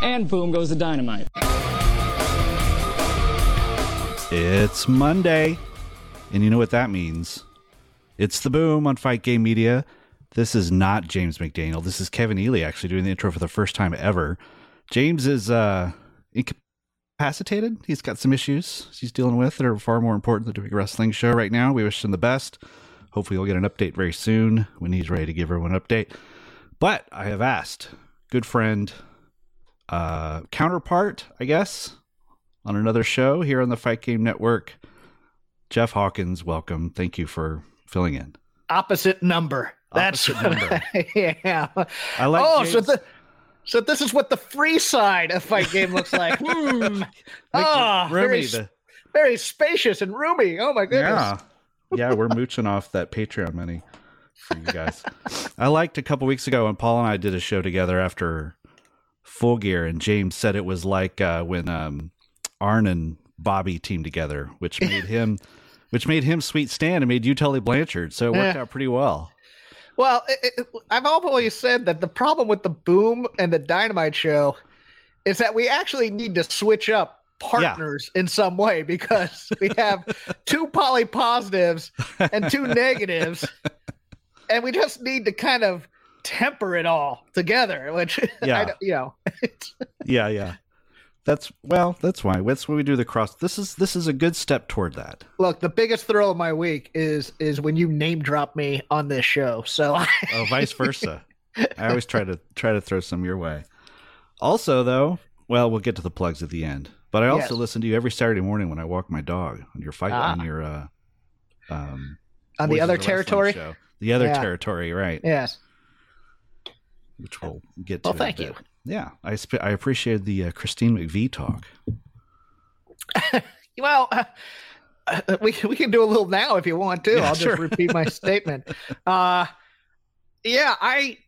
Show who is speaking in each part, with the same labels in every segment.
Speaker 1: and boom goes the dynamite.
Speaker 2: It's Monday. And you know what that means. It's the boom on Fight Game Media. This is not James McDaniel. This is Kevin Ely actually doing the intro for the first time ever. James is uh incapacitated. He's got some issues he's dealing with that are far more important than doing a wrestling show right now. We wish him the best. Hopefully we'll get an update very soon when he's ready to give everyone an update. But I have asked good friend uh counterpart, I guess, on another show here on the Fight Game Network. Jeff Hawkins, welcome. Thank you for filling in.
Speaker 3: Opposite number. That's
Speaker 2: Opposite number.
Speaker 3: yeah.
Speaker 2: I like
Speaker 3: oh, so
Speaker 2: James.
Speaker 3: the, so this is what the free side of fight game looks like. hmm. Ah,
Speaker 2: Remy,
Speaker 3: very,
Speaker 2: the-
Speaker 3: very spacious and roomy. Oh my goodness.
Speaker 2: yeah, yeah, we're mooching off that Patreon money for you guys. I liked a couple weeks ago when Paul and I did a show together after Full Gear, and James said it was like uh, when um, Arn and Bobby teamed together, which made him, which made him Sweet Stan and made you Tully Blanchard. So it worked
Speaker 3: Yeah.
Speaker 2: out pretty well.
Speaker 3: Well, it, it, I've always said that the problem with the boom and the dynamite show is that we actually need to switch up partners in some way because we have two poly positives and two negatives, and we just need to kind of temper it all together. Which,
Speaker 2: Yeah.
Speaker 3: I, don't- you know, it's,
Speaker 2: Yeah, yeah. That's well. That's why. That's when we do the cross. This is this is a good step toward that.
Speaker 3: look, the biggest thrill of my week is is when you name drop me on this show. So,
Speaker 2: Oh, vice versa. I always try to try to throw some your way. Also, though, well, we'll get to the plugs at the end. But I also
Speaker 3: Yes.
Speaker 2: listen to you every Saturday morning when I walk my dog on your fight
Speaker 3: Ah.
Speaker 2: on your uh, um,
Speaker 3: on
Speaker 2: Voices
Speaker 3: the other
Speaker 2: of Wrestling
Speaker 3: territory,
Speaker 2: show. The other
Speaker 3: Yeah.
Speaker 2: territory, right?
Speaker 3: yes,
Speaker 2: Which we'll get to.
Speaker 3: Well,
Speaker 2: in a
Speaker 3: thank
Speaker 2: bit.
Speaker 3: you.
Speaker 2: Yeah, I sp- I appreciated the uh, Christine McVie talk.
Speaker 3: Well, uh, uh, we we can do a little now if you want to.
Speaker 2: Yeah,
Speaker 3: I'll
Speaker 2: sure.
Speaker 3: just repeat my statement. Uh, yeah, I,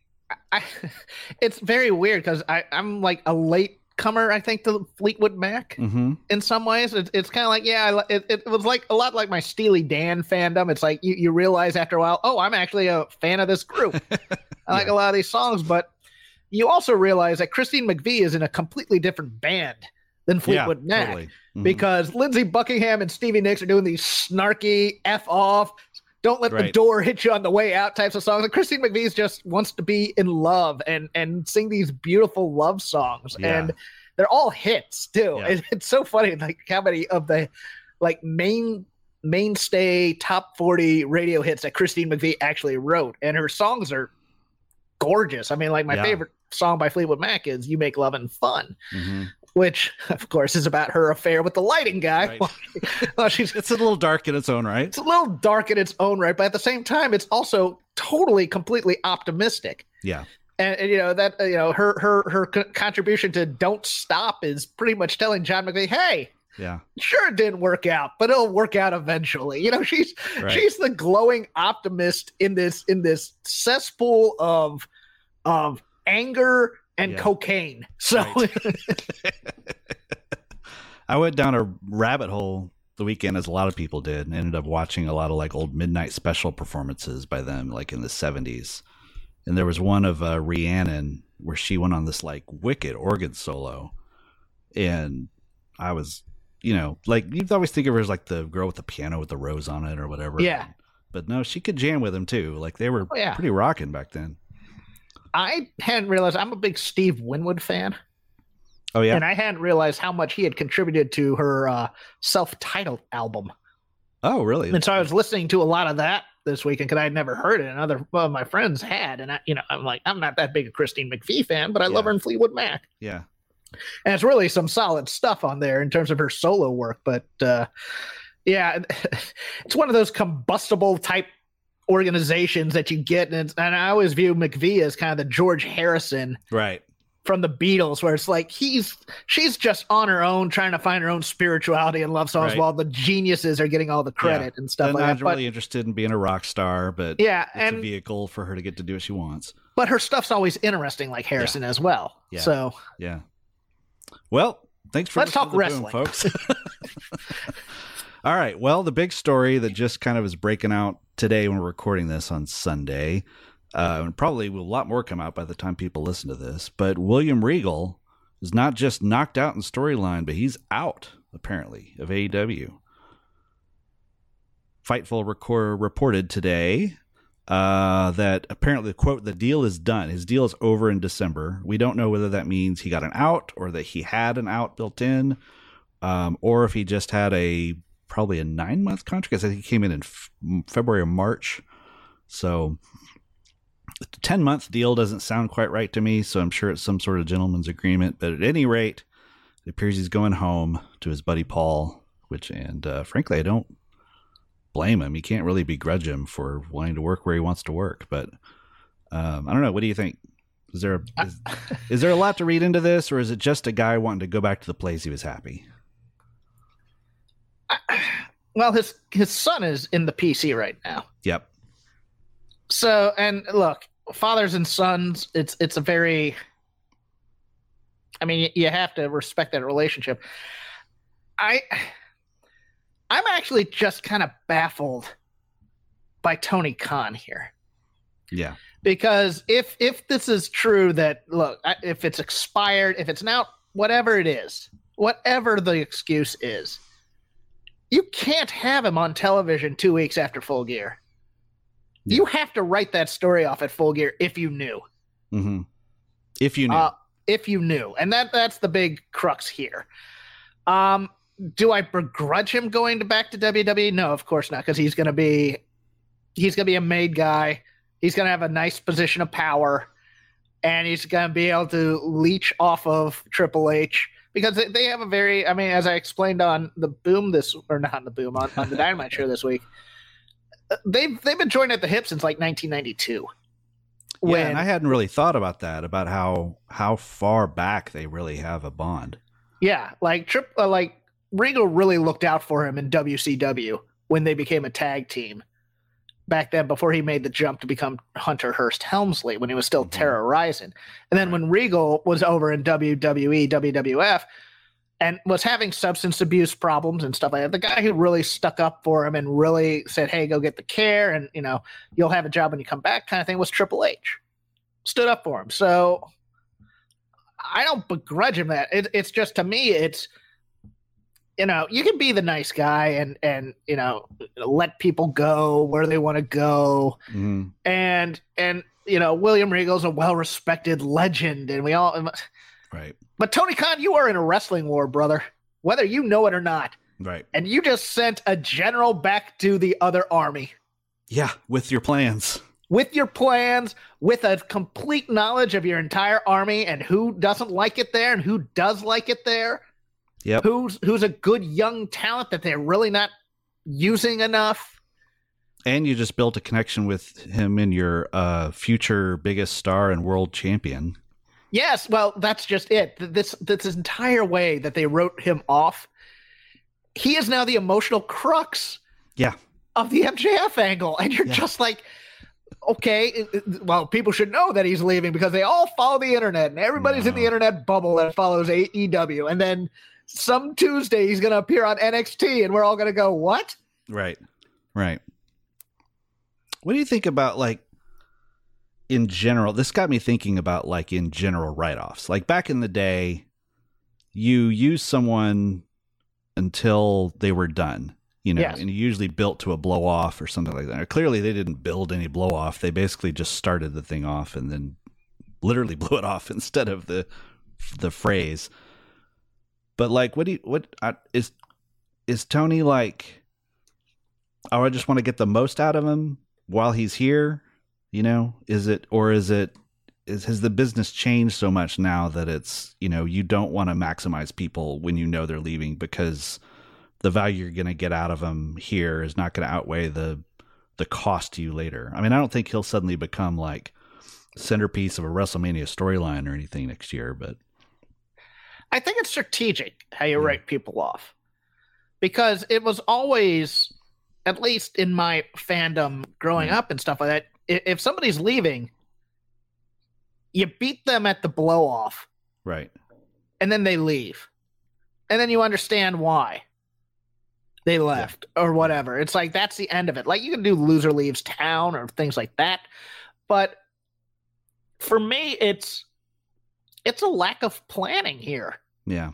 Speaker 3: I, it's very weird because I I'm like a late comer. I think to Fleetwood Mac
Speaker 2: Mm-hmm.
Speaker 3: in some ways. It's it's kind of like yeah, I, li- it it was like a lot like my Steely Dan fandom. It's like you you realize after a while, oh, I'm actually a fan of this group. I like a lot of these songs, but you also realize that Christine McVie is in a completely different band than Fleetwood Mac
Speaker 2: Mhm.
Speaker 3: because Lindsey Buckingham and Stevie Nicks are doing these snarky f off, don't let the
Speaker 2: Right.
Speaker 3: door hit you on the way out types of songs. And Christine McVie's just wants to be in love and and sing these beautiful love songs,
Speaker 2: Yeah.
Speaker 3: and they're all hits too.
Speaker 2: Yeah.
Speaker 3: And it's so funny, like how many of the like main mainstay top 40 radio hits that Christine McVie actually wrote and her songs are gorgeous. I mean like my
Speaker 2: Yeah.
Speaker 3: favorite song by Fleetwood Mac is You Make Love and Fun
Speaker 2: Mhm.
Speaker 3: which of course is about her affair with the lighting guy.
Speaker 2: Right.
Speaker 3: Well, she's
Speaker 2: It's a little dark in its own right.
Speaker 3: it's a little dark in its own right, but at the same time, it's also totally completely optimistic.
Speaker 2: Yeah.
Speaker 3: And, and, you know that uh, you know her her her co- contribution to "Don't Stop" is pretty much telling John McVie, "Hey,
Speaker 2: Yeah.
Speaker 3: sure it didn't work out, but it'll work out eventually." You know, she's
Speaker 2: Right.
Speaker 3: she's the glowing optimist in this in this cesspool of of anger and
Speaker 2: Yeah.
Speaker 3: cocaine. So
Speaker 2: Right. I went down a rabbit hole the weekend, as a lot of people did, and ended up watching a lot of like old midnight special performances by them, like in the seventies. And there was one of uh, Rhiannon where she went on this like wicked organ solo, and I was, you know, like you'd always think of her as like the girl with the piano with the rose on it or whatever.
Speaker 3: Yeah.
Speaker 2: But no, she could jam with him too. Like they were
Speaker 3: Oh, yeah.
Speaker 2: pretty rocking back then.
Speaker 3: I hadn't realized I'm a big Steve Winwood fan,
Speaker 2: Oh yeah.
Speaker 3: and I hadn't realized how much he had contributed to her uh, self-titled album.
Speaker 2: oh really?
Speaker 3: And so I was listening to a lot of that this weekend because I had never heard it, and other well, my friends had. And I, you know, I'm like, I'm not that big a Christine McVie fan, but I love
Speaker 2: Yeah.
Speaker 3: her in Fleetwood Mac,
Speaker 2: Yeah.
Speaker 3: and it's really some solid stuff on there in terms of her solo work. But uh, yeah, it's one of those combustible type organizations that you get, and, it's, and I always view McVie as kind of the George Harrison
Speaker 2: Right.
Speaker 3: from the Beatles, where it's like he's she's just on her own trying to find her own spirituality and love songs
Speaker 2: Right.
Speaker 3: while the geniuses are getting all the credit and stuff
Speaker 2: And
Speaker 3: like
Speaker 2: not
Speaker 3: that. But
Speaker 2: really interested in being a rock star, but
Speaker 3: yeah,
Speaker 2: it's a
Speaker 3: and
Speaker 2: vehicle for her to get to do what she wants.
Speaker 3: but her stuff's always interesting, like Harrison as well.
Speaker 2: Yeah.
Speaker 3: So
Speaker 2: Yeah. Well, thanks for
Speaker 3: Let's
Speaker 2: listening
Speaker 3: talk
Speaker 2: to the Boom,
Speaker 3: wrestling.
Speaker 2: folks. All right. Well, the big story that just kind of is breaking out today when we're recording this on Sunday, uh, and probably will a lot more come out by the time people listen to this. But William Regal is not just knocked out in storyline, but he's out, apparently, of AEW. Fightful record reported today uh, that apparently, quote, the deal is done. His deal is over in December. We don't know whether that means he got an out or that he had an out built in, um, or if he just had a probably a nine month contract. I think he came in in f- February or March. So, 10 month deal doesn't sound quite right to me. So, I'm sure it's some sort of gentleman's agreement. But at any rate, it appears he's going home to his buddy Paul, which, and uh, frankly, I don't blame him. You can't really begrudge him for wanting to work where he wants to work. But um, I don't know. What do you think? Is there a, is, is, there a lot to read into this, or is it just a guy wanting to go back to the place he was happy?
Speaker 3: Well, his his son is in the PC right now.
Speaker 2: Yep.
Speaker 3: So and look, fathers and sons, it's it's a very. I mean, you have to respect that relationship. I I'm actually just kind of baffled by Tony Khan here.
Speaker 2: Yeah.
Speaker 3: Because if if this is true that look, if it's expired, if it's now whatever it is, whatever the excuse is, you can't have him on television 2 weeks after full gear. Yeah. You have to write that story off at full gear if you knew.
Speaker 2: Mm-hmm. If you knew. Uh,
Speaker 3: if you knew. And that that's the big crux here. Um do I begrudge him going to back to WWE? No, of course not, because he's gonna be he's gonna be a made guy. He's gonna have a nice position of power, and he's gonna be able to leech off of Triple H because they have a very I mean, as I explained on the boom this or not on the boom on, on the Dynamite show this week, uh, they've they've been joined at the hip since like 1992.
Speaker 2: When, yeah, and I hadn't really thought about that about how how far back they really have a bond.
Speaker 3: Yeah, like trip uh, like Regal really looked out for him in WCW when they became a tag team back then before he made the jump to become Hunter Hearst Helmsley when he was still mm-hmm. terrorizing. And then when Regal was over in E, WWE, WWF, and was having substance abuse problems and stuff like that, the guy who really stuck up for him and really said, hey, go get the care and, you know, you'll have a job when you come back kind of thing was Triple H. Stood up for him. So I don't begrudge him that. It, it's just to me, it's you know you can be the nice guy and and you know let people go where they want to go mm-hmm. and and you know william regal's a well-respected legend and we all
Speaker 2: right
Speaker 3: but tony khan you are in a wrestling war brother whether you know it or not
Speaker 2: right
Speaker 3: and you just sent a general back to the other army
Speaker 2: yeah with your plans
Speaker 3: with your plans with a complete knowledge of your entire army and who doesn't like it there and who does like it there
Speaker 2: Yep.
Speaker 3: Who's who's a good young talent that they're really not using enough.
Speaker 2: And you just built a connection with him and your uh, future biggest star and world champion.
Speaker 3: Yes, well, that's just it. This this entire way that they wrote him off, he is now the emotional crux.
Speaker 2: Yeah.
Speaker 3: Of the MJF angle, and you're yeah. just like, okay, well, people should know that he's leaving because they all follow the internet, and everybody's no. in the internet bubble that follows AEW, and then some Tuesday he's going to appear on NXT and we're all going to go, "What?"
Speaker 2: Right. Right. What do you think about like in general? This got me thinking about like in general write-offs. Like back in the day, you use someone until they were done, you know, yes. and you usually built to a blow off or something like that. Or clearly they didn't build any blow off. They basically just started the thing off and then literally blew it off instead of the the phrase but like what do you what uh, is is tony like oh i just want to get the most out of him while he's here you know is it or is it is has the business changed so much now that it's you know you don't want to maximize people when you know they're leaving because the value you're going to get out of them here is not going to outweigh the the cost to you later i mean i don't think he'll suddenly become like centerpiece of a wrestlemania storyline or anything next year but
Speaker 3: I think it's strategic how you write people off because it was always, at least in my fandom growing up and stuff like that, if somebody's leaving, you beat them at the blow off.
Speaker 2: Right.
Speaker 3: And then they leave. And then you understand why they left yeah. or whatever. It's like that's the end of it. Like you can do loser leaves town or things like that. But for me, it's it's a lack of planning here
Speaker 2: Yeah.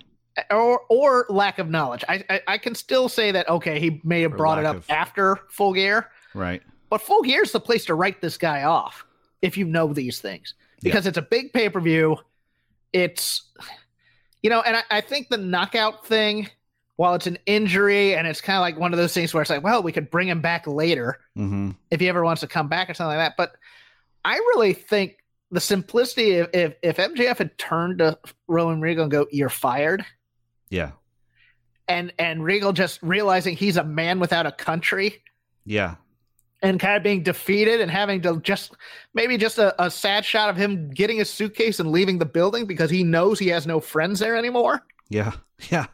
Speaker 3: or or lack of knowledge. I I, I can still say that okay, he may have
Speaker 2: Or
Speaker 3: brought it
Speaker 2: lack
Speaker 3: up
Speaker 2: of-
Speaker 3: after Full Gear,
Speaker 2: Right.
Speaker 3: but Full Gear's the place to write this guy off if you know these things because it's a big pay per view. It's you know, and I, I think the knockout thing, while it's an injury and it's kind of like one of those things where it's like, well, we could bring him back later
Speaker 2: Mm-hmm.
Speaker 3: if he ever wants to come back or something like that. But I really think the simplicity if if, if MJF had turned to Roman Regal and go, "You're fired,"
Speaker 2: Yeah.
Speaker 3: and and Regal just realizing he's a man without a country
Speaker 2: Yeah.
Speaker 3: and kind of being defeated and having to just maybe just a, a sad shot of him getting his suitcase and leaving the building because he knows he has no friends there anymore.
Speaker 2: Yeah. Yeah.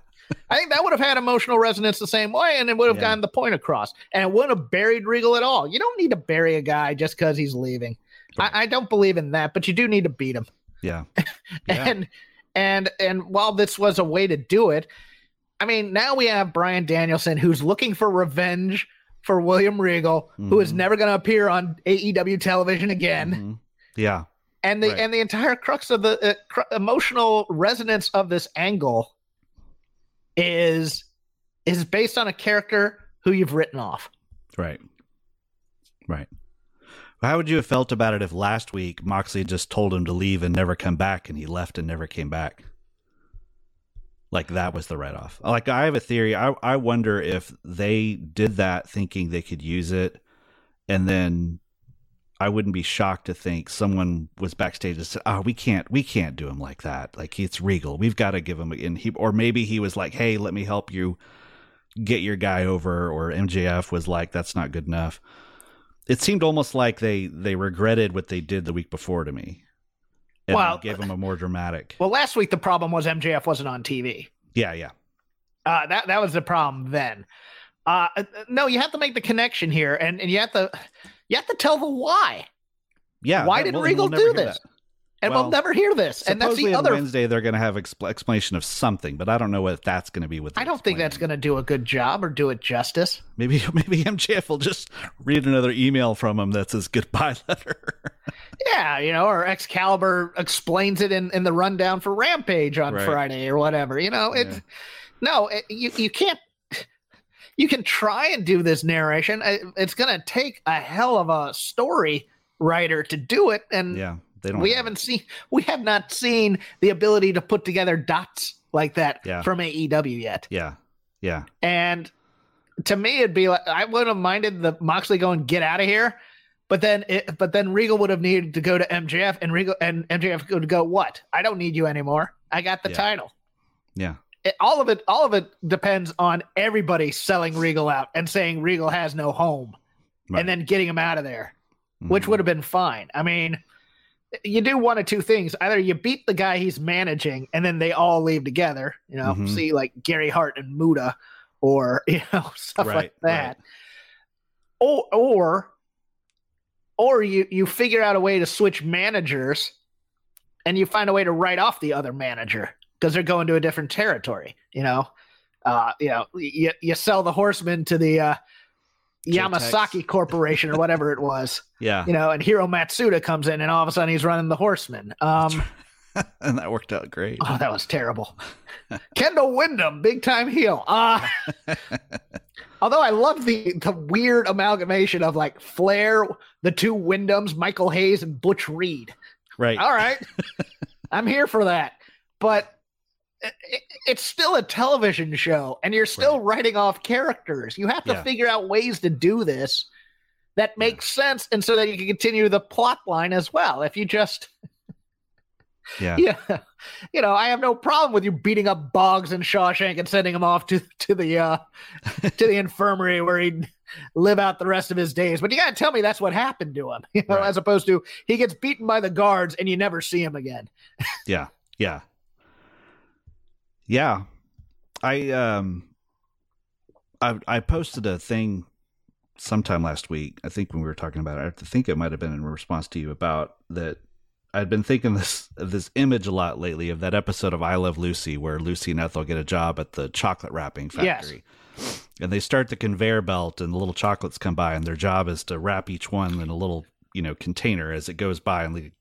Speaker 3: I think that would have had emotional resonance the same way, and it would have
Speaker 2: Yeah.
Speaker 3: gotten the point across, and it wouldn't have buried Regal at all. You don't need to bury a guy just because he's leaving. I, I don't believe in that, but you do need to beat him.
Speaker 2: Yeah. Yeah.
Speaker 3: And and and while this was a way to do it, I mean, now we have Brian Danielson who's looking for revenge for William Regal, who is
Speaker 2: Mhm.
Speaker 3: never going to appear on AEW television again.
Speaker 2: Mhm. Yeah.
Speaker 3: And the
Speaker 2: Right.
Speaker 3: and the entire crux of the uh, cr- emotional resonance of this angle is is based on a character who you've written off.
Speaker 2: Right. Right. How would you have felt about it if last week Moxley just told him to leave and never come back and he left and never came back? Like that was the write off. Like I have a theory. I, I wonder if they did that thinking they could use it and then I wouldn't be shocked to think someone was backstage and said, "Oh, we can't, we can't do him like that. Like it's Regal. We've got to give him." And he, or maybe he was like, "Hey, let me help you get your guy over," or MJF was like, "That's not good enough." It seemed almost like they they regretted what they did the week before to me, and
Speaker 3: Well-
Speaker 2: gave him a more dramatic.
Speaker 3: Well, last week the problem was MJF wasn't on TV.
Speaker 2: yeah, yeah,
Speaker 3: Uh, that that was the problem then. Uh, uh, no, you have to make the connection here, and, and you have to you have to tell the why,
Speaker 2: yeah.
Speaker 3: Why
Speaker 2: that-
Speaker 3: did
Speaker 2: well,
Speaker 3: Regal
Speaker 2: we'll never
Speaker 3: do
Speaker 2: hear
Speaker 3: this? and
Speaker 2: Well,
Speaker 3: we'll never hear this. And that's
Speaker 2: Supposedly
Speaker 3: the
Speaker 2: on
Speaker 3: other.
Speaker 2: Wednesday they're going to have expl- explanation of something, but I don't know what that's going to be. With
Speaker 3: I don't think that's going to do a good job or do it justice.
Speaker 2: Maybe maybe MJF will just read another email from him that's his goodbye letter.
Speaker 3: Yeah, you know, or Excalibur explains it in, in the rundown for Rampage on
Speaker 2: Right.
Speaker 3: Friday or whatever. You know, it's
Speaker 2: Yeah.
Speaker 3: no, it, you you can't. You can try and do this narration. I- It's going to take a hell of a story writer to do it, and
Speaker 2: yeah, they don't.
Speaker 3: Mm. we
Speaker 2: have it.
Speaker 3: haven't seen we have not seen the ability to put together dots like that
Speaker 2: Yeah.
Speaker 3: from AEW yet.
Speaker 2: Yeah, yeah,
Speaker 3: And to me, it'd be like I would have minded the Moxley going get out of here, but then it, but then Regal would have needed to go to MJF, and Regal and MJF would go what? I don't need you anymore. I got the
Speaker 2: Yeah.
Speaker 3: title.
Speaker 2: yeah,
Speaker 3: It, all of it, all of it depends on everybody selling Regal out and saying Regal has no home,
Speaker 2: Right.
Speaker 3: and then getting him out of there which
Speaker 2: Mhm.
Speaker 3: would have been fine. I mean, you do one of two things: either you beat the guy he's managing, and then they all leave together. You know,
Speaker 2: Mhm.
Speaker 3: see like Gary Hart and Muda, or you know stuff
Speaker 2: Right,
Speaker 3: like that. Or or or you you figure out a way to switch managers, and you find a way to write off the other manager because they're going to a different territory. You know, uh, you know, you you sell the horseman to the. uh
Speaker 2: K-Tex.
Speaker 3: Yamasaki Corporation or whatever it was
Speaker 2: yeah,
Speaker 3: you know, and Hiro Matsuda comes in, and all of a sudden he's running the Horsemen. Um,
Speaker 2: and that worked out great.
Speaker 3: oh, that was terrible. Kendall Windham, big time heel. Uh, although I love the the weird amalgamation of like Flair, the two Wyndhams, Michael Hayes, and Butch Reed.
Speaker 2: Right,
Speaker 3: All right, I'm here for that, but. It, it- it's still a television show, and you're still writing off characters. You have to
Speaker 2: Yeah.
Speaker 3: figure out ways to do this that
Speaker 2: Yeah.
Speaker 3: makes sense, and so that you can continue the plot line as well. If you just
Speaker 2: yeah,
Speaker 3: yeah. You know, I have no problem with you beating up Boggs and Shawshank and sending him off to to the uh to the infirmary where he'd live out the rest of his days. But you gotta tell me that's what happened to him, you know,
Speaker 2: Right.
Speaker 3: as opposed to he gets beaten by the guards and you never see him again.
Speaker 2: yeah, yeah, yeah. I um, I I posted a thing sometime last week. I think when we were talking about it, I think it might have been in response to you about that. I'd been thinking this this image a lot lately of that episode of I Love Lucy where Lucy and Ethel get a job at the chocolate wrapping
Speaker 3: Yes.
Speaker 2: factory. And they start the conveyor belt and the little chocolates come by and their job is to wrap each one in a little, you know, container as it goes by and like,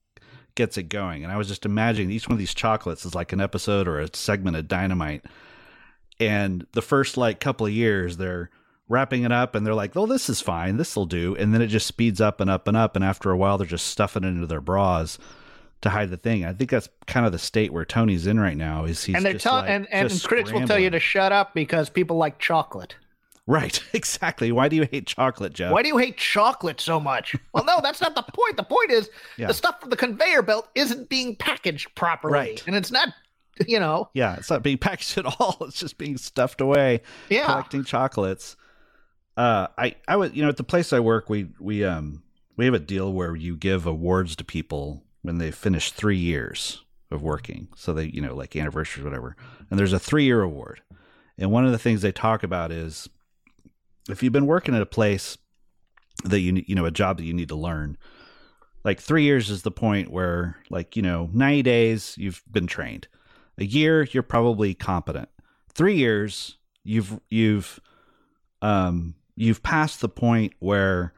Speaker 2: gets it going. And I was just imagining each one of these chocolates is like an episode or a segment of Dynamite. And the first like couple of years, they're wrapping it up and they're like, "Oh, this is fine. This will do." And then it just speeds up and up and up. And after a while, they're just stuffing it into their bras to hide the thing. I think that's kind of the state where Tony's in right now. Is he's
Speaker 3: and they're telling
Speaker 2: like,
Speaker 3: and, and
Speaker 2: just
Speaker 3: critics will tell
Speaker 2: scrambling.
Speaker 3: you to shut up because people like chocolate.
Speaker 2: right exactly. Why do you hate chocolate, Jeff?
Speaker 3: Why do you hate chocolate so much? Well, no, that's not the point. The point is
Speaker 2: Yeah.
Speaker 3: the stuff from the conveyor belt isn't being packaged properly,
Speaker 2: Right.
Speaker 3: and it's not, you know,
Speaker 2: Yeah, it's not being packaged at all. It's just being stuffed away,
Speaker 3: yeah.
Speaker 2: collecting chocolates. Uh, I I was you know at the place I work we we um we have a deal where you give awards to people when they finish three years of working, so they you know like anniversaries whatever. And there's a three year award, and one of the things they talk about is if you've been working at a place that you you know a job that you need to learn like three years is the point where like you know 90 days you've been trained a year you're probably competent three years you've you've um you've passed the point where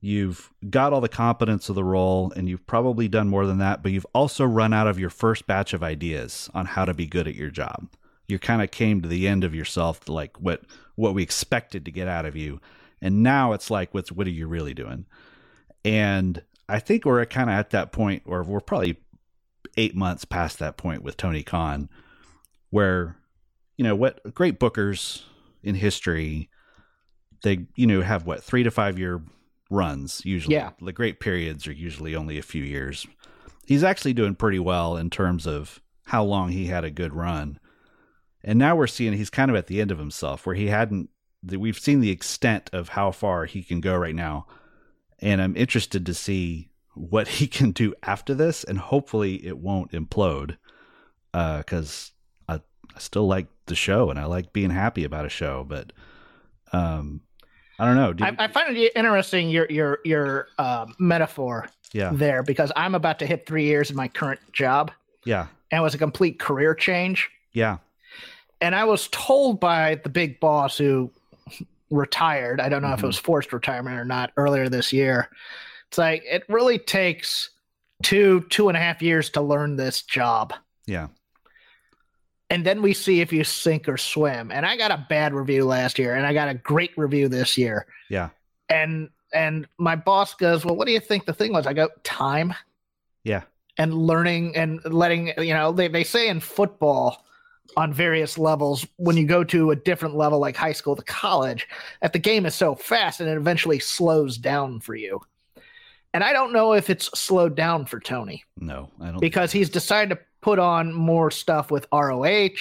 Speaker 2: you've got all the competence of the role and you've probably done more than that but you've also run out of your first batch of ideas on how to be good at your job you kind of came to the end of yourself like what what we expected to get out of you and now it's like what's what are you really doing and i think we're kind of at that point or we're probably eight months past that point with tony khan where you know what great bookers in history they you know have what three to five year runs usually
Speaker 3: Yeah.
Speaker 2: the great periods are usually only a few years he's actually doing pretty well in terms of how long he had a good run and now we're seeing he's kind of at the end of himself where he hadn't that we've seen the extent of how far he can go right now and i'm interested to see what he can do after this and hopefully it won't implode because I, I still like the show and i like being happy about a show but um i don't know Do you-
Speaker 3: I, I find it interesting your your your um, metaphor
Speaker 2: yeah
Speaker 3: there because I'm about to hit three years in my current job,
Speaker 2: yeah
Speaker 3: and it was a complete career change.
Speaker 2: yeah
Speaker 3: And I was told by the big boss who retired. I don't know if
Speaker 2: Mhm.
Speaker 3: it was forced retirement or not earlier this year. It's like it really takes two two and a half years to learn this job.
Speaker 2: yeah
Speaker 3: and then we see if you sink or swim. And I got a bad review last year, and I got a great review this year.
Speaker 2: Yeah.
Speaker 3: And and my boss goes, "Well, what do you think the thing was?" I go, "Time."
Speaker 2: Yeah.
Speaker 3: And learning and letting you know they they say in football on various levels when you go to a different level like high school to college that the game is so fast and it eventually slows down for you. And I don't know if it's slowed down for Tony
Speaker 2: no i don't
Speaker 3: because he's decided to put on more stuff with ROH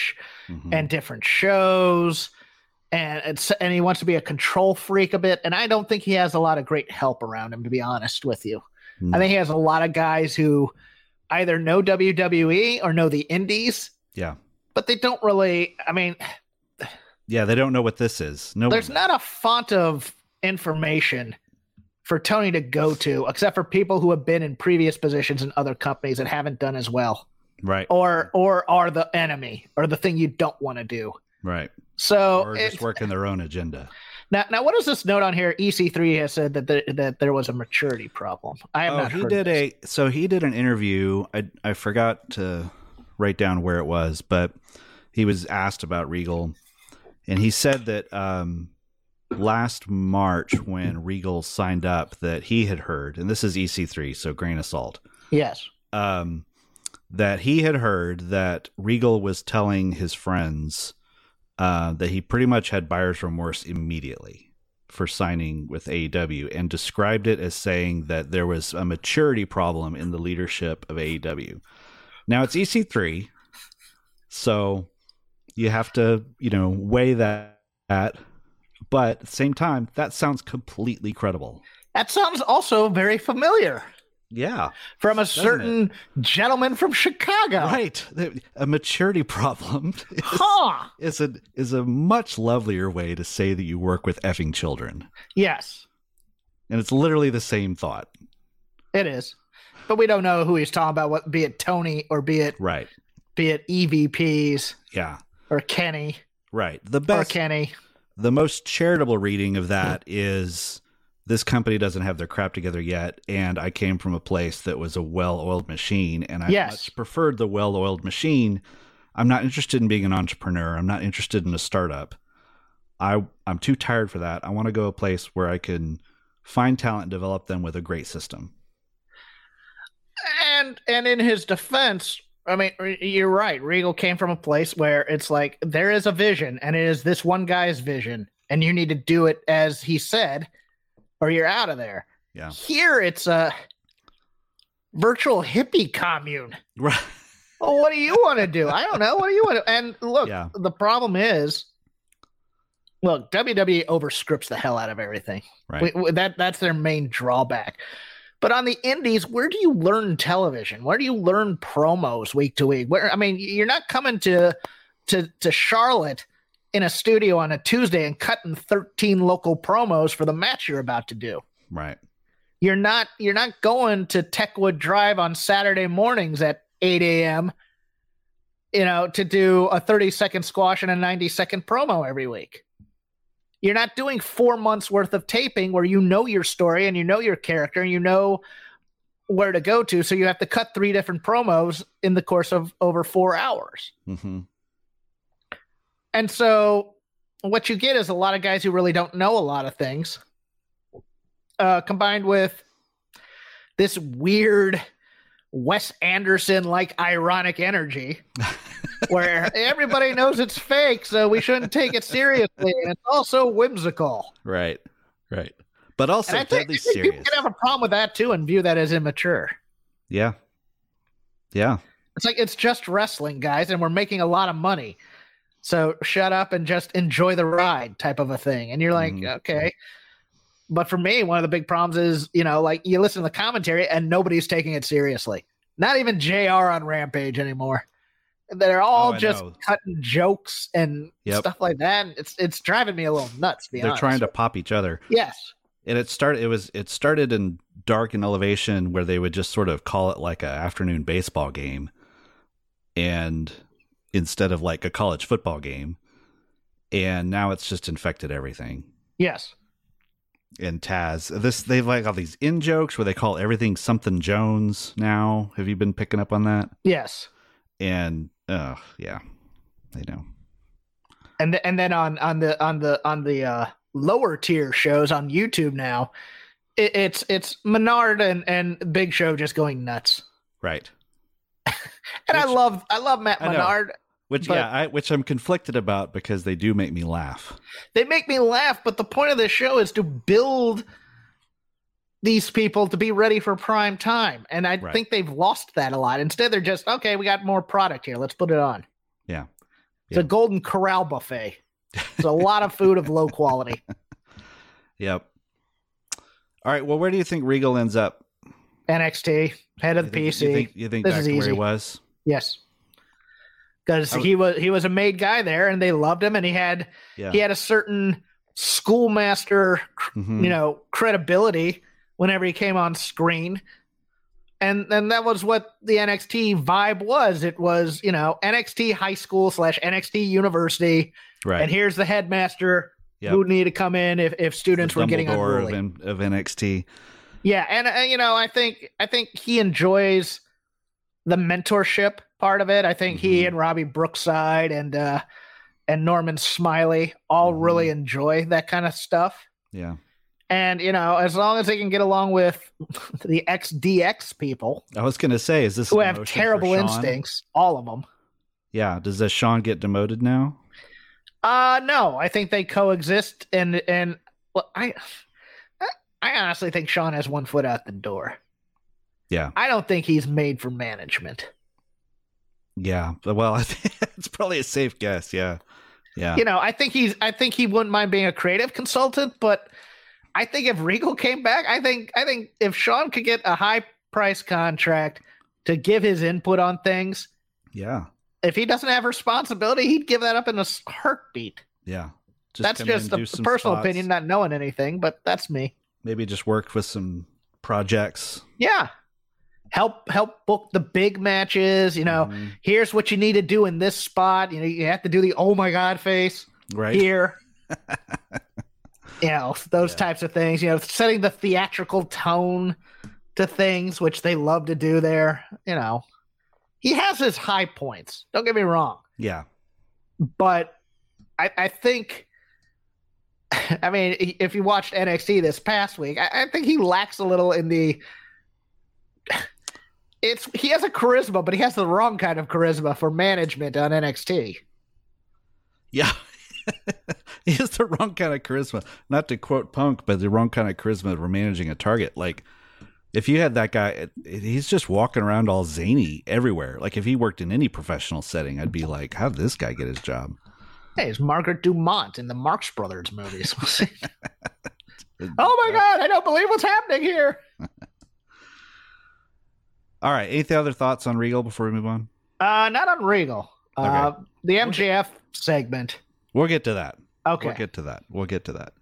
Speaker 2: mhm.
Speaker 3: and different shows and it's, and he wants to be a control freak a bit and i don't think he has a lot of great help around him to be honest with you
Speaker 2: No.
Speaker 3: i think he has a lot of guys who either know wwe or know the indies
Speaker 2: Yeah.
Speaker 3: but they don't really i mean
Speaker 2: yeah they don't know what this is no one
Speaker 3: there's not a font of information for tony to go to except for people who have been in previous positions in other companies that haven't done as well
Speaker 2: right
Speaker 3: or or are the enemy or the thing you don't want to do
Speaker 2: right
Speaker 3: so
Speaker 2: or
Speaker 3: Oh, it's-
Speaker 2: just working their own agenda
Speaker 3: Now, now, what is this note on here? EC3 has said that there, that there was a maturity problem. I have
Speaker 2: oh,
Speaker 3: not
Speaker 2: he
Speaker 3: heard.
Speaker 2: did
Speaker 3: this.
Speaker 2: a so he did an interview. I I forgot to write down where it was, but he was asked about Regal, and he said that um, last March when Regal signed up, that he had heard, and this is EC3, so grain of salt,
Speaker 3: yes.
Speaker 2: um, that he had heard that Regal was telling his friends uh, that he pretty much had buyer's remorse immediately for signing with AEW and described it as saying that there was a maturity problem in the leadership of AEW. Now it's EC3, so you have to, you know, weigh that. that but at the same time, that sounds completely credible.
Speaker 3: That sounds also very familiar
Speaker 2: Yeah.
Speaker 3: from a
Speaker 2: Doesn't it?
Speaker 3: certain gentleman from Chicago.
Speaker 2: Right. A maturity problem
Speaker 3: Huh.
Speaker 2: is a is a much lovelier way to say that you work with effing children,
Speaker 3: Yes,
Speaker 2: and it's literally the same thought,
Speaker 3: it is. But we don't know who he's talking about, what be it Tony or be it
Speaker 2: right?
Speaker 3: be it EVPs
Speaker 2: Yeah,
Speaker 3: or Kenny
Speaker 2: right. The
Speaker 3: or
Speaker 2: best,
Speaker 3: Kenny.
Speaker 2: the most charitable reading of that is this company doesn't have their crap together yet, and I came from a place that was a well-oiled machine, and I
Speaker 3: Yes.
Speaker 2: much preferred the well-oiled machine. I'm not interested in being an entrepreneur. I'm not interested in a startup. I I'm too tired for that. I want to go a place where I can find talent and develop them with a great system.
Speaker 3: and and in his defense i mean re- you're right regal came from a place where it's like there is a vision and it is this one guy's vision and you need to do it as he said or you're out of there
Speaker 2: Yeah.
Speaker 3: here it's a virtual hippie commune
Speaker 2: Right.
Speaker 3: well, what do you want to do i don't know what do you want to and look
Speaker 2: Yeah.
Speaker 3: the problem is look wwe overscripts the hell out of everything
Speaker 2: Right.
Speaker 3: we, we- that that's their main drawback. But on the indies, where do you learn television? Where do you learn promos week to week? Where I mean, you're not coming to to to Charlotte in a studio on a Tuesday and cutting 13 local promos for the match you're about to do.
Speaker 2: Right.
Speaker 3: You're not you're not going to Techwood Drive on Saturday mornings at 8 a.m. You know, to do a 30 second squash and a 90 second promo every week. You're not doing four months worth of taping where you know your story and you know your character and you know where to go to. So you have to cut three different promos in the course of over four hours.
Speaker 2: Mm-hmm.
Speaker 3: And so what you get is a lot of guys who really don't know a lot of things, uh, combined with this weird Wes Anderson like ironic energy where everybody knows it's fake, so we shouldn't take it seriously. And it's also whimsical.
Speaker 2: Right. Right. But also
Speaker 3: and I think,
Speaker 2: deadly
Speaker 3: I think people
Speaker 2: serious.
Speaker 3: can have a problem with that too and view that as immature.
Speaker 2: yeah. Yeah.
Speaker 3: It's like it's just wrestling, guys, and we're making a lot of money. So shut up and just enjoy the ride type of a thing. And you're like,
Speaker 2: Mhm.
Speaker 3: okay. But for me, one of the big problems is, you know, like you listen to the commentary and nobody's taking it seriously. Not even JR on Rampage anymore. They're all
Speaker 2: Oh, I
Speaker 3: just
Speaker 2: know.
Speaker 3: cutting jokes and
Speaker 2: Yep.
Speaker 3: stuff like that. And it's it's driving me a little nuts, to be
Speaker 2: They're
Speaker 3: honest.
Speaker 2: trying to pop each other.
Speaker 3: Yes.
Speaker 2: and it started it was it started in dark and elevation where they would just sort of call it like a afternoon baseball game and instead of like a college football game and now it's just infected everything
Speaker 3: Yes.
Speaker 2: and taz this they've like all these in jokes where they call everything something jones now have you been picking up on that
Speaker 3: Yes.
Speaker 2: and uh yeah they know
Speaker 3: and th- and then on on the on the on the uh, lower tier shows on YouTube now, it, it's it's Menard and and Big Show just going nuts.
Speaker 2: right
Speaker 3: And I
Speaker 2: Which-
Speaker 3: love I love Matt
Speaker 2: I know.
Speaker 3: Menard.
Speaker 2: which
Speaker 3: But-
Speaker 2: yeah i which i'm conflicted about because they do make me laugh
Speaker 3: They make me laugh, but the point of this show is to build these people to be ready for prime time, and I
Speaker 2: Right.
Speaker 3: think they've lost that a lot. Instead, they're just okay. We got more product here. Let's put it on.
Speaker 2: Yeah.
Speaker 3: It's
Speaker 2: Yeah.
Speaker 3: a Golden Corral buffet. It's a lot of food of low quality.
Speaker 2: yep all right well where do you think regal ends up
Speaker 3: NXT, head of the
Speaker 2: You
Speaker 3: PC.
Speaker 2: think- You think, you think
Speaker 3: This
Speaker 2: back
Speaker 3: is
Speaker 2: to where he
Speaker 3: easy.
Speaker 2: was?
Speaker 3: Yes. Because
Speaker 2: I would-
Speaker 3: he was he was a made guy there, and they loved him, and he had
Speaker 2: Yeah.
Speaker 3: he had a certain schoolmaster, cr-
Speaker 2: Mhm.
Speaker 3: you know, credibility whenever he came on screen, and and that was what the NXT vibe was. It was you know NXT high school slash NXT university,
Speaker 2: right.
Speaker 3: and here's the headmaster
Speaker 2: Yep.
Speaker 3: who would need to come in if if students
Speaker 2: The
Speaker 3: were getting
Speaker 2: Dumbledore
Speaker 3: unruly.
Speaker 2: of, N- of NXT.
Speaker 3: Yeah, and uh, you know, I think I think he enjoys the mentorship part of it. I think he
Speaker 2: Mhm.
Speaker 3: and Robbie Brookside and uh and Norman Smiley all
Speaker 2: Mhm.
Speaker 3: really enjoy that kind of stuff.
Speaker 2: Yeah.
Speaker 3: And you know, as long as they can get along with the XDX people
Speaker 2: I was gonna say, is this
Speaker 3: who
Speaker 2: an
Speaker 3: have
Speaker 2: emotion for
Speaker 3: terrible
Speaker 2: Sean?
Speaker 3: instincts, all of them.
Speaker 2: Yeah. Does this Sean get demoted now?
Speaker 3: Uh no, I think they coexist and and well, I I honestly think Sean has one foot out the door.
Speaker 2: Yeah.
Speaker 3: I don't think he's made for management.
Speaker 2: Yeah. Well, I think it's probably a safe guess. Yeah. Yeah.
Speaker 3: you know, I think he's I think he wouldn't mind being a creative consultant, but I think if Regal came back, I think I think if Sean could get a high price contract to give his input on things,
Speaker 2: Yeah.
Speaker 3: if he doesn't have responsibility, he'd give that up in a s- heartbeat.
Speaker 2: Yeah. Just
Speaker 3: that's
Speaker 2: come in,
Speaker 3: just
Speaker 2: do
Speaker 3: a
Speaker 2: some
Speaker 3: personal
Speaker 2: spots,
Speaker 3: opinion, not knowing anything, but that's me.
Speaker 2: Maybe just worked with some projects.
Speaker 3: Yeah. Help help book the big matches, you know.
Speaker 2: Mhm.
Speaker 3: Here's what you need to do in this spot. You know, you have to do the oh my god face
Speaker 2: Right.
Speaker 3: here. you know those
Speaker 2: Yeah.
Speaker 3: types of things you know setting the theatrical tone to things which they love to do there you know he has his high points don't get me wrong
Speaker 2: Yeah.
Speaker 3: but i, I think i mean i- if you watched nxt this past week I, I think he lacks a little in the it's he has a charisma but he has the wrong kind of charisma for management on nxt
Speaker 2: Yeah. he has the wrong kind of charisma. Not to quote Punk, but the wrong kind of charisma for managing a target. Like, if you had that guy, it- it- he's just walking around all zany everywhere. Like, if he worked in any professional setting, I'd be like, how did this guy get his job?
Speaker 3: Hey, it's Margaret Dumont in the Marx Brothers movies. oh my God, I don't believe what's happening here.
Speaker 2: All right. Any other thoughts on Regal before we move on?
Speaker 3: Uh, not on Regal. Uh, the MJF segment.
Speaker 2: We'll get to that.
Speaker 3: Okay.
Speaker 2: We'll get to that. We'll get to that.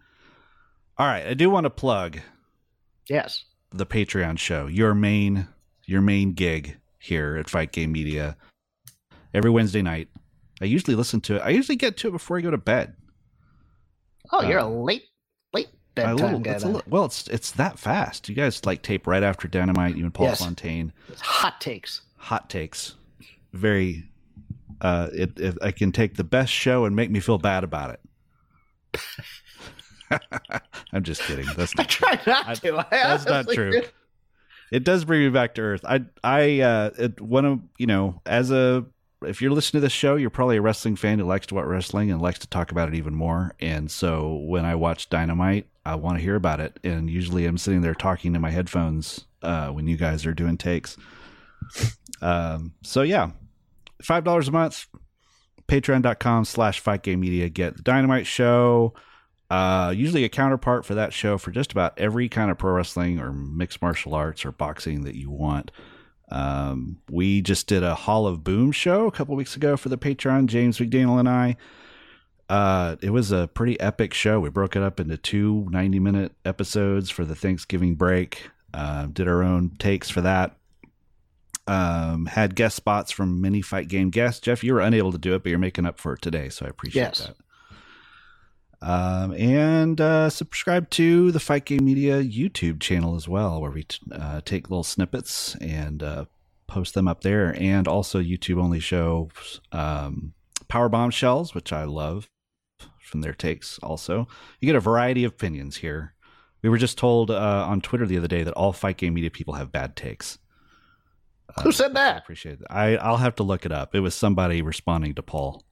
Speaker 2: All right. I do want to plug
Speaker 3: Yes.
Speaker 2: the Patreon show, your main your main gig here at Fight Game Media every Wednesday night. I usually listen to it. I usually get to it before I go to bed.
Speaker 3: Oh, you're
Speaker 2: Uh,
Speaker 3: a late, late
Speaker 2: I
Speaker 3: bedtime
Speaker 2: little-
Speaker 3: guy.
Speaker 2: it's a
Speaker 3: then.
Speaker 2: li- well, it's it's that fast. You guys like tape right after Dynamite, you and Paul
Speaker 3: Yes.
Speaker 2: Fontaine,
Speaker 3: It's hot takes.
Speaker 2: hot takes. Very uh it, it I can take the best show and make me feel bad about it. I'm just kidding. That's
Speaker 3: I
Speaker 2: not
Speaker 3: try not
Speaker 2: I-
Speaker 3: to. I
Speaker 2: that's not
Speaker 3: honestly
Speaker 2: true.
Speaker 3: do.
Speaker 2: It does bring me back to earth. I I uh it, one of you know as a if you're listening to this show, you're probably a wrestling fan who likes to watch wrestling and likes to talk about it even more. And so when I watch Dynamite, I want to hear about it. And usually I'm sitting there talking to my headphones uh, when you guys are doing takes. Um, so yeah, five dollars a month. Patreon.com slash Fight Game Media. Get the Dynamite show. Uh, usually a counterpart for that show for just about every kind of pro wrestling or mixed martial arts or boxing that you want. Um, we just did a Hall of Boom show a couple weeks ago for the Patreon, James McDaniel and I. Uh, it was a pretty epic show. We broke it up into two 90 minute episodes for the Thanksgiving break. Uh, did our own takes for that. Um, had guest spots from many fight game guests. Jeff, you were unable to do it, but you're making up for it today, so I appreciate
Speaker 3: Yes.
Speaker 2: that. Um, and uh, subscribe to the Fight Game Media YouTube channel as well, where we t- uh, take little snippets and uh, post them up there, and also YouTube only shows um, Power Bombshells, which I love from their takes. Also, you get a variety of opinions here. We were just told uh, on Twitter the other day that all Fight Game Media people have bad takes.
Speaker 3: Who said
Speaker 2: I
Speaker 3: that?
Speaker 2: appreciate that. I, I'll have to look it up. It was somebody responding to Paul,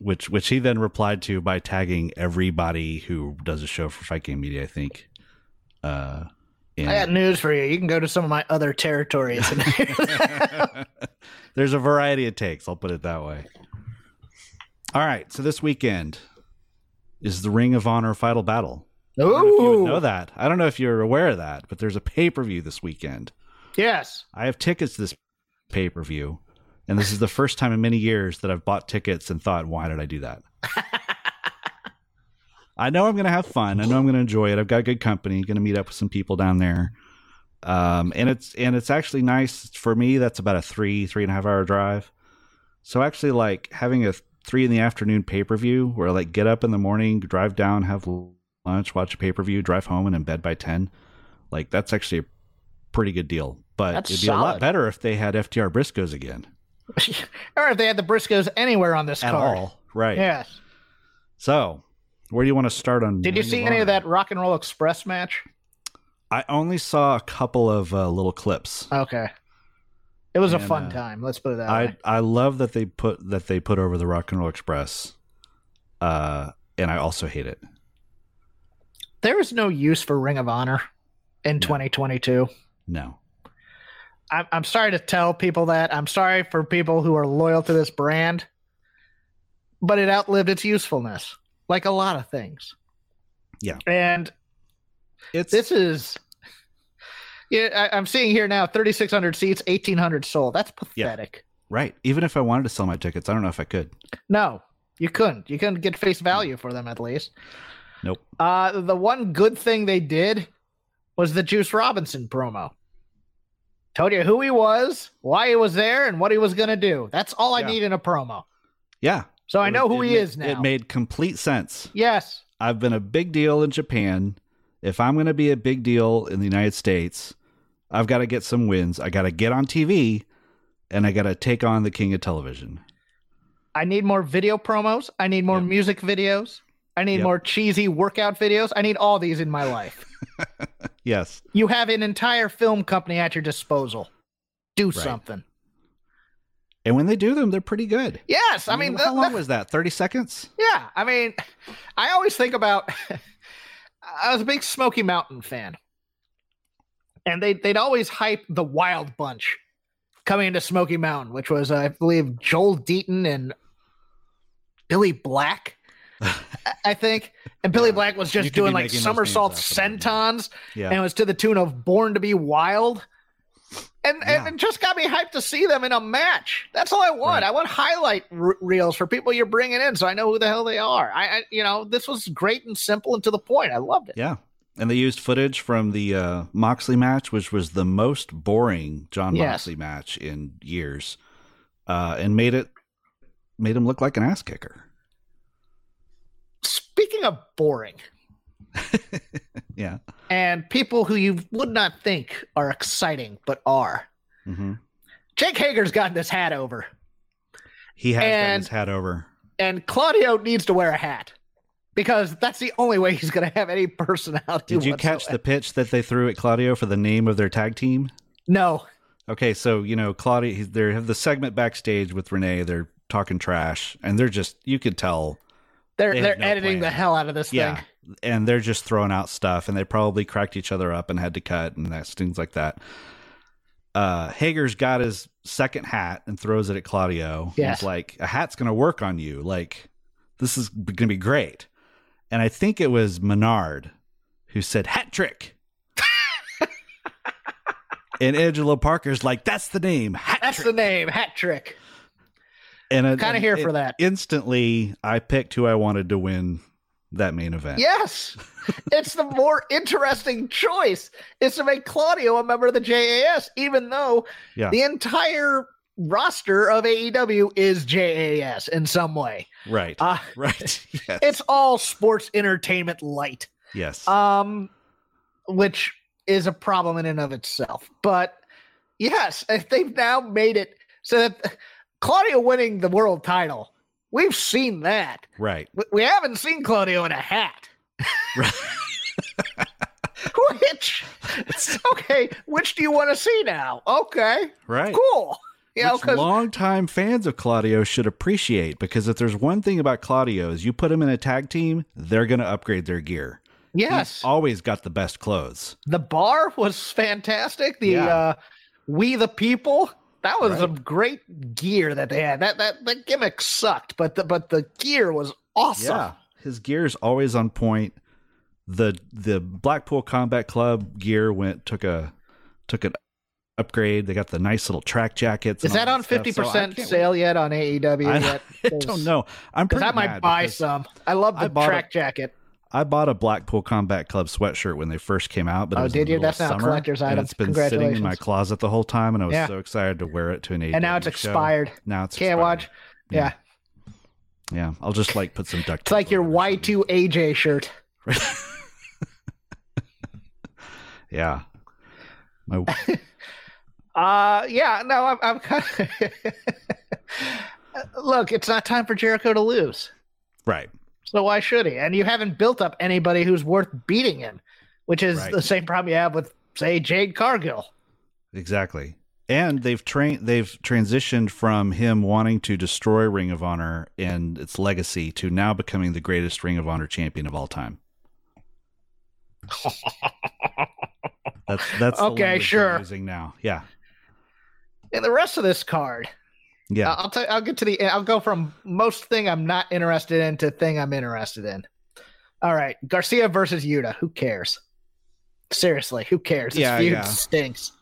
Speaker 2: which which he then replied to by tagging everybody who does a show for Fight Game Media. I think. Uh, and-
Speaker 3: I got news for you. You can go to some of my other territories. And
Speaker 2: There's a variety of takes. I'll put it that way. All right. So this weekend is the Ring of Honor Final Battle. I don't know if you would
Speaker 3: Ooh.
Speaker 2: know that. I don't know if you're aware of that, but there's a pay per view this weekend.
Speaker 3: Yes.
Speaker 2: I have tickets to this pay per view, and this is the first time in many years that I've bought tickets and thought, why did I do that? I know I'm going to have fun. I know I'm going to enjoy it. I've got good company. Going to meet up with some people down there, um, and it's and it's actually nice for me. That's about a three three and a half hour drive. So actually, like having a three in the afternoon pay per view, where I, like get up in the morning, drive down, have lunch, watch a pay per view, drive home, and in bed by ten. Like that's actually a pretty good deal. But
Speaker 3: That's
Speaker 2: it'd be a lot
Speaker 3: solid.
Speaker 2: better if they had FTR Briscoes again
Speaker 3: or if they had the Briscoes anywhere on this
Speaker 2: at
Speaker 3: card.
Speaker 2: all, right?
Speaker 3: Yes.
Speaker 2: So, where do you want to start on?
Speaker 3: Did you
Speaker 2: Ring
Speaker 3: see any
Speaker 2: Honor?
Speaker 3: of that Rock and Roll Express match?
Speaker 2: I only saw a couple of uh, little clips.
Speaker 3: Okay. It was
Speaker 2: And,
Speaker 3: a fun
Speaker 2: uh,
Speaker 3: time. Let's put it that way.
Speaker 2: I I love that they put that they put over the Rock and Roll Express, uh, and I also hate it.
Speaker 3: There is no use for Ring of Honor in
Speaker 2: No.
Speaker 3: 2022.
Speaker 2: No,
Speaker 3: I'm, I'm sorry to tell people that. I'm sorry for people who are loyal to this brand, but it outlived its usefulness, like a lot of things.
Speaker 2: Yeah.
Speaker 3: And
Speaker 2: it's
Speaker 3: this is. Yeah, I, I'm seeing here now 3,600 seats, 1,800 sold. That's
Speaker 2: Yeah.
Speaker 3: pathetic.
Speaker 2: right. Even if I wanted to sell my tickets, I don't know if I could.
Speaker 3: No, you couldn't. You couldn't get face value for them at least.
Speaker 2: Nope.
Speaker 3: Uh, the one good thing they did was the Juice Robinson promo. Told you who he was, why he was there, and what he was going to do. That's all I
Speaker 2: Yeah.
Speaker 3: need in a promo.
Speaker 2: Yeah,
Speaker 3: So Oh, I
Speaker 2: It
Speaker 3: know
Speaker 2: was-
Speaker 3: who
Speaker 2: it
Speaker 3: he
Speaker 2: ma-
Speaker 3: is now.
Speaker 2: It made complete sense.
Speaker 3: yes.
Speaker 2: I've been a big deal in Japan. If I'm going to be a big deal in the United States, I've got to get some wins. I got to get on TV and I got to take on the king of television.
Speaker 3: I need more video promos. I need more
Speaker 2: Yep.
Speaker 3: music videos. I need
Speaker 2: Yep.
Speaker 3: more cheesy workout videos. I need all these in my life.
Speaker 2: Yes.
Speaker 3: you have an entire film company at your disposal. Do something.
Speaker 2: And when they do them, they're pretty good.
Speaker 3: Yes, I mean, the-
Speaker 2: how long
Speaker 3: the-
Speaker 2: was that? 30 seconds?
Speaker 3: yeah. I mean, I always think about. I was a big Smoky Mountain fan, and they they'd always hype the Wild Bunch coming into Smoky Mountain, which was I believe Joel Deaton and Billy Black. I- I think, and Billy
Speaker 2: Yeah.
Speaker 3: Black was
Speaker 2: You
Speaker 3: just
Speaker 2: could be
Speaker 3: doing like
Speaker 2: making those names
Speaker 3: somersault
Speaker 2: up, but I don't know.
Speaker 3: sentons,
Speaker 2: Yeah.
Speaker 3: and it was to the tune of "Born to Be Wild," and
Speaker 2: Yeah.
Speaker 3: and it just got me hyped to see them in a match. That's all I want.
Speaker 2: Right.
Speaker 3: I want highlight re- reels for people you're bringing in, so I know who the hell they are. I, I, you know, this was great and simple and to the point. I loved it.
Speaker 2: yeah. And they used footage from the uh, Moxley match, which was the most boring John
Speaker 3: Yes.
Speaker 2: Moxley match in years, uh, and made it made him look like an ass kicker.
Speaker 3: Speaking of boring,
Speaker 2: Yeah.
Speaker 3: and people who you would not think are exciting but are,
Speaker 2: hmm
Speaker 3: Jake Hager's gotten this hat over,
Speaker 2: He has gotten
Speaker 3: And-
Speaker 2: his hat over.
Speaker 3: and Claudio needs to wear a hat. Because that's the only way he's going to have any personality.
Speaker 2: Did you catch
Speaker 3: whatsoever.
Speaker 2: the pitch that they threw at Claudio for the name of their tag team?
Speaker 3: No,
Speaker 2: Okay, so you know Claudio, he's- they have the segment backstage with Renee. They're talking trash, and they're just you could tell,
Speaker 3: they're
Speaker 2: They
Speaker 3: they
Speaker 2: had
Speaker 3: are they are
Speaker 2: no
Speaker 3: editing the
Speaker 2: plan.
Speaker 3: hell out of this
Speaker 2: yeah,
Speaker 3: thing.
Speaker 2: and they're just throwing out stuff, and they probably cracked each other up and had to cut and that's things like that. Uh, Hager's got his second hat and throws it at Claudio.
Speaker 3: Yes.
Speaker 2: He's like, a hat's gonna work on you. Like, this is gonna be great. And I think it was Menard who said hat trick. and Angela Parker's like, that's the name, hat
Speaker 3: That's
Speaker 2: trick.
Speaker 3: the name, hat trick.
Speaker 2: and I-
Speaker 3: Kind
Speaker 2: and
Speaker 3: of here
Speaker 2: it-
Speaker 3: for that.
Speaker 2: Instantly, I picked who I wanted to win that main event.
Speaker 3: Yes, it's the more interesting choice is to make Claudio a member of the JAS, even though
Speaker 2: Yeah.
Speaker 3: the entire roster of AEW is JAS in some way.
Speaker 2: Right.
Speaker 3: Uh,
Speaker 2: right. Yes.
Speaker 3: it's all sports entertainment light,
Speaker 2: yes.
Speaker 3: um, which is a problem in and of itself. But yes, if they've now made it so that Claudio winning the world title, we've seen that.
Speaker 2: right.
Speaker 3: We- We haven't seen Claudio in a hat.
Speaker 2: Right.
Speaker 3: which, okay, which do you want to see now? Okay,
Speaker 2: Right.
Speaker 3: cool. You know,
Speaker 2: Which
Speaker 3: 'cause-
Speaker 2: longtime fans of Claudio should appreciate because if there's one thing about Claudio is you put him in a tag team, they're going to upgrade their gear. He's
Speaker 3: yes,
Speaker 2: always got the best clothes.
Speaker 3: the bar was fantastic. The
Speaker 2: Yeah.
Speaker 3: uh, We the People. That was
Speaker 2: Right.
Speaker 3: some great gear that they had. That that the gimmick sucked, but the but the gear was awesome.
Speaker 2: His gear is always on point. The the Blackpool Combat Club gear went took a took an upgrade. They got the nice little track jackets.
Speaker 3: Is
Speaker 2: and all
Speaker 3: that on
Speaker 2: stuff.
Speaker 3: fifty
Speaker 2: So I
Speaker 3: percent
Speaker 2: can't
Speaker 3: sale yet on
Speaker 2: wait.
Speaker 3: AEW?
Speaker 2: I,
Speaker 3: yet?
Speaker 2: I
Speaker 3: Because-
Speaker 2: don't know. I'm
Speaker 3: Because
Speaker 2: pretty
Speaker 3: I might
Speaker 2: mad
Speaker 3: buy
Speaker 2: because
Speaker 3: some. I love
Speaker 2: I
Speaker 3: the
Speaker 2: bought a-
Speaker 3: track jacket.
Speaker 2: I bought a Blackpool Combat Club sweatshirt when they first came out, but it
Speaker 3: Oh,
Speaker 2: was in
Speaker 3: did
Speaker 2: the
Speaker 3: you?
Speaker 2: middle
Speaker 3: That's
Speaker 2: of
Speaker 3: now a
Speaker 2: summer,
Speaker 3: collector's
Speaker 2: and
Speaker 3: item.
Speaker 2: it's been sitting in my
Speaker 3: Congratulations.
Speaker 2: closet the whole time, and I was
Speaker 3: Yeah.
Speaker 2: so excited to wear it to an AEW
Speaker 3: And now it's
Speaker 2: E show.
Speaker 3: expired.
Speaker 2: Now it's
Speaker 3: Can't
Speaker 2: expired.
Speaker 3: watch.
Speaker 2: Yeah.
Speaker 3: yeah.
Speaker 2: Yeah, I'll just like put some duct.
Speaker 3: It's like
Speaker 2: tape
Speaker 3: your
Speaker 2: over it or something.
Speaker 3: Y2AJ shirt.
Speaker 2: Yeah. My,
Speaker 3: Uh yeah, no, I'm I'm kind of Look, it's not time for Jericho to lose.
Speaker 2: right.
Speaker 3: So why should he? And you haven't built up anybody who's worth beating him, which is
Speaker 2: Right.
Speaker 3: the same problem you have with say Jade Cargill.
Speaker 2: Exactly. And they've trained they've transitioned from him wanting to destroy Ring of Honor and its legacy to now becoming the greatest Ring of Honor champion of all time. That's that's the
Speaker 3: Okay,
Speaker 2: language they're
Speaker 3: sure.
Speaker 2: using now. Yeah.
Speaker 3: And the rest of this card,
Speaker 2: Yeah.
Speaker 3: I- I'll tell I'll get to the I'll go from most thing I'm not interested in to thing I'm interested in. All right, Garcia versus Yuta, who cares? Seriously, who cares? This
Speaker 2: Yeah,
Speaker 3: feud
Speaker 2: yeah.
Speaker 3: stinks.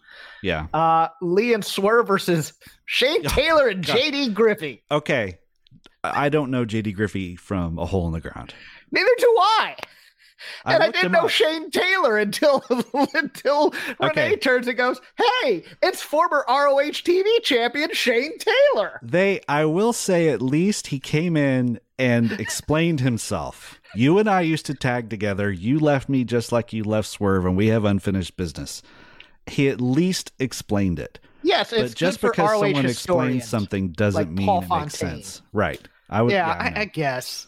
Speaker 2: yeah.
Speaker 3: Uh, Lee and Swerve versus Shane
Speaker 2: Oh,
Speaker 3: Taylor and
Speaker 2: God.
Speaker 3: JD Griffey.
Speaker 2: Okay. I I don't know JD Griffey from a hole in the ground.
Speaker 3: Neither do I. and I
Speaker 2: looked
Speaker 3: didn't
Speaker 2: him
Speaker 3: know
Speaker 2: up.
Speaker 3: Shane Taylor until until
Speaker 2: Okay.
Speaker 3: Renee turns and goes, "Hey, it's former ROH TV champion Shane Taylor."
Speaker 2: They I will say at least he came in and explained himself. You and I used to tag together. You left me just like you left Swerve, and we have unfinished business. He at least explained it.
Speaker 3: Yes, it's
Speaker 2: but just
Speaker 3: good
Speaker 2: because
Speaker 3: for ROH
Speaker 2: someone
Speaker 3: historians.
Speaker 2: explains something doesn't
Speaker 3: like
Speaker 2: mean
Speaker 3: Paul
Speaker 2: it makes
Speaker 3: Fontaine.
Speaker 2: sense. Right. I would
Speaker 3: yeah,
Speaker 2: I know.
Speaker 3: I, I guess.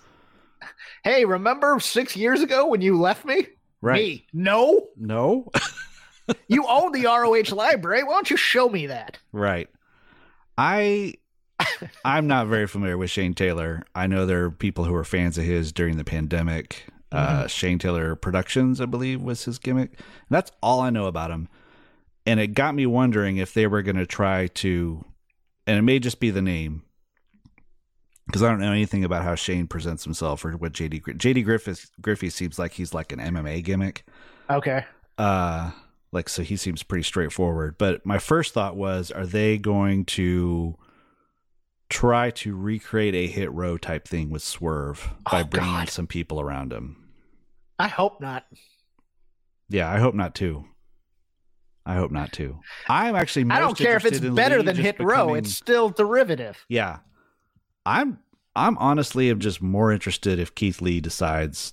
Speaker 3: Hey, remember six years ago when you left me?
Speaker 2: right.
Speaker 3: Me? No,
Speaker 2: No.
Speaker 3: you own the ROH library. Why don't you show me that?
Speaker 2: right. I I'm not very familiar with Shane Taylor. I know there are people who are fans of his during the pandemic. Uh, Shane Taylor Productions, I believe, was his gimmick. And that's all I know about him. And it got me wondering if they were going to try to, and it may just be the name, because I don't know anything about how Shane presents himself or what JD Gri- JD Griffith Griffey seems like he's like an MMA gimmick
Speaker 3: Okay.
Speaker 2: uh like so he seems pretty straightforward but my first thought was are they going to try to recreate a hit row type thing with swerve by
Speaker 3: Oh,
Speaker 2: bringing
Speaker 3: God.
Speaker 2: some people around him
Speaker 3: I hope not.
Speaker 2: yeah i hope not too i hope not too i'm actually most
Speaker 3: I don't care if it's
Speaker 2: interested in
Speaker 3: better
Speaker 2: Lee
Speaker 3: than
Speaker 2: just
Speaker 3: Hit Row.
Speaker 2: becoming-
Speaker 3: It's still derivative.
Speaker 2: yeah i'm i'm honestly am just more interested if keith lee decides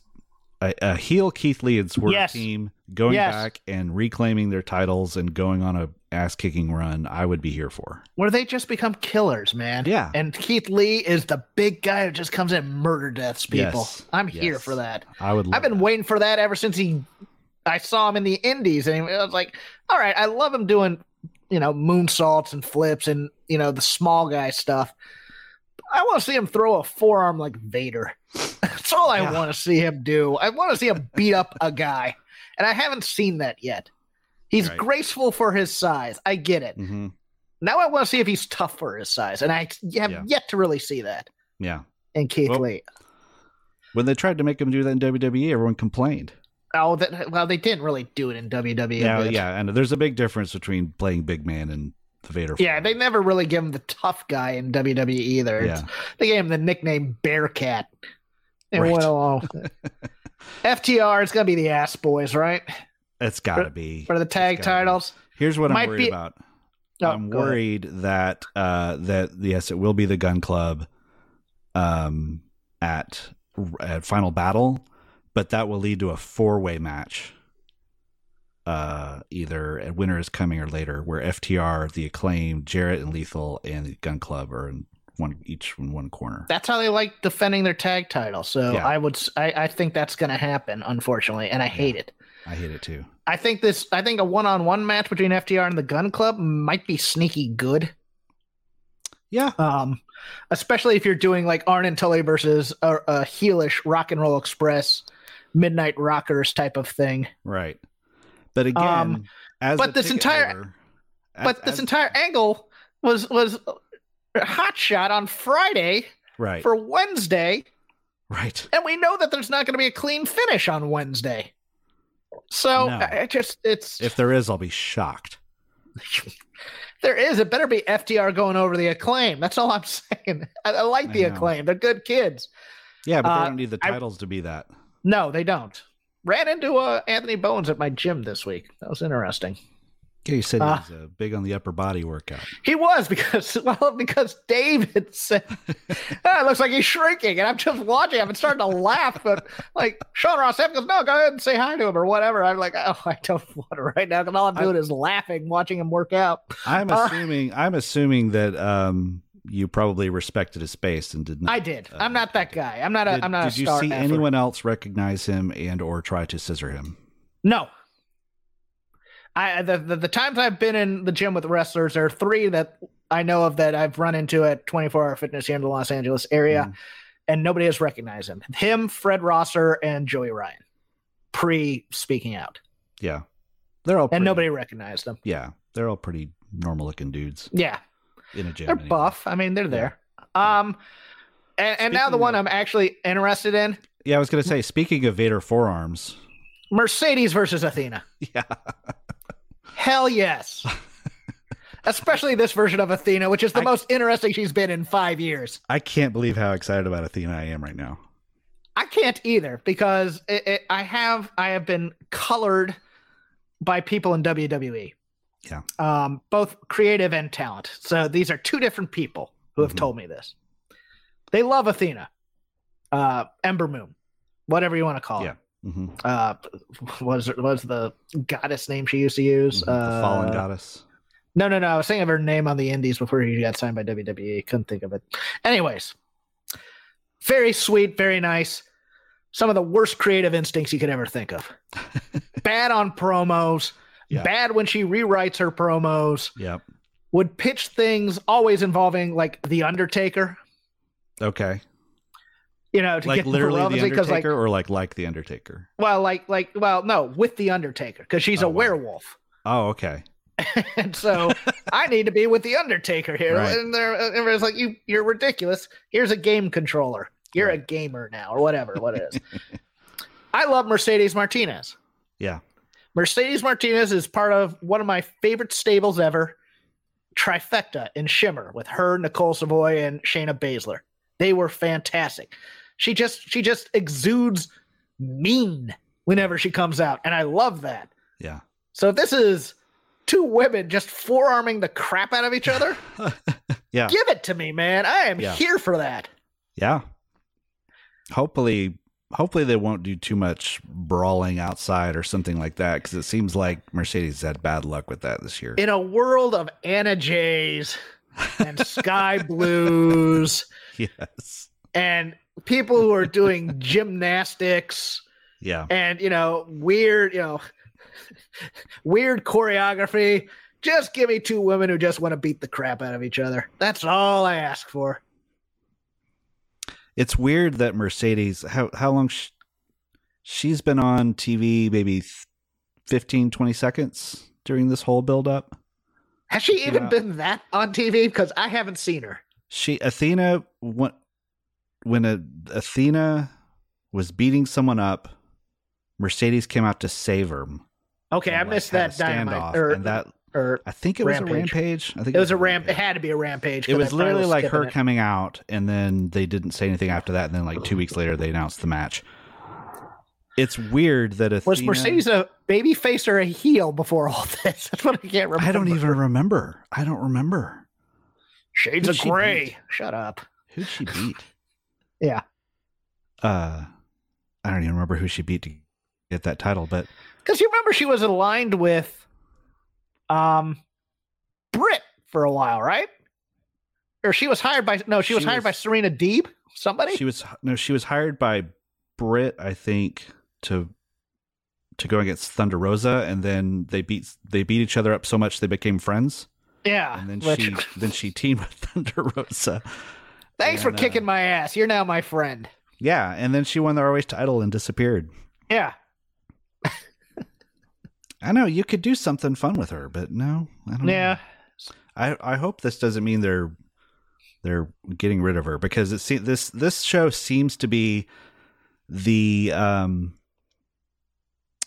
Speaker 2: a, a heel keith lee and swerve
Speaker 3: Yes.
Speaker 2: team going
Speaker 3: Yes.
Speaker 2: back and reclaiming their titles and going on a ass kicking run i would be here for
Speaker 3: Where they just become killers, man.
Speaker 2: Yeah.
Speaker 3: And Keith Lee is the big guy who just comes in and murder deaths people.
Speaker 2: Yes.
Speaker 3: I'm here
Speaker 2: Yes.
Speaker 3: for that.
Speaker 2: i would love
Speaker 3: I've been
Speaker 2: that.
Speaker 3: waiting for that ever since he I saw him in the indies and I was like, all right, I love him doing, you know, moonsaults and flips and, you know, the small guy stuff. I want to see him throw a forearm like Vader. That's all I
Speaker 2: Yeah.
Speaker 3: want to see him do. I want to see him beat up a guy. And I haven't seen that yet. He's
Speaker 2: Right.
Speaker 3: graceful for his size. I get it.
Speaker 2: Mhm.
Speaker 3: Now I want to see if he's tough for his size. And I have
Speaker 2: Yeah.
Speaker 3: yet to really see that
Speaker 2: yeah
Speaker 3: in Keith
Speaker 2: Well-
Speaker 3: Lee.
Speaker 2: when they tried to make him do that in wwe everyone complained
Speaker 3: Oh, that, well, they didn't really do it in E, WWE.
Speaker 2: yeah
Speaker 3: did they?
Speaker 2: yeah and there's a big difference between playing big man and the vader
Speaker 3: Yeah,
Speaker 2: form.
Speaker 3: they never really give him the tough guy in WWE either. It's-
Speaker 2: Yeah.
Speaker 3: They gave him the nickname Bearcat. uh, It
Speaker 2: Right.
Speaker 3: went along. FTR, it's going to be the Ass Boys, right?
Speaker 2: it's gotta be
Speaker 3: For the tag
Speaker 2: gotta be.
Speaker 3: titles.
Speaker 2: here's what i'm
Speaker 3: might
Speaker 2: worried
Speaker 3: be-
Speaker 2: about
Speaker 3: Oh,
Speaker 2: I'm
Speaker 3: go ahead.
Speaker 2: worried that uh, that yes, it will be the Gun Club um, at at Final Battle, but that will lead to a four way match. Uh, either at Winter is Coming or later, where FTR, the Acclaim, Jarrett and Lethal, and the Gun Club are in one each in one corner.
Speaker 3: That's how they like defending their tag title. So
Speaker 2: Yeah.
Speaker 3: I would, s- I, I think that's going to happen, unfortunately, and I hate it.
Speaker 2: I hate it too.
Speaker 3: I think this, I think a one-on-one match between FTR and the Gun Club might be sneaky good.
Speaker 2: Yeah,
Speaker 3: um, especially if you're doing like Arn and Tully versus a, a heelish Rock and Roll Express, Midnight Rockers type of thing.
Speaker 2: right. But again,
Speaker 3: Um,
Speaker 2: as
Speaker 3: but
Speaker 2: a
Speaker 3: this
Speaker 2: ticket
Speaker 3: entire-
Speaker 2: holder- as-
Speaker 3: But this
Speaker 2: as-
Speaker 3: entire angle was was a hot shot on Friday
Speaker 2: right,
Speaker 3: for Wednesday,
Speaker 2: right.
Speaker 3: and we know that there's not going to be a clean finish on Wednesday. So
Speaker 2: No.
Speaker 3: I I just it's
Speaker 2: If there is, I'll be shocked.
Speaker 3: there is it better be FDR going over the acclaim. That's all I'm saying. I, I like
Speaker 2: I
Speaker 3: the
Speaker 2: know.
Speaker 3: acclaim. They're good kids.
Speaker 2: Yeah, but they
Speaker 3: Uh,
Speaker 2: don't need the
Speaker 3: I-
Speaker 2: titles to be that.
Speaker 3: No, they don't. Ran into uh, Anthony Bones at my gym this week. That was interesting.
Speaker 2: Yeah, you said
Speaker 3: Uh,
Speaker 2: he was uh, big on the upper body workout.
Speaker 3: He was because well because David said "Ah, it looks like he's shrinking, and I'm just watching. him and starting to laugh, but like Sean Ross Sapp goes, "No, go ahead and say hi to him or whatever." I'm like, "Oh, I don't want to right now because all I'm
Speaker 2: I-
Speaker 3: doing is laughing, watching him work out."
Speaker 2: I'm
Speaker 3: Uh,
Speaker 2: assuming I'm assuming that um you probably respected his space and did not.
Speaker 3: I did.
Speaker 2: Uh,
Speaker 3: I'm not that guy. I'm not a.
Speaker 2: did,
Speaker 3: I'm not
Speaker 2: did
Speaker 3: a
Speaker 2: you
Speaker 3: star.
Speaker 2: see
Speaker 3: effort.
Speaker 2: anyone else recognize him and or try to scissor him?
Speaker 3: No. I the, the the times I've been in the gym with wrestlers, there are three that I know of that I've run into at 24 Hour Fitness here in the Los Angeles area,
Speaker 2: Mhm.
Speaker 3: and nobody has recognized him. Him, Fred Rosser, and Joey Ryan, pre speaking out,
Speaker 2: Yeah, they're all
Speaker 3: and
Speaker 2: pretty-
Speaker 3: nobody recognized them.
Speaker 2: Yeah, they're all pretty normal looking dudes
Speaker 3: Yeah,
Speaker 2: in a gym.
Speaker 3: they're
Speaker 2: anyway.
Speaker 3: buff. I mean, they're there. Um, and, and now
Speaker 2: Speaking
Speaker 3: the one
Speaker 2: of-
Speaker 3: I'm actually interested in:
Speaker 2: Yeah, I was gonna say. Speaking of Vader forearms,
Speaker 3: Mercedes versus Athena.
Speaker 2: yeah,
Speaker 3: Hell yes. Especially this version of Athena, which is the
Speaker 2: I-
Speaker 3: most interesting she's been in five years.
Speaker 2: I can't believe how excited about Athena I am right now.
Speaker 3: I can't either because it, it, I have I have been colored by people in WWE.
Speaker 2: Yeah.
Speaker 3: Um, both creative and
Speaker 2: Mm-hmm.
Speaker 3: talent. So these are two different people who have
Speaker 2: Mhm.
Speaker 3: told me this. They love Athena. uh, Ember Moon, whatever you want to call
Speaker 2: Yeah.
Speaker 3: it.
Speaker 2: Mm-hmm.
Speaker 3: Uh, what is her, what is the goddess name she used to use? Uh,
Speaker 2: Mm-hmm. the fallen goddess.
Speaker 3: No, no, no. I was thinking of her name on the Indies before she got signed by WWE. Couldn't think of it. Anyways, very sweet, very nice. Some of the worst creative instincts you could ever think of. bad on promos.
Speaker 2: Yeah.
Speaker 3: Bad when she rewrites her promos.
Speaker 2: Yep.
Speaker 3: Would pitch things always involving like the Undertaker.
Speaker 2: Okay.
Speaker 3: You know, to
Speaker 2: Like
Speaker 3: get
Speaker 2: literally the
Speaker 3: relevancy,
Speaker 2: Undertaker,
Speaker 3: 'cause, like,
Speaker 2: or like like the Undertaker.
Speaker 3: well, like, like, well, no, with the Undertaker because she's
Speaker 2: Oh,
Speaker 3: a
Speaker 2: wow.
Speaker 3: werewolf.
Speaker 2: Oh, okay.
Speaker 3: and so I need to be with the Undertaker here.
Speaker 2: Right.
Speaker 3: And they're, and everybody's like, "You, you're ridiculous. Here's a game controller. You're a
Speaker 2: Right.
Speaker 3: gamer now, or whatever. What it is." I love Mercedes Martinez.
Speaker 2: Yeah.
Speaker 3: Mercedes Martinez is part of one of my favorite stables ever, Trifecta in Shimmer with her, Nicole Savoy, and Shayna Baszler. They were fantastic. She just she just exudes mean whenever she comes out, and I love that.
Speaker 2: Yeah.
Speaker 3: So if this is two women just forearming the crap out of each other,
Speaker 2: Yeah.
Speaker 3: give it to me, man. I am
Speaker 2: Yeah.
Speaker 3: here for that.
Speaker 2: Yeah. Hopefully, hopefully they won't do too much brawling outside or something like that because it seems like Mercedes had bad luck with that this year.
Speaker 3: In a world of Anna Jays and Sky Blues
Speaker 2: yes.
Speaker 3: and people who are doing gymnastics
Speaker 2: Yeah.
Speaker 3: and you know weird, you know weird choreography, just give me two women who just want to beat the crap out of each other. That's all I ask for.
Speaker 2: It's weird that Mercedes how how long sh she's been on TV maybe th- 15 20 seconds during this whole build up.
Speaker 3: Has she even
Speaker 2: Yeah.
Speaker 3: been that on TV? Because I haven't seen her.
Speaker 2: She Athena when, when a, Athena was beating someone up, Mercedes came out to save her.
Speaker 3: Okay, I
Speaker 2: and, like,
Speaker 3: missed
Speaker 2: had a
Speaker 3: that dynamite.
Speaker 2: standoff,
Speaker 3: Or,
Speaker 2: and that
Speaker 3: or
Speaker 2: I think it was a
Speaker 3: Rampage.
Speaker 2: rampage. I think
Speaker 3: it was a ramp. It had to be a rampage.
Speaker 2: It
Speaker 3: 'cause I
Speaker 2: was
Speaker 3: probably
Speaker 2: literally like her
Speaker 3: skipping it.
Speaker 2: coming out, and then they didn't say anything after that. And then like two weeks later, they announced the match. It's weird that Athena.
Speaker 3: Was Mercedes a baby face or a heel before all this? That's what I can't remember.
Speaker 2: I don't even remember. I don't remember
Speaker 3: Shades
Speaker 2: Who'd
Speaker 3: of
Speaker 2: she
Speaker 3: gray.
Speaker 2: beat?
Speaker 3: Shut up.
Speaker 2: who she beat.
Speaker 3: Yeah.
Speaker 2: Uh, I don't even remember who she beat to get that title, but
Speaker 3: Because you remember she was aligned with, um, Britt for a while, right? Or she was hired by no, she,
Speaker 2: She
Speaker 3: was hired by
Speaker 2: was-
Speaker 3: Serena Deeb. Somebody.
Speaker 2: she was no, she was hired by Britt, I think, to to go against Thunder Rosa, and then they beat they beat each other up so much they became friends.
Speaker 3: yeah.
Speaker 2: and then
Speaker 3: which-
Speaker 2: she then she teamed with Thunder Rosa.
Speaker 3: thanks for
Speaker 2: and, uh,
Speaker 3: kicking my ass. You're now my friend.
Speaker 2: Yeah, and then she won the ROH title and disappeared.
Speaker 3: Yeah.
Speaker 2: I know you could do something fun with her, but no, I don't.
Speaker 3: Yeah.
Speaker 2: Know. I I hope this doesn't mean they're they're getting rid of her because it se- this this show seems to be the um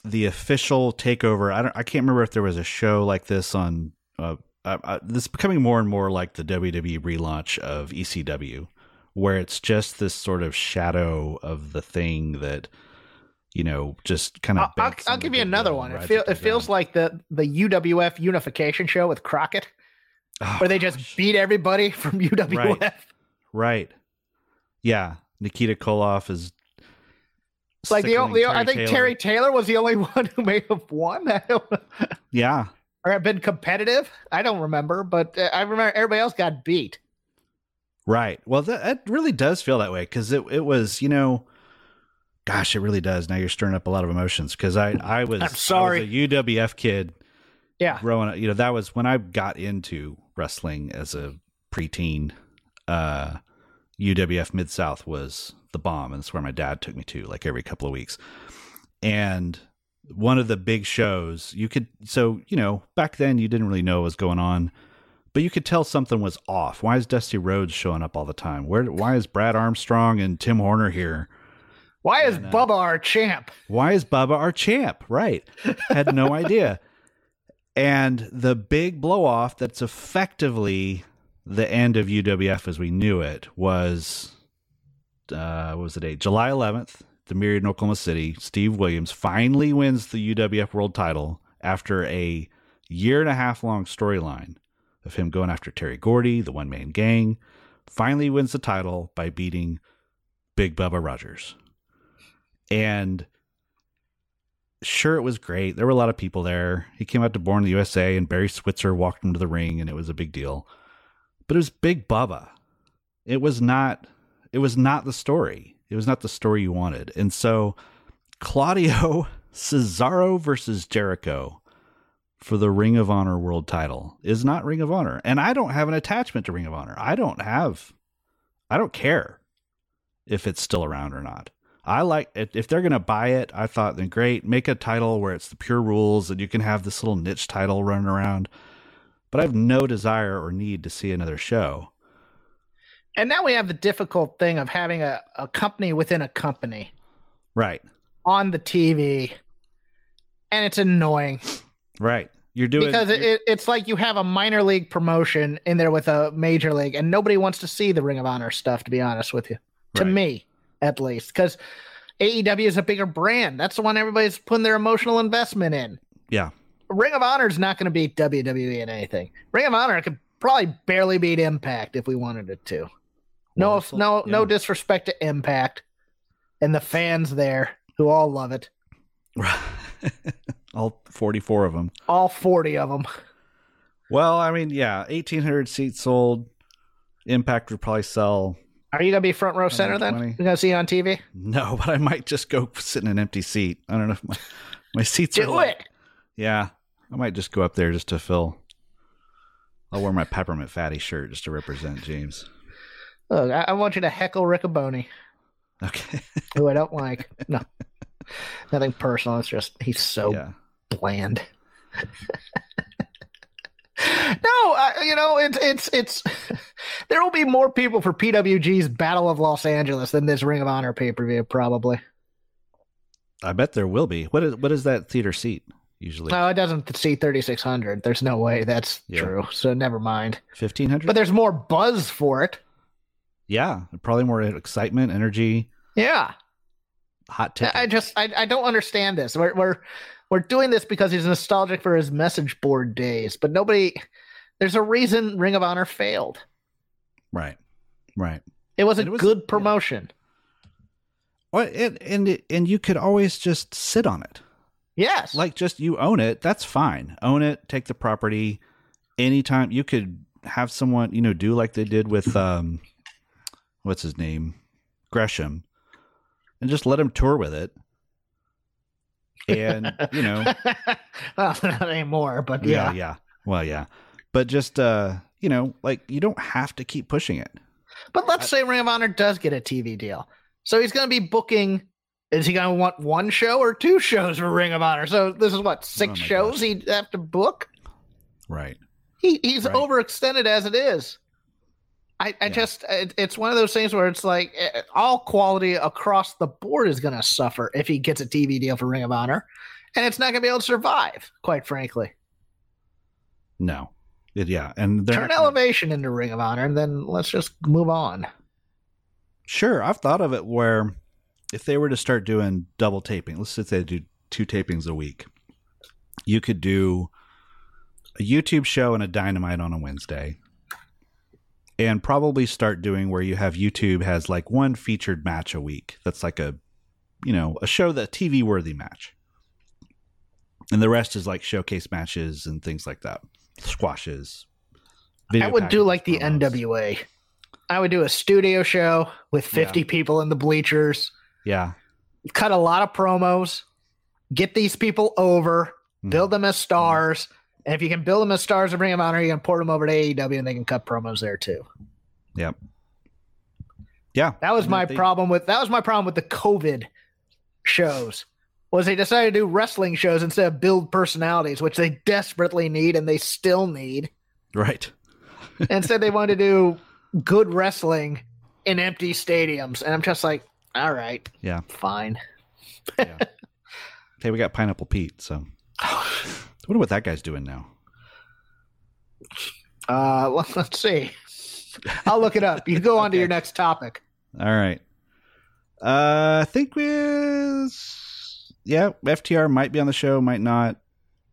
Speaker 2: the official takeover. I don't I can't remember if there was a show like this on uh, uh, uh this is becoming more and more like the WWE relaunch of ECW where it's just this sort of shadow of the thing that you know just kind of
Speaker 3: I'll, I'll, I'll give you another
Speaker 2: E
Speaker 3: one. It, feel, it feels like the the UWF unification show with Crockett,
Speaker 2: like
Speaker 3: where they just beat everybody from UWF.
Speaker 2: Right. Yeah. Nikita Koloff is
Speaker 3: It's like the
Speaker 2: sicker than
Speaker 3: only, I think
Speaker 2: Taylor.
Speaker 3: Terry Taylor was the only one who may have won. I don't,
Speaker 2: Yeah.
Speaker 3: or have been competitive. I don't remember, but uh, I remember everybody else got beat.
Speaker 2: Right. Well, that, that really does feel that way because it, it was, you know, gosh, it really does. Now you're stirring up a lot of emotions because I, I was, I was
Speaker 3: sorry.
Speaker 2: a UWF kid
Speaker 3: Yeah,
Speaker 2: growing up. You know, that was when I got into wrestling as a preteen. Uh, UWF Mid South was the bomb, and that's where my dad took me to, like every couple of weeks. And one of the big shows, you could so you know back then you didn't really know what was going on, but you could tell something was off. Why is Dusty Rhodes showing up all the time? Where? Why is Brad Armstrong and Tim Horner here?
Speaker 3: why is
Speaker 2: And, uh,
Speaker 3: Bubba our champ?
Speaker 2: Why is Bubba our champ? Right. Had no idea. And the big blow off that's effectively the end of UWF as we knew it was, uh, what was the date? July 11th, the Myriad in Oklahoma City. Steve Williams finally wins the UWF world title after a year and a half long storyline of him going after Terry Gordy, the one man gang. Finally wins the title by beating Big Bubba Rogers. And sure, it was great. There were a lot of people there. He came out to Born in the USA, and Barry Switzer walked him to the ring, and it was a big deal. But it was Big Bubba. It was not. It was not the story. It was not the story you wanted. And so, Claudio Cesaro versus Jericho for the Ring of Honor World Title is not Ring of Honor, and I don't have an attachment to Ring of Honor. I don't have. I don't care if it's still around or not. I like if they're going to buy it. I thought then great, make a title where it's the pure rules and you can have this little niche title running around. But I have no desire or need to see another show.
Speaker 3: And now we have the difficult thing of having a, a company within a company.
Speaker 2: Right.
Speaker 3: On the TV. And it's annoying.
Speaker 2: Right. You're doing
Speaker 3: because it, it, it's like you have a minor league promotion in there with a major league, and nobody wants to see the Ring of Honor stuff, to be honest with you. To
Speaker 2: Right.
Speaker 3: me, at least. Because AEW is a bigger brand. That's the one everybody's putting their emotional investment in.
Speaker 2: Yeah.
Speaker 3: Ring of Honor is not going to beat WWE in anything. Ring of Honor could probably barely beat Impact if we wanted it to. No,
Speaker 2: Well,
Speaker 3: if- no,
Speaker 2: yeah.
Speaker 3: no disrespect to Impact and the fans there who all love it,
Speaker 2: all 44 of them.
Speaker 3: all forty of them.
Speaker 2: Well, I mean, yeah, 1,800 seats sold. Impact would probably sell.
Speaker 3: Are you gonna be front row center then?
Speaker 2: 120.
Speaker 3: You gonna see it on TV?
Speaker 2: No, but I might just go sit in an empty seat. I don't know if my, my seats are.
Speaker 3: Do
Speaker 2: like-
Speaker 3: it.
Speaker 2: Yeah, I might just go up there just to fill. I'll wear my peppermint fatty shirt just to represent James.
Speaker 3: Look, I, I want you to heckle Riccoboni,
Speaker 2: Okay.
Speaker 3: who I don't like. No, nothing personal. It's just he's so
Speaker 2: Yeah.
Speaker 3: bland. no, uh, you know it's it's it's. There will be more people for PWG's Battle of Los Angeles than this Ring of Honor pay per view, probably.
Speaker 2: I bet there will be. What is what is that theater seat usually?
Speaker 3: No, it doesn't see thirty six hundred. There's no way that's
Speaker 2: Yeah.
Speaker 3: true. So never mind.
Speaker 2: Fifteen hundred.
Speaker 3: But there's more buzz for it.
Speaker 2: Yeah, probably more excitement, energy,
Speaker 3: Yeah.
Speaker 2: hot
Speaker 3: I-
Speaker 2: ticket.
Speaker 3: I just I, I don't understand this. We're we're we're doing this because he's nostalgic for his message board days, but nobody there's a reason Ring of Honor failed.
Speaker 2: right, right.
Speaker 3: It was a
Speaker 2: It was- yeah.
Speaker 3: good promotion.
Speaker 2: Well, and and it, and you could always just sit on it,
Speaker 3: Yes.
Speaker 2: like just you own it. That's fine. Own it. Take the property. Anytime you could have someone you know do like they did with um, what's his name, Gresham, and just let him tour with it. And you know,
Speaker 3: well, not anymore, but
Speaker 2: yeah
Speaker 3: yeah.
Speaker 2: yeah well yeah but just uh you know like you don't have to keep pushing it
Speaker 3: But let's say Ring of Honor does get a TV deal. So he's gonna be booking is he gonna want one show or two shows for Ring of Honor? So this is what,
Speaker 2: Oh my
Speaker 3: six shows
Speaker 2: gosh.
Speaker 3: he'd have to book?
Speaker 2: right
Speaker 3: He, he's
Speaker 2: Right.
Speaker 3: overextended as it is. I, I
Speaker 2: Yeah.
Speaker 3: just, it, it's one of those things where it's like eh, all quality across the board is going to suffer if he gets a TV deal for Ring of Honor. And it's not going to be able to survive, quite frankly.
Speaker 2: no It- yeah and they're
Speaker 3: Turn Elevation into Ring of Honor, and then let's just move on.
Speaker 2: sure i've thought of it where if they were to start doing double taping let's say they do two tapings a week you could do a youtube show and a dynamite on a wednesday and probably start doing where you have youtube has like one featured match a week that's like a you know a show that tv worthy match and the rest is like showcase matches and things like that squashes
Speaker 3: I would do
Speaker 2: packages,
Speaker 3: like the
Speaker 2: promos.
Speaker 3: NWA. I would do a studio show with 50 people in the bleachers,
Speaker 2: yeah
Speaker 3: cut a lot of promos, get these people over,
Speaker 2: Mhm.
Speaker 3: build them as stars. And if you can build them as stars and bring them honor, you can port them over to AEW and they can cut promos there too.
Speaker 2: Yep. Yeah.
Speaker 3: That was
Speaker 2: And
Speaker 3: my
Speaker 2: if they-
Speaker 3: problem with that was my problem with the COVID shows. Was they decided to do wrestling shows instead of build personalities, which they desperately need and they still need.
Speaker 2: right
Speaker 3: Instead they wanted to do good wrestling in empty stadiums. And I'm just like, all right,
Speaker 2: yeah
Speaker 3: fine.
Speaker 2: Hey, we got Pineapple Pete, so I wonder what that guy's doing now.
Speaker 3: Uh well, let's see. I'll look it up. You go on to
Speaker 2: Okay.
Speaker 3: your next topic.
Speaker 2: All right. Uh, I think we yeah, FTR might be on the show, might not.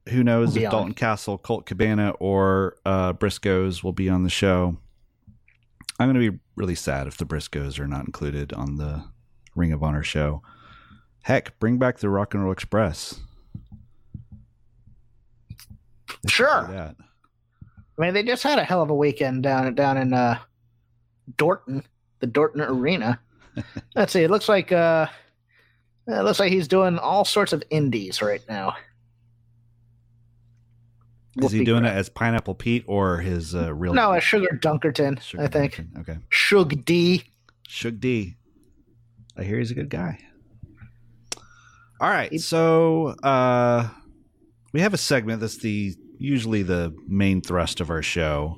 Speaker 2: Who knows
Speaker 3: We'll be
Speaker 2: if
Speaker 3: on.
Speaker 2: Dalton Castle, Colt Cabana, or uh, Briscoes will be on the show. I'm going to be really sad if the Briscoes are not included on the Ring of Honor show. Heck, bring back the Rock and Roll Express. They should
Speaker 3: Sure.
Speaker 2: do That.
Speaker 3: I mean, they just had a hell of a weekend down down in uh, Dorton, the Dorton Arena. Let's see. It looks like uh, it looks like he's doing all sorts of indies right now.
Speaker 2: Is he doing it as Pineapple Pete or his uh, real
Speaker 3: No, a Sugar Dunkerton,
Speaker 2: Sugar
Speaker 3: I think.
Speaker 2: Duncan. Okay.
Speaker 3: Shug D.
Speaker 2: Shug D. I hear he's a good guy. All
Speaker 3: He-
Speaker 2: right, so uh, we have a segment that's the usually the main thrust of our show,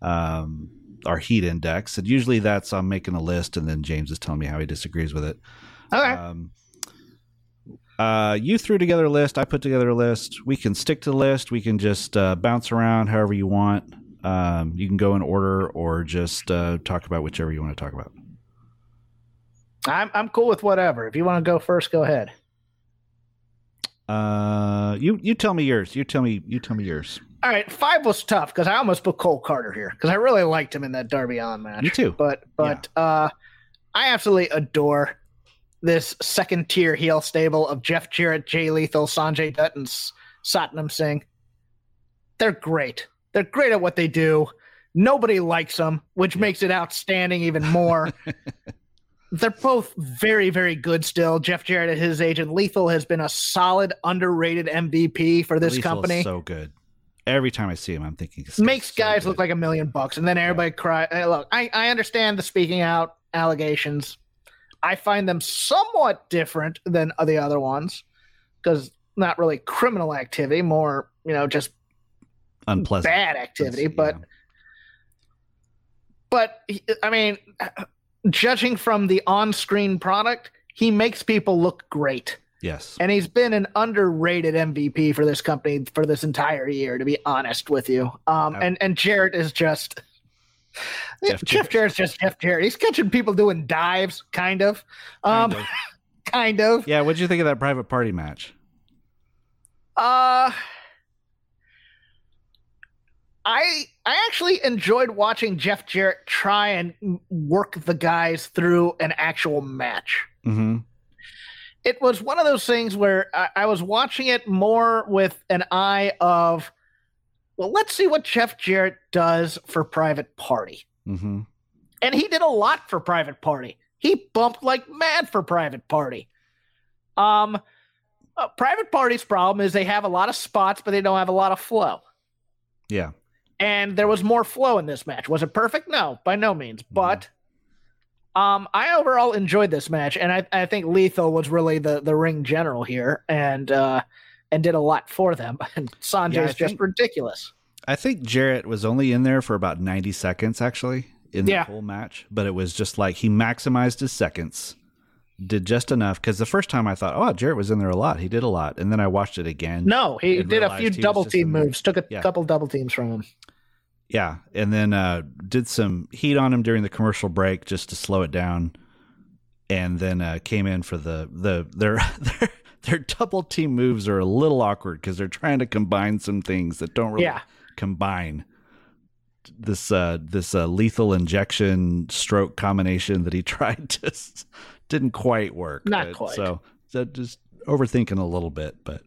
Speaker 2: um, our heat index, and usually that's I'm making a list, and then James is telling me how he disagrees with it.
Speaker 3: All right.
Speaker 2: Um, uh, you threw together a list. I put together a list. We can stick to the list. We can just uh, bounce around however you want. Um, you can go in order or just uh, talk about whichever you want to talk about.
Speaker 3: I'm I'm cool with whatever. If you want to go first, go ahead.
Speaker 2: Uh, you you tell me yours. You tell me you tell me yours.
Speaker 3: All right, five was tough because I almost put Cole Carter here because I really liked him in that Darby Allen match.
Speaker 2: Me too.
Speaker 3: But but uh, I absolutely adore this second tier heel stable of Jeff Jarrett, Jay Lethal, Sanjay Dutt, and S- Satnam Singh. They're great. They're great at what they do. Nobody likes them, which makes it outstanding even more. They're both very, very good still. Jeff Jarrett at his age, and Lethal has been a solid, underrated MVP for this
Speaker 2: Lethal is
Speaker 3: company
Speaker 2: so good. Every time I see him, I'm thinking this
Speaker 3: makes
Speaker 2: guy's so
Speaker 3: guys
Speaker 2: good.
Speaker 3: look like a million bucks, and then everybody cry. Hey, look, I, I understand the speaking out allegations. I find them somewhat different than the other ones because not really criminal activity, more you know just
Speaker 2: unpleasant
Speaker 3: bad activity.
Speaker 2: That's-
Speaker 3: But but he- I mean, judging from the on-screen product, he makes people look great.
Speaker 2: yeah. yes,
Speaker 3: And he's been an underrated MVP for this company for this entire year, to be honest with you. Um,
Speaker 2: Yeah.
Speaker 3: and and Jarrett is just
Speaker 2: Jeff
Speaker 3: Jeff, Jarrett's just Jeff Jarrett. He's catching people doing dives, kind of, um,
Speaker 2: Kind
Speaker 3: kind
Speaker 2: of.
Speaker 3: of.
Speaker 2: yeah. What'd you think of that private party match?
Speaker 3: Uh, I I actually enjoyed watching Jeff Jarrett try and work the guys through an actual match.
Speaker 2: Mm-hmm.
Speaker 3: it was one of those things where I, I was watching it more with an eye of, well, let's see what Jeff Jarrett does for Private Party.
Speaker 2: Mm-hmm.
Speaker 3: And he did a lot for Private Party. He bumped like mad for Private Party. Um, uh, Private Party's problem is they have a lot of spots, but they don't have a lot of flow.
Speaker 2: Yeah.
Speaker 3: And there was more flow in this match. Was it perfect? No, by no means.
Speaker 2: Mm-hmm.
Speaker 3: But um, I overall enjoyed this match, and I, I think Lethal was really the the ring general here, and uh, and did a lot for them. And Sanjay
Speaker 2: Yeah, I
Speaker 3: is just
Speaker 2: think-
Speaker 3: ridiculous.
Speaker 2: I think Jarrett was only in there for about 90 seconds actually in the
Speaker 3: Yeah.
Speaker 2: whole match, but it was just like he maximized his seconds, did just enough. Because the first time I thought, oh, Jarrett was in there a lot. He did a lot. And then I watched it again.
Speaker 3: No, he
Speaker 2: And
Speaker 3: did a
Speaker 2: realized
Speaker 3: few
Speaker 2: he was
Speaker 3: double
Speaker 2: just
Speaker 3: team
Speaker 2: in there.
Speaker 3: moves, took a
Speaker 2: Yeah.
Speaker 3: couple double teams from him.
Speaker 2: Yeah. And then uh, did some heat on him during the commercial break just to slow it down. And then uh, came in for the, the their, their, their double team moves are a little awkward because they're trying to combine some things that don't really
Speaker 3: Yeah.
Speaker 2: combine this uh this uh, lethal injection stroke combination that he tried just didn't quite work
Speaker 3: Not
Speaker 2: But-
Speaker 3: quite.
Speaker 2: so so just overthinking a little bit but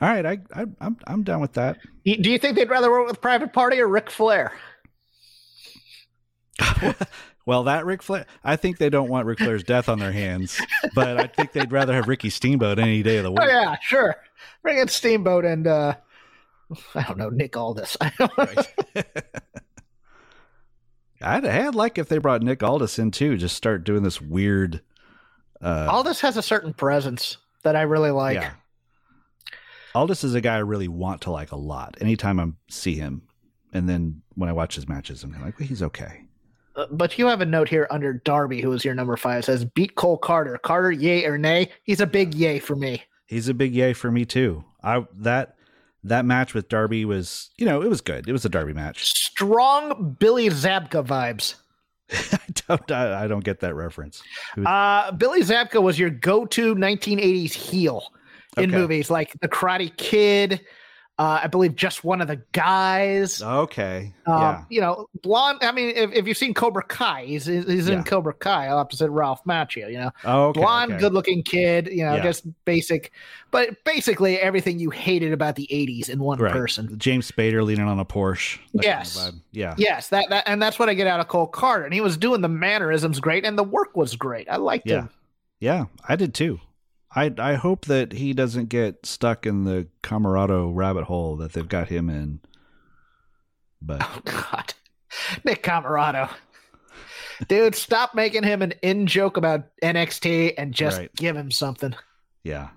Speaker 2: all right i, I i'm i'm down with that
Speaker 3: Y- Do you think they'd rather work with Private Party or Ric Flair?
Speaker 2: well that Ric flair i think they don't want Ric flair's death on their hands but i think they'd rather have ricky steamboat any day of the week
Speaker 3: Oh yeah, sure. Bring in Steamboat and uh, I don't know Nick Aldis.
Speaker 2: Right. I'd, I'd like if they brought Nick Aldis in too, just start doing this weird. Uh,
Speaker 3: Aldis has a certain presence that I really like.
Speaker 2: yeah. Aldis is a guy I really want to like a lot. Anytime I see him, and then when I watch his matches, I'm like, well, he's okay.
Speaker 3: Uh, But you have a note here under Darby, who is your number five, says beat Cole Carter. Carter, yay or nay? He's a big yay for me.
Speaker 2: He's a big yay for me too. I that that match with Darby was, you know, it was good. It was a Darby match.
Speaker 3: Strong Billy Zabka vibes.
Speaker 2: I don't, I, I don't get that reference.
Speaker 3: Uh, Billy Zabka was your go-to 1980s heel in
Speaker 2: Okay.
Speaker 3: movies like The Karate Kid, Uh, I believe just one of the guys.
Speaker 2: Okay.
Speaker 3: Um,
Speaker 2: yeah.
Speaker 3: You know, blonde. I mean, if, if you've seen Cobra Kai, he's, he's in
Speaker 2: Yeah.
Speaker 3: Cobra Kai opposite Ralph Macchio. You know,
Speaker 2: Oh, okay,
Speaker 3: blonde,
Speaker 2: okay.
Speaker 3: good-looking kid. You know,
Speaker 2: Yeah.
Speaker 3: just basic, but basically everything you hated about the '80s in one
Speaker 2: Right.
Speaker 3: person.
Speaker 2: James Spader leaning on a Porsche. that kind of
Speaker 3: Yes.
Speaker 2: vibe. yeah.
Speaker 3: Yes, that, that and that's what I get out of Cole Carter, and he was doing the mannerisms great, and the work was great. I liked
Speaker 2: Yeah.
Speaker 3: him.
Speaker 2: Yeah, I did too. I I hope that he doesn't get stuck in the Camarado rabbit hole that they've got him in. But
Speaker 3: Oh God, Nick Camarado, dude, stop making him an in joke about NXT and just
Speaker 2: Right.
Speaker 3: give him something
Speaker 2: yeah,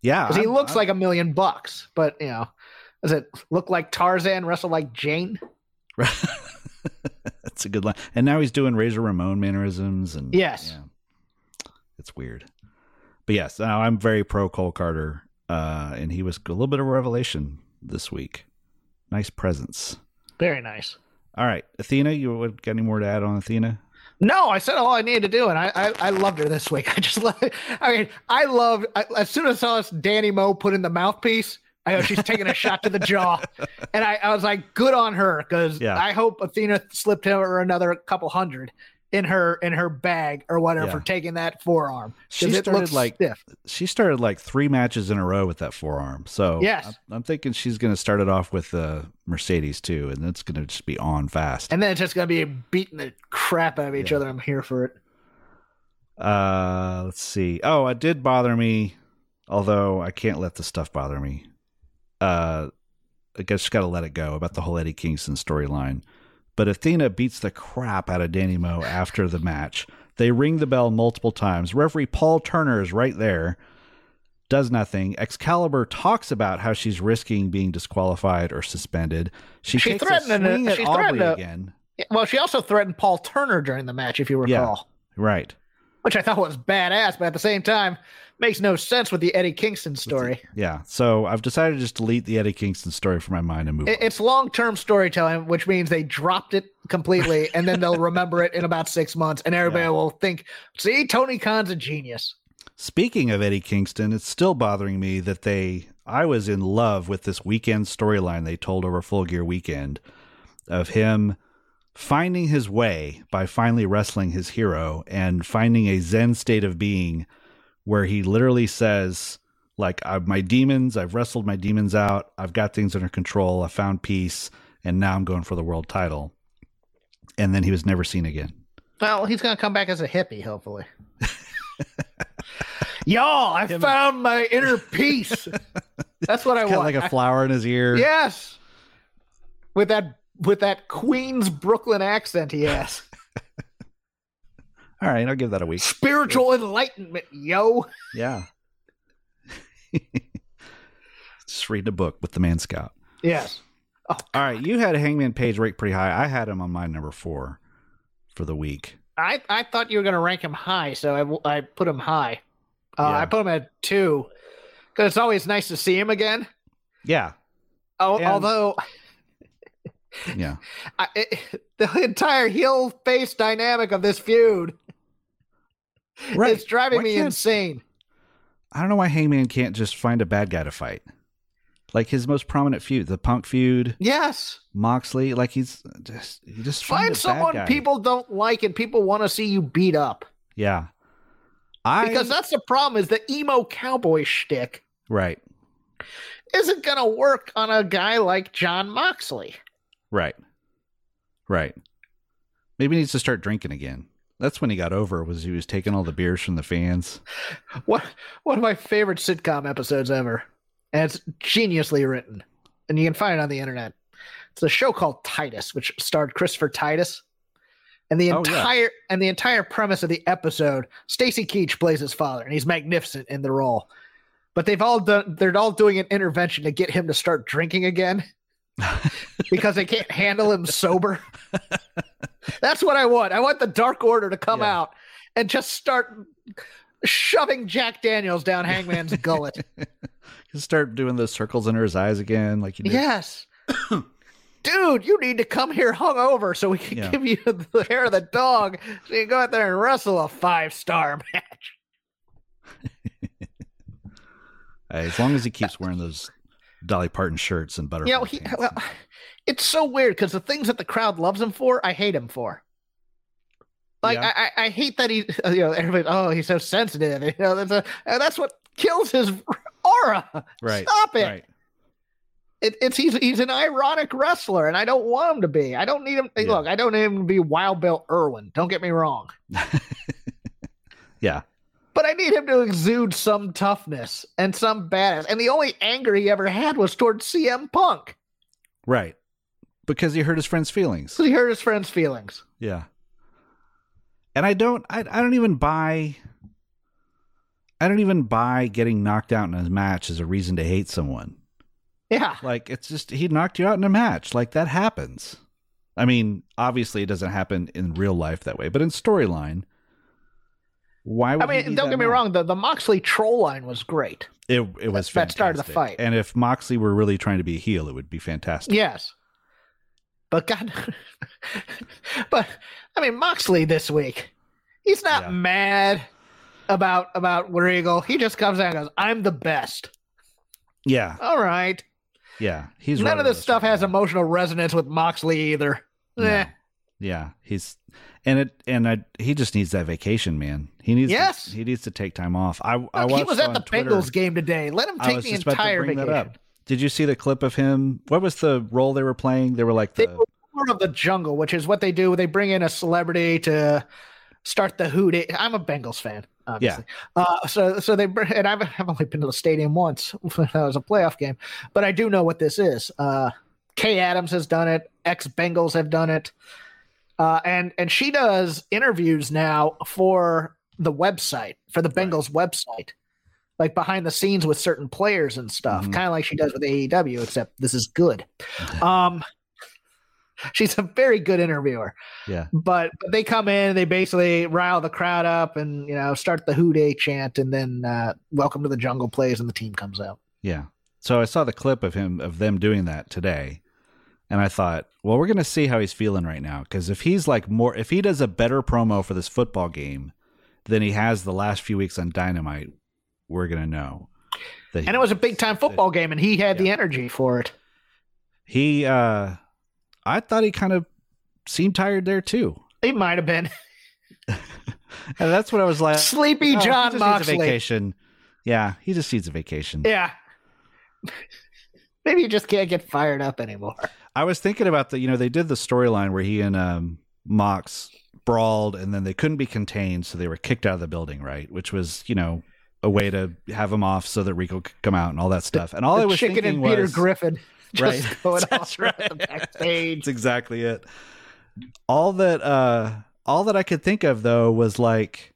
Speaker 2: yeah,
Speaker 3: because he
Speaker 2: I'm-
Speaker 3: looks
Speaker 2: I'm-
Speaker 3: like a million bucks. But you know, does it look like Tarzan? Wrestle like Jane?
Speaker 2: that's a good line. And now he's doing Razor Ramon mannerisms and
Speaker 3: Yes.
Speaker 2: yeah. it's weird. But yes, now I'm very pro Cole Carter, uh, and he was a little bit of a revelation this week. Nice presence.
Speaker 3: Very nice.
Speaker 2: All right, Athena, you what- got any more to add on Athena?
Speaker 3: No, I said all I needed to do, and I I, I loved her this week. I just love. I mean, I loved I, as soon as I saw us Danny Moe put in the mouthpiece. I know she's taking a shot to the jaw, and I, I was like, "Good on her," because
Speaker 2: Yeah.
Speaker 3: I hope Athena slipped him or another couple hundred in her in her bag or whatever
Speaker 2: Yeah.
Speaker 3: for taking that forearm. 'Cause
Speaker 2: She
Speaker 3: it
Speaker 2: started,
Speaker 3: looks
Speaker 2: like-
Speaker 3: stiff.
Speaker 2: she started like three matches in a row with that forearm. So
Speaker 3: Yes.
Speaker 2: I'm, I'm thinking she's going to start it off with uh, Mercedes too, and it's going to just be on fast.
Speaker 3: and then it's just gonna be beating the crap out of each
Speaker 2: Yeah.
Speaker 3: other. I'm here for it.
Speaker 2: Uh, let's see. Oh, it did bother me, although I can't let this stuff bother me. Uh, I guess just got to let it go about the whole Eddie Kingston storyline. But Athena beats the crap out of Danny Mo after the match. They ring the bell multiple times. Referee Paul Turner is right there, does nothing. Excalibur talks about how she's risking being disqualified or suspended. She,
Speaker 3: She
Speaker 2: takes
Speaker 3: threatened
Speaker 2: a
Speaker 3: to-
Speaker 2: swing at
Speaker 3: she
Speaker 2: Aubrey
Speaker 3: threatened to-
Speaker 2: again.
Speaker 3: Well, she also threatened Paul Turner during the match, if you
Speaker 2: Yeah.
Speaker 3: recall.
Speaker 2: Right.
Speaker 3: which I thought was badass, but at the same time, makes no sense with the Eddie Kingston story.
Speaker 2: Yeah. So I've decided to just delete the Eddie Kingston story from my mind and move
Speaker 3: It-
Speaker 2: on.
Speaker 3: It's long term storytelling, which means they dropped it completely and then they'll remember it in about six months and everybody
Speaker 2: Yeah.
Speaker 3: will think, see, Tony Khan's a genius.
Speaker 2: Speaking of Eddie Kingston, it's still bothering me that they I was in love with this weekend storyline they told over Full Gear Weekend of him finding his way by finally wrestling his hero and finding a zen state of being where he literally says like I, my demons I've wrestled my demons out I've got things under control I found peace and now I'm going for the world title and then he was never seen again
Speaker 3: Well, he's going to come back as a hippie, hopefully. Y'all, I
Speaker 2: Him-
Speaker 3: found my inner peace. That's what I
Speaker 2: kind of
Speaker 3: want.
Speaker 2: like
Speaker 3: I-
Speaker 2: a flower in his ear
Speaker 3: yes. With that with that Queens Brooklyn accent he has.
Speaker 2: all right I'll give that a week
Speaker 3: Spiritual enlightenment, yo.
Speaker 2: Yeah. Just reading a book with the Man Scout.
Speaker 3: Yes.
Speaker 2: All right, you had Hangman Page ranked pretty high. I had him on my number four for the week.
Speaker 3: I, I thought you were going to rank him high, so I w- I, put him high. Uh,
Speaker 2: Yeah.
Speaker 3: I put him at two because it's always nice to see him again.
Speaker 2: Yeah,
Speaker 3: Al-
Speaker 2: And-
Speaker 3: Although
Speaker 2: yeah,
Speaker 3: I, it, the entire heel face dynamic of this feud
Speaker 2: right.
Speaker 3: is driving
Speaker 2: Why
Speaker 3: me
Speaker 2: can't-
Speaker 3: insane.
Speaker 2: I don't know why Hangman can't just find a bad guy to fight. Like his most prominent feud, the Punk feud,
Speaker 3: Yes,
Speaker 2: Moxley. Like he's just you just find, a
Speaker 3: find
Speaker 2: bad
Speaker 3: someone
Speaker 2: guy.
Speaker 3: people don't like and people want to see you beat up
Speaker 2: Yeah, I
Speaker 3: because that's the problem. Is the emo cowboy shtick
Speaker 2: right,
Speaker 3: isn't going to work on a guy like John Moxley?
Speaker 2: right, right. Maybe he needs to start drinking again. That's when he got over. Was he was taking all the beers from the fans?
Speaker 3: What one of my favorite sitcom episodes ever, and it's geniusly written, and you can find it on the internet. It's a show called Titus, which starred Christopher Titus, and the
Speaker 2: Oh, yeah.
Speaker 3: entire and the entire premise of the episode. Stacy Keach plays his father, and he's magnificent in the role. But they've all done they're all doing an intervention to get him to start drinking again because they can't handle him sober. That's what I want. I want the Dark Order to come
Speaker 2: Yeah.
Speaker 3: out and just start shoving Jack Daniels down Hangman's gullet.
Speaker 2: He'll start doing those circles under his eyes again, like you did.
Speaker 3: Yes. Dude, you need to come here hungover so we can
Speaker 2: Yeah.
Speaker 3: give you the hair of the dog so you can go out there and wrestle a five star match.
Speaker 2: Uh, as long as he keeps wearing those Dolly Parton shirts and butterfly.
Speaker 3: You know, he,
Speaker 2: pants.
Speaker 3: well, it's so weird because the things that the crowd loves him for, I hate him for. Like
Speaker 2: Yeah.
Speaker 3: I, I, I hate that he, you know, everybody. Oh, he's so sensitive. You know, that's a, and that's what kills his aura.
Speaker 2: right,
Speaker 3: Stop it.
Speaker 2: right.
Speaker 3: it. It's he's he's an ironic wrestler, and I don't want him to be. I don't need him.
Speaker 2: Yeah.
Speaker 3: Look, I don't need him to be Wild Bill Irwin. Don't get me wrong.
Speaker 2: Yeah.
Speaker 3: But I need him to exude some toughness and some badass. And the only anger he ever had was towards CM Punk.
Speaker 2: Right. Because he hurt his friend's feelings.
Speaker 3: So he hurt his friend's feelings.
Speaker 2: Yeah. And I don't I, I don't even buy I don't even buy getting knocked out in a match as a reason to hate someone.
Speaker 3: Yeah.
Speaker 2: Like it's just he knocked you out in a match. Like that happens. I mean, obviously it doesn't happen in real life that way, but in storyline why
Speaker 3: I
Speaker 2: would he
Speaker 3: mean,
Speaker 2: be
Speaker 3: don't
Speaker 2: that
Speaker 3: get me
Speaker 2: mad?
Speaker 3: wrong. The, the Moxley troll line was great.
Speaker 2: It it was
Speaker 3: that
Speaker 2: fantastic.
Speaker 3: started the fight.
Speaker 2: And if Moxley were really trying to be a heel, it would be fantastic.
Speaker 3: Yes. But God, but I mean, Moxley this week, he's not
Speaker 2: Yeah.
Speaker 3: mad about about Regal. He just comes out and goes, "I'm the best."
Speaker 2: Yeah.
Speaker 3: All right.
Speaker 2: Yeah. He's
Speaker 3: None
Speaker 2: running
Speaker 3: of this stuff
Speaker 2: right
Speaker 3: has
Speaker 2: now.
Speaker 3: emotional resonance with Moxley either.
Speaker 2: No.
Speaker 3: Eh.
Speaker 2: Yeah, he's and it and I he just needs that vacation, man. He needs
Speaker 3: Yes.
Speaker 2: to, he needs to take time off. I I
Speaker 3: Look,
Speaker 2: watched
Speaker 3: he was at
Speaker 2: on
Speaker 3: the
Speaker 2: Twitter,
Speaker 3: Bengals game today. Let him
Speaker 2: I
Speaker 3: take
Speaker 2: was
Speaker 3: the
Speaker 2: just about to
Speaker 3: entire
Speaker 2: bring that
Speaker 3: vacation.
Speaker 2: up. Did you see the clip of him? What was the role they were playing? They were like
Speaker 3: They
Speaker 2: the
Speaker 3: were Lord of the Jungle, which is what they do. They bring in a celebrity to start the hoot. I'm a Bengals fan, obviously. Uh, so, so they bring, and I've, I've only been to the stadium once. that was a playoff game, but I do know what this is. Uh, Kay Adams has done it. Ex Bengals have done it, uh, and and she does interviews now for the website for the
Speaker 2: Right.
Speaker 3: Bengals website. Like behind the scenes with certain players and stuff,
Speaker 2: Mhm.
Speaker 3: kind of like she does with AEW, except this is good. Um, she's a very good interviewer.
Speaker 2: Yeah.
Speaker 3: But but they come in, they basically rile the crowd up, and you know start the hoo day chant, and then uh, welcome to the jungle plays, and the team comes out.
Speaker 2: yeah. So I saw the clip of him of them doing that today, and I thought, well, we're gonna see how he's feeling right now because if he's like more, if he does a better promo for this football game than he has the last few weeks on Dynamite, we're gonna know. That he
Speaker 3: And it was a big time football game, and he had the energy for it.
Speaker 2: he uh i thought he kind of seemed tired there too
Speaker 3: He might have been
Speaker 2: and that's what i was like
Speaker 3: sleepy
Speaker 2: "Oh, he just
Speaker 3: John
Speaker 2: needs a
Speaker 3: Moxley.
Speaker 2: vacation yeah he just needs a vacation
Speaker 3: Yeah. Maybe you just can't get fired up anymore.
Speaker 2: i was thinking about the you know they did the storyline where he and um mox brawled and then they couldn't be contained so they were kicked out of the building right which was you know a way to have him off so that rico could come out and all that stuff and all
Speaker 3: the
Speaker 2: i was
Speaker 3: chicken
Speaker 2: thinking
Speaker 3: and Peter
Speaker 2: was,
Speaker 3: Griffin just
Speaker 2: Right.
Speaker 3: going
Speaker 2: That's
Speaker 3: off right. the
Speaker 2: right.
Speaker 3: backstage.
Speaker 2: That's exactly it. All that uh all that I could think of though was like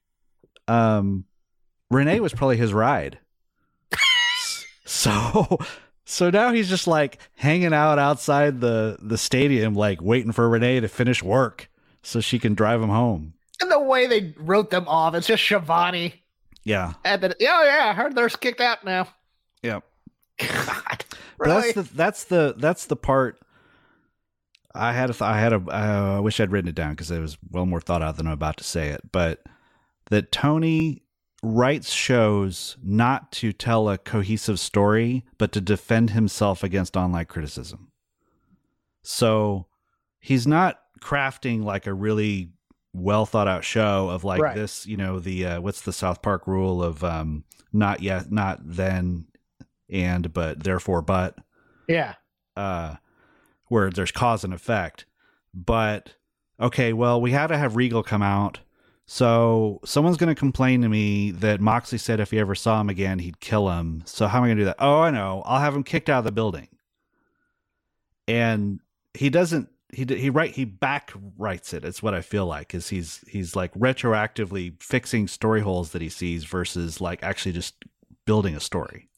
Speaker 2: um Renee was probably his ride. so so now he's just like hanging out outside the the stadium like waiting for Renee to finish work so she can drive him home.
Speaker 3: And the way they wrote them off, it's just Shivani
Speaker 2: Yeah.
Speaker 3: at the oh yeah, I heard they're kicked out now.
Speaker 2: Yeah.
Speaker 3: God,
Speaker 2: But That's
Speaker 3: really?
Speaker 2: the that's the that's the part I had a th- I had a uh, I wish I'd written it down because it was well more thought out than I'm about to say it, but that Tony writes shows not to tell a cohesive story, but to defend himself against online criticism. So he's not crafting like a really well thought out show of like
Speaker 3: Right.
Speaker 2: this, you know, the uh, what's the South Park rule of um, not yet, not then, and but therefore but
Speaker 3: yeah,
Speaker 2: uh, where there's cause and effect. But okay, well, we had to have Regal come out. So someone's going to complain to me that Moxley said if he ever saw him again, he'd kill him. So how am I going to do that? Oh, I know. I'll have him kicked out of the building. And he doesn't. He d- he right he back writes it. It's what I feel like is he's he's like retroactively fixing story holes that he sees versus like actually just building a story.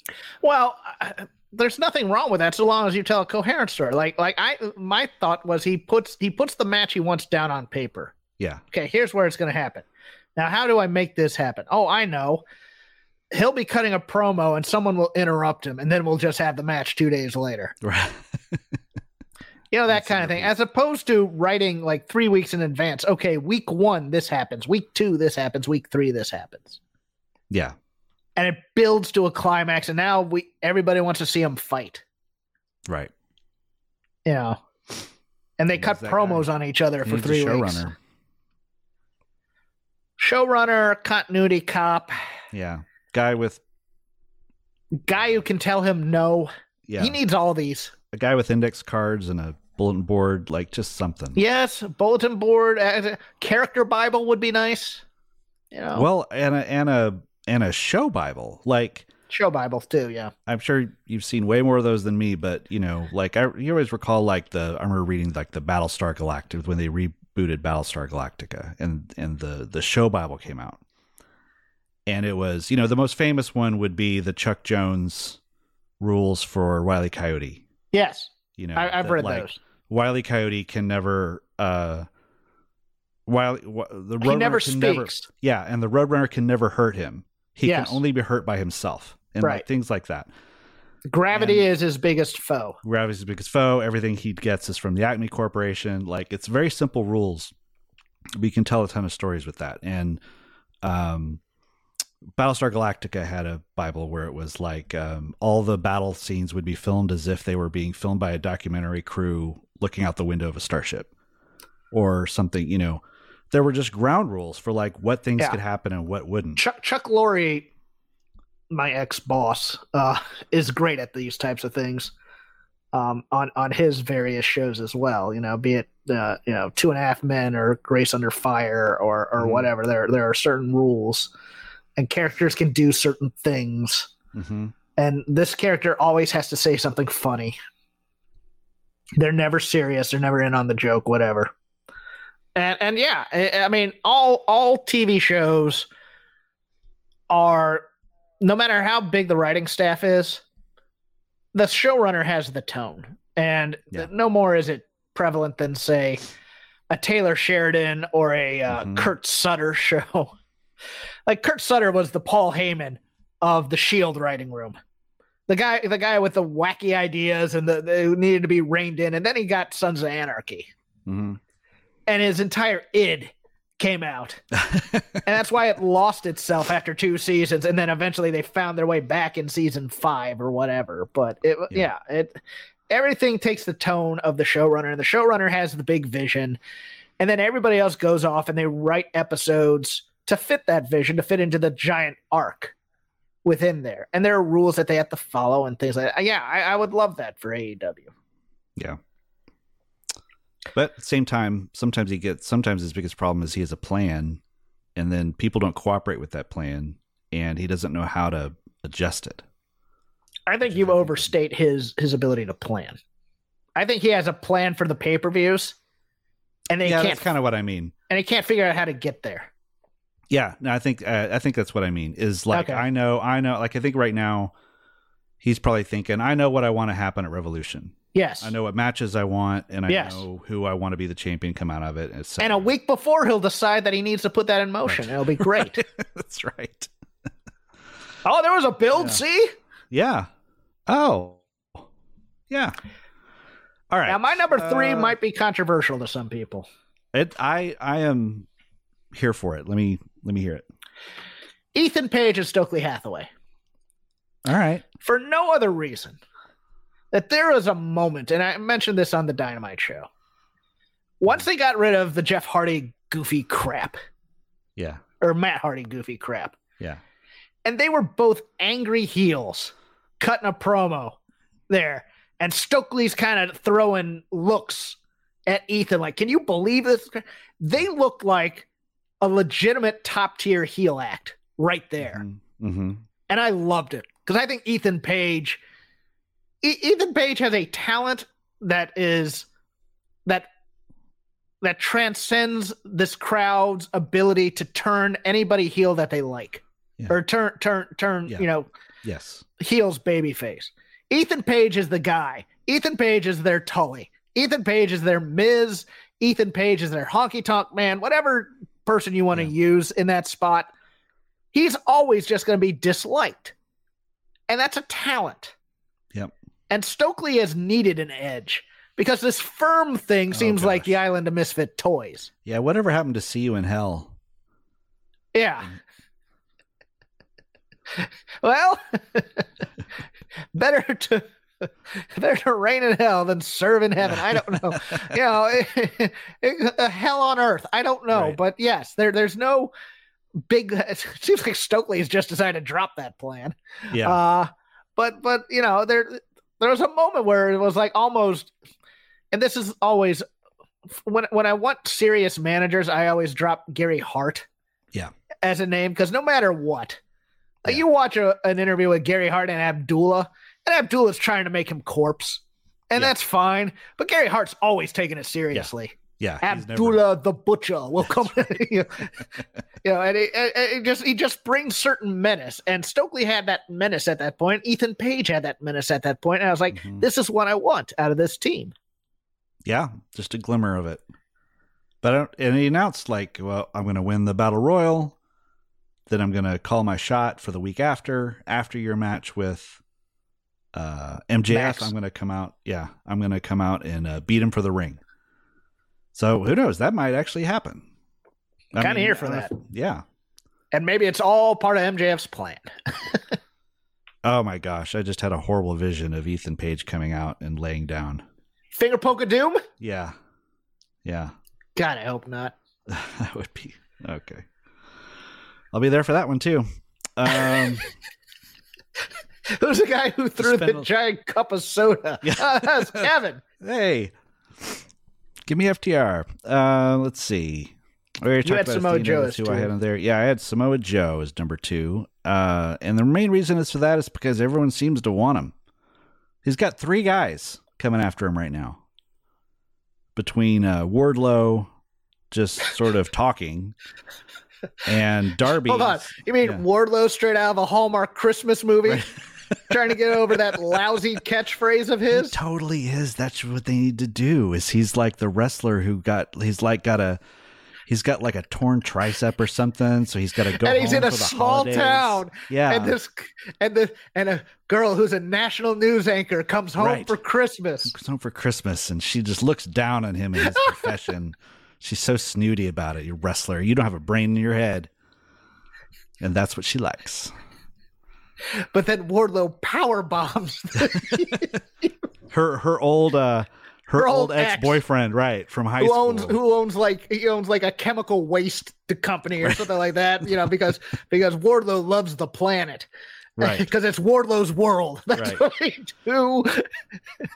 Speaker 3: well, I- there's nothing wrong with that so long as you tell a coherent story. Like, like I, my thought was he puts he puts the match he wants down on paper.
Speaker 2: Yeah.
Speaker 3: Okay, here's where it's going to happen. Now, how do I make this happen? Oh, I know. He'll be cutting a promo, and someone will interrupt him, and then we'll just have the match two days later.
Speaker 2: Right.
Speaker 3: You know, that
Speaker 2: That's
Speaker 3: kind of thing.
Speaker 2: interview.
Speaker 3: As opposed to writing like three weeks in advance. Okay, week one, this happens. Week two, this happens. Week three, this happens.
Speaker 2: Yeah.
Speaker 3: And it builds to a climax. And now we everybody wants to see him fight.
Speaker 2: Right.
Speaker 3: You know, and they
Speaker 2: Who's
Speaker 3: cut
Speaker 2: that
Speaker 3: promos on each other for
Speaker 2: He's the
Speaker 3: three weeks.
Speaker 2: showrunner.
Speaker 3: Showrunner, continuity cop,
Speaker 2: Yeah. Guy with
Speaker 3: guy who can tell him no.
Speaker 2: yeah,
Speaker 3: He needs all these.
Speaker 2: a guy with index cards and a bulletin board, like just something.
Speaker 3: Yes, bulletin board, uh, character bible would be nice. You know,
Speaker 2: Well, and a and a and a show bible. Like
Speaker 3: show bibles too. Yeah,
Speaker 2: I'm sure you've seen way more of those than me, but you know, like I you always recall like the I remember reading like the Battlestar Galactica when they rebooted Battlestar Galactica and and the the show bible came out. And it was, you know, the most famous one would be the Chuck Jones rules for Wiley Coyote.
Speaker 3: yes,
Speaker 2: You know,
Speaker 3: I, I've
Speaker 2: that,
Speaker 3: read
Speaker 2: like,
Speaker 3: those.
Speaker 2: Wiley E. Coyote can never uh Wiley Wi- the
Speaker 3: He
Speaker 2: roadrunner
Speaker 3: never
Speaker 2: can
Speaker 3: speaks.
Speaker 2: never yeah, and the roadrunner can never hurt him. He
Speaker 3: Yes.
Speaker 2: can only be hurt by himself. And like
Speaker 3: Right.
Speaker 2: things like that.
Speaker 3: Gravity
Speaker 2: and-
Speaker 3: is his biggest foe.
Speaker 2: Gravity's his biggest foe. Everything he gets is from the Acme Corporation. Like it's very simple rules. We can tell a ton of stories with that. And um Battlestar Galactica had a Bible where it was like um, all the battle scenes would be filmed as if they were being filmed by a documentary crew looking out the window of a starship or something, you know. There were just ground rules for like what things
Speaker 3: Yeah.
Speaker 2: could happen and what wouldn't.
Speaker 3: Chuck Chuck Lorre, my ex boss, uh, is great at these types of things. Um, on on his various shows as well, you know, be it uh, you know Two and a Half Men or Grace Under Fire or or
Speaker 2: Mhm.
Speaker 3: whatever. There there are certain rules, and characters can do certain things.
Speaker 2: hmm
Speaker 3: and this character always has to say something funny. They're never serious. They're never in on the joke, whatever. And and yeah, I, I mean, all all TV shows are, no matter how big the writing staff is, the showrunner has the tone, and
Speaker 2: Yeah.
Speaker 3: no more is it prevalent than say a Taylor Sheridan or a uh,
Speaker 2: Mhm.
Speaker 3: Kurt Sutter show. like Kurt Sutter was the Paul Heyman of the Shield E writing room. The guy, the guy with the wacky ideas and the, the who needed to be reined in, and then he got Sons of Anarchy,
Speaker 2: hmm
Speaker 3: and his entire id came out, and that's why it lost itself after two seasons, and then eventually they found their way back in season five or whatever. But it,
Speaker 2: Yeah.
Speaker 3: yeah, it everything takes the tone of the showrunner, and the showrunner has the big vision, and then everybody else goes off and they write episodes to fit that vision, to fit into the giant arc within there. And there are rules that they have to follow and things like that. Yeah, I, I would love that for E AEW.
Speaker 2: But at the same time, sometimes he gets sometimes his biggest problem is he has a plan and then people don't cooperate with that plan and he doesn't know how to adjust it.
Speaker 3: I think you overstate his his ability to plan. I think he has a plan for the pay per views, and they
Speaker 2: yeah,
Speaker 3: can't
Speaker 2: that's kind of what I mean.
Speaker 3: and he can't figure out how to get there.
Speaker 2: Yeah, no, I think uh, I think that's what I mean is like
Speaker 3: Okay.
Speaker 2: I know I know like I think right now he's probably thinking I know what I want to happen at Revolution.
Speaker 3: Yes,
Speaker 2: I know what matches I want and I
Speaker 3: Yes.
Speaker 2: know who I want to be the champion come out of it. And,
Speaker 3: And a week before, he'll decide that he needs to put that in motion.
Speaker 2: Right.
Speaker 3: It'll be great.
Speaker 2: that's right.
Speaker 3: Oh, there was a build.
Speaker 2: Yeah.
Speaker 3: See,
Speaker 2: Yeah. Oh. Yeah. All right.
Speaker 3: now my number three
Speaker 2: Uh,
Speaker 3: might be controversial to some people.
Speaker 2: It I I am here for it. Let me let me hear it.
Speaker 3: Ethan Page and Stokely Hathaway.
Speaker 2: All right.
Speaker 3: for no other reason that there was a moment, and I mentioned this on the Dynamite show.
Speaker 2: Hmm.
Speaker 3: Once they got rid of the Jeff Hardy goofy crap
Speaker 2: Yeah.
Speaker 3: or Matt Hardy goofy crap,
Speaker 2: Yeah.
Speaker 3: and they were both angry heels cutting a promo there, and Stokely's kind of throwing looks at Ethan like, "Can you believe this?" They looked like a legitimate top tier heel act right there
Speaker 2: Mm-hmm.
Speaker 3: and I loved it because I think Ethan Page, E- Ethan Page has a talent that is that that transcends this crowd's ability to turn anybody heel that they like
Speaker 2: Yeah.
Speaker 3: or turn turn turn
Speaker 2: Yeah.
Speaker 3: you know
Speaker 2: Yes.
Speaker 3: heels babyface. Ethan Page is the guy. Ethan Page is their Tully. Ethan Page is their Miz. Ethan Page is their honky tonk man. Whatever person you want to
Speaker 2: Yeah.
Speaker 3: use in that spot, he's always just going to be disliked, and that's a talent.
Speaker 2: Yep.
Speaker 3: And Stokely has needed an edge because this firm thing
Speaker 2: Oh,
Speaker 3: seems like
Speaker 2: gosh.
Speaker 3: the island of misfit toys.
Speaker 2: Yeah. Whatever happened to see you in hell?
Speaker 3: Yeah. Well, better to They're to reign in hell, then serve in heaven. I don't know. you know, it, it, uh, hell on earth. I don't know.
Speaker 2: Right.
Speaker 3: But yes, there there's no big. It seems like Stokely has just decided to drop that plan.
Speaker 2: Yeah.
Speaker 3: Uh, but but you know there there was a moment where it was like almost, and this is always when when I want serious managers, I always drop Gary Hart.
Speaker 2: Yeah.
Speaker 3: As a name, because no matter what, like
Speaker 2: Yeah.
Speaker 3: you watch a, an interview with Gary Hart and Abdullah, and Abdullah's trying to make him corpse, and
Speaker 2: Yeah.
Speaker 3: that's fine. But Gary Hart's always taking it seriously.
Speaker 2: yeah. he's never-
Speaker 3: Abdullah the Butcher will come. you know, and it, it, it just he just brings certain menace. And Stokely had that menace at that point. Ethan Page had that menace at that point. And I was like,
Speaker 2: Mhm.
Speaker 3: this is what I want out of this team.
Speaker 2: Yeah, just a glimmer of it. But I don't, and he announced like, well, I'm going to win the battle royal. Then I'm going to call my shot for the week after. After your match with uh, MJF,
Speaker 3: Max.
Speaker 2: I'm going to come out. Yeah, I'm going to come out and uh, beat him for the ring. So who knows? That might actually happen. I
Speaker 3: Kinda
Speaker 2: mean,
Speaker 3: here for
Speaker 2: I don't know
Speaker 3: that.
Speaker 2: if- yeah.
Speaker 3: And maybe it's all part of MJF's plan.
Speaker 2: Oh my gosh! I just had a horrible vision of Ethan Page coming out and laying down.
Speaker 3: Finger poke of doom?
Speaker 2: Yeah, yeah.
Speaker 3: God, I hope not.
Speaker 2: that would be okay. I'll be there for that one too. Um,
Speaker 3: There's a guy who threw
Speaker 2: Spend
Speaker 3: the
Speaker 2: a-
Speaker 3: giant cup of soda.
Speaker 2: Yeah.
Speaker 3: Ah, that's Kevin.
Speaker 2: hey, give me FTR. Uh, let's see. We already
Speaker 3: You
Speaker 2: talked
Speaker 3: had
Speaker 2: about
Speaker 3: Samoa
Speaker 2: Athena,
Speaker 3: Joe
Speaker 2: that's
Speaker 3: as
Speaker 2: who
Speaker 3: two.
Speaker 2: I had in there. Yeah, I had Samoa Joe as number two. Uh, and the main reason is for that is because everyone seems to want him. He's got three guys coming after him right now. Between uh, Wardlow, just sort of talking, and Darby.
Speaker 3: Hold on. You mean
Speaker 2: Yeah.
Speaker 3: Wardlow straight out of a Hallmark Christmas movie? Trying to get over that lousy catchphrase of
Speaker 2: He
Speaker 3: his?
Speaker 2: totally is. That's what they need to do. Is he's like the wrestler who got he's like got a he's got like a torn tricep or something, so he's got to go.
Speaker 3: and he's
Speaker 2: home
Speaker 3: in a
Speaker 2: for the
Speaker 3: small
Speaker 2: holidays.
Speaker 3: town
Speaker 2: Yeah,
Speaker 3: and this and this and a girl who's a national news anchor comes home
Speaker 2: Right.
Speaker 3: for christmas
Speaker 2: comes home for Christmas, and she just looks down on him and his profession. She's so snooty about it. You wrestler, you don't have a brain in your head, and that's what she likes.
Speaker 3: but then wardlow power bombs
Speaker 2: Her her old uh her,
Speaker 3: Her
Speaker 2: old
Speaker 3: old ex.
Speaker 2: ex boyfriend, right from high
Speaker 3: who
Speaker 2: school.
Speaker 3: owns who owns like he owns like a chemical waste the company or something like that you know because because wardlow loves the planet
Speaker 2: right.
Speaker 3: because it's wardlow's world that's
Speaker 2: Right.
Speaker 3: what they do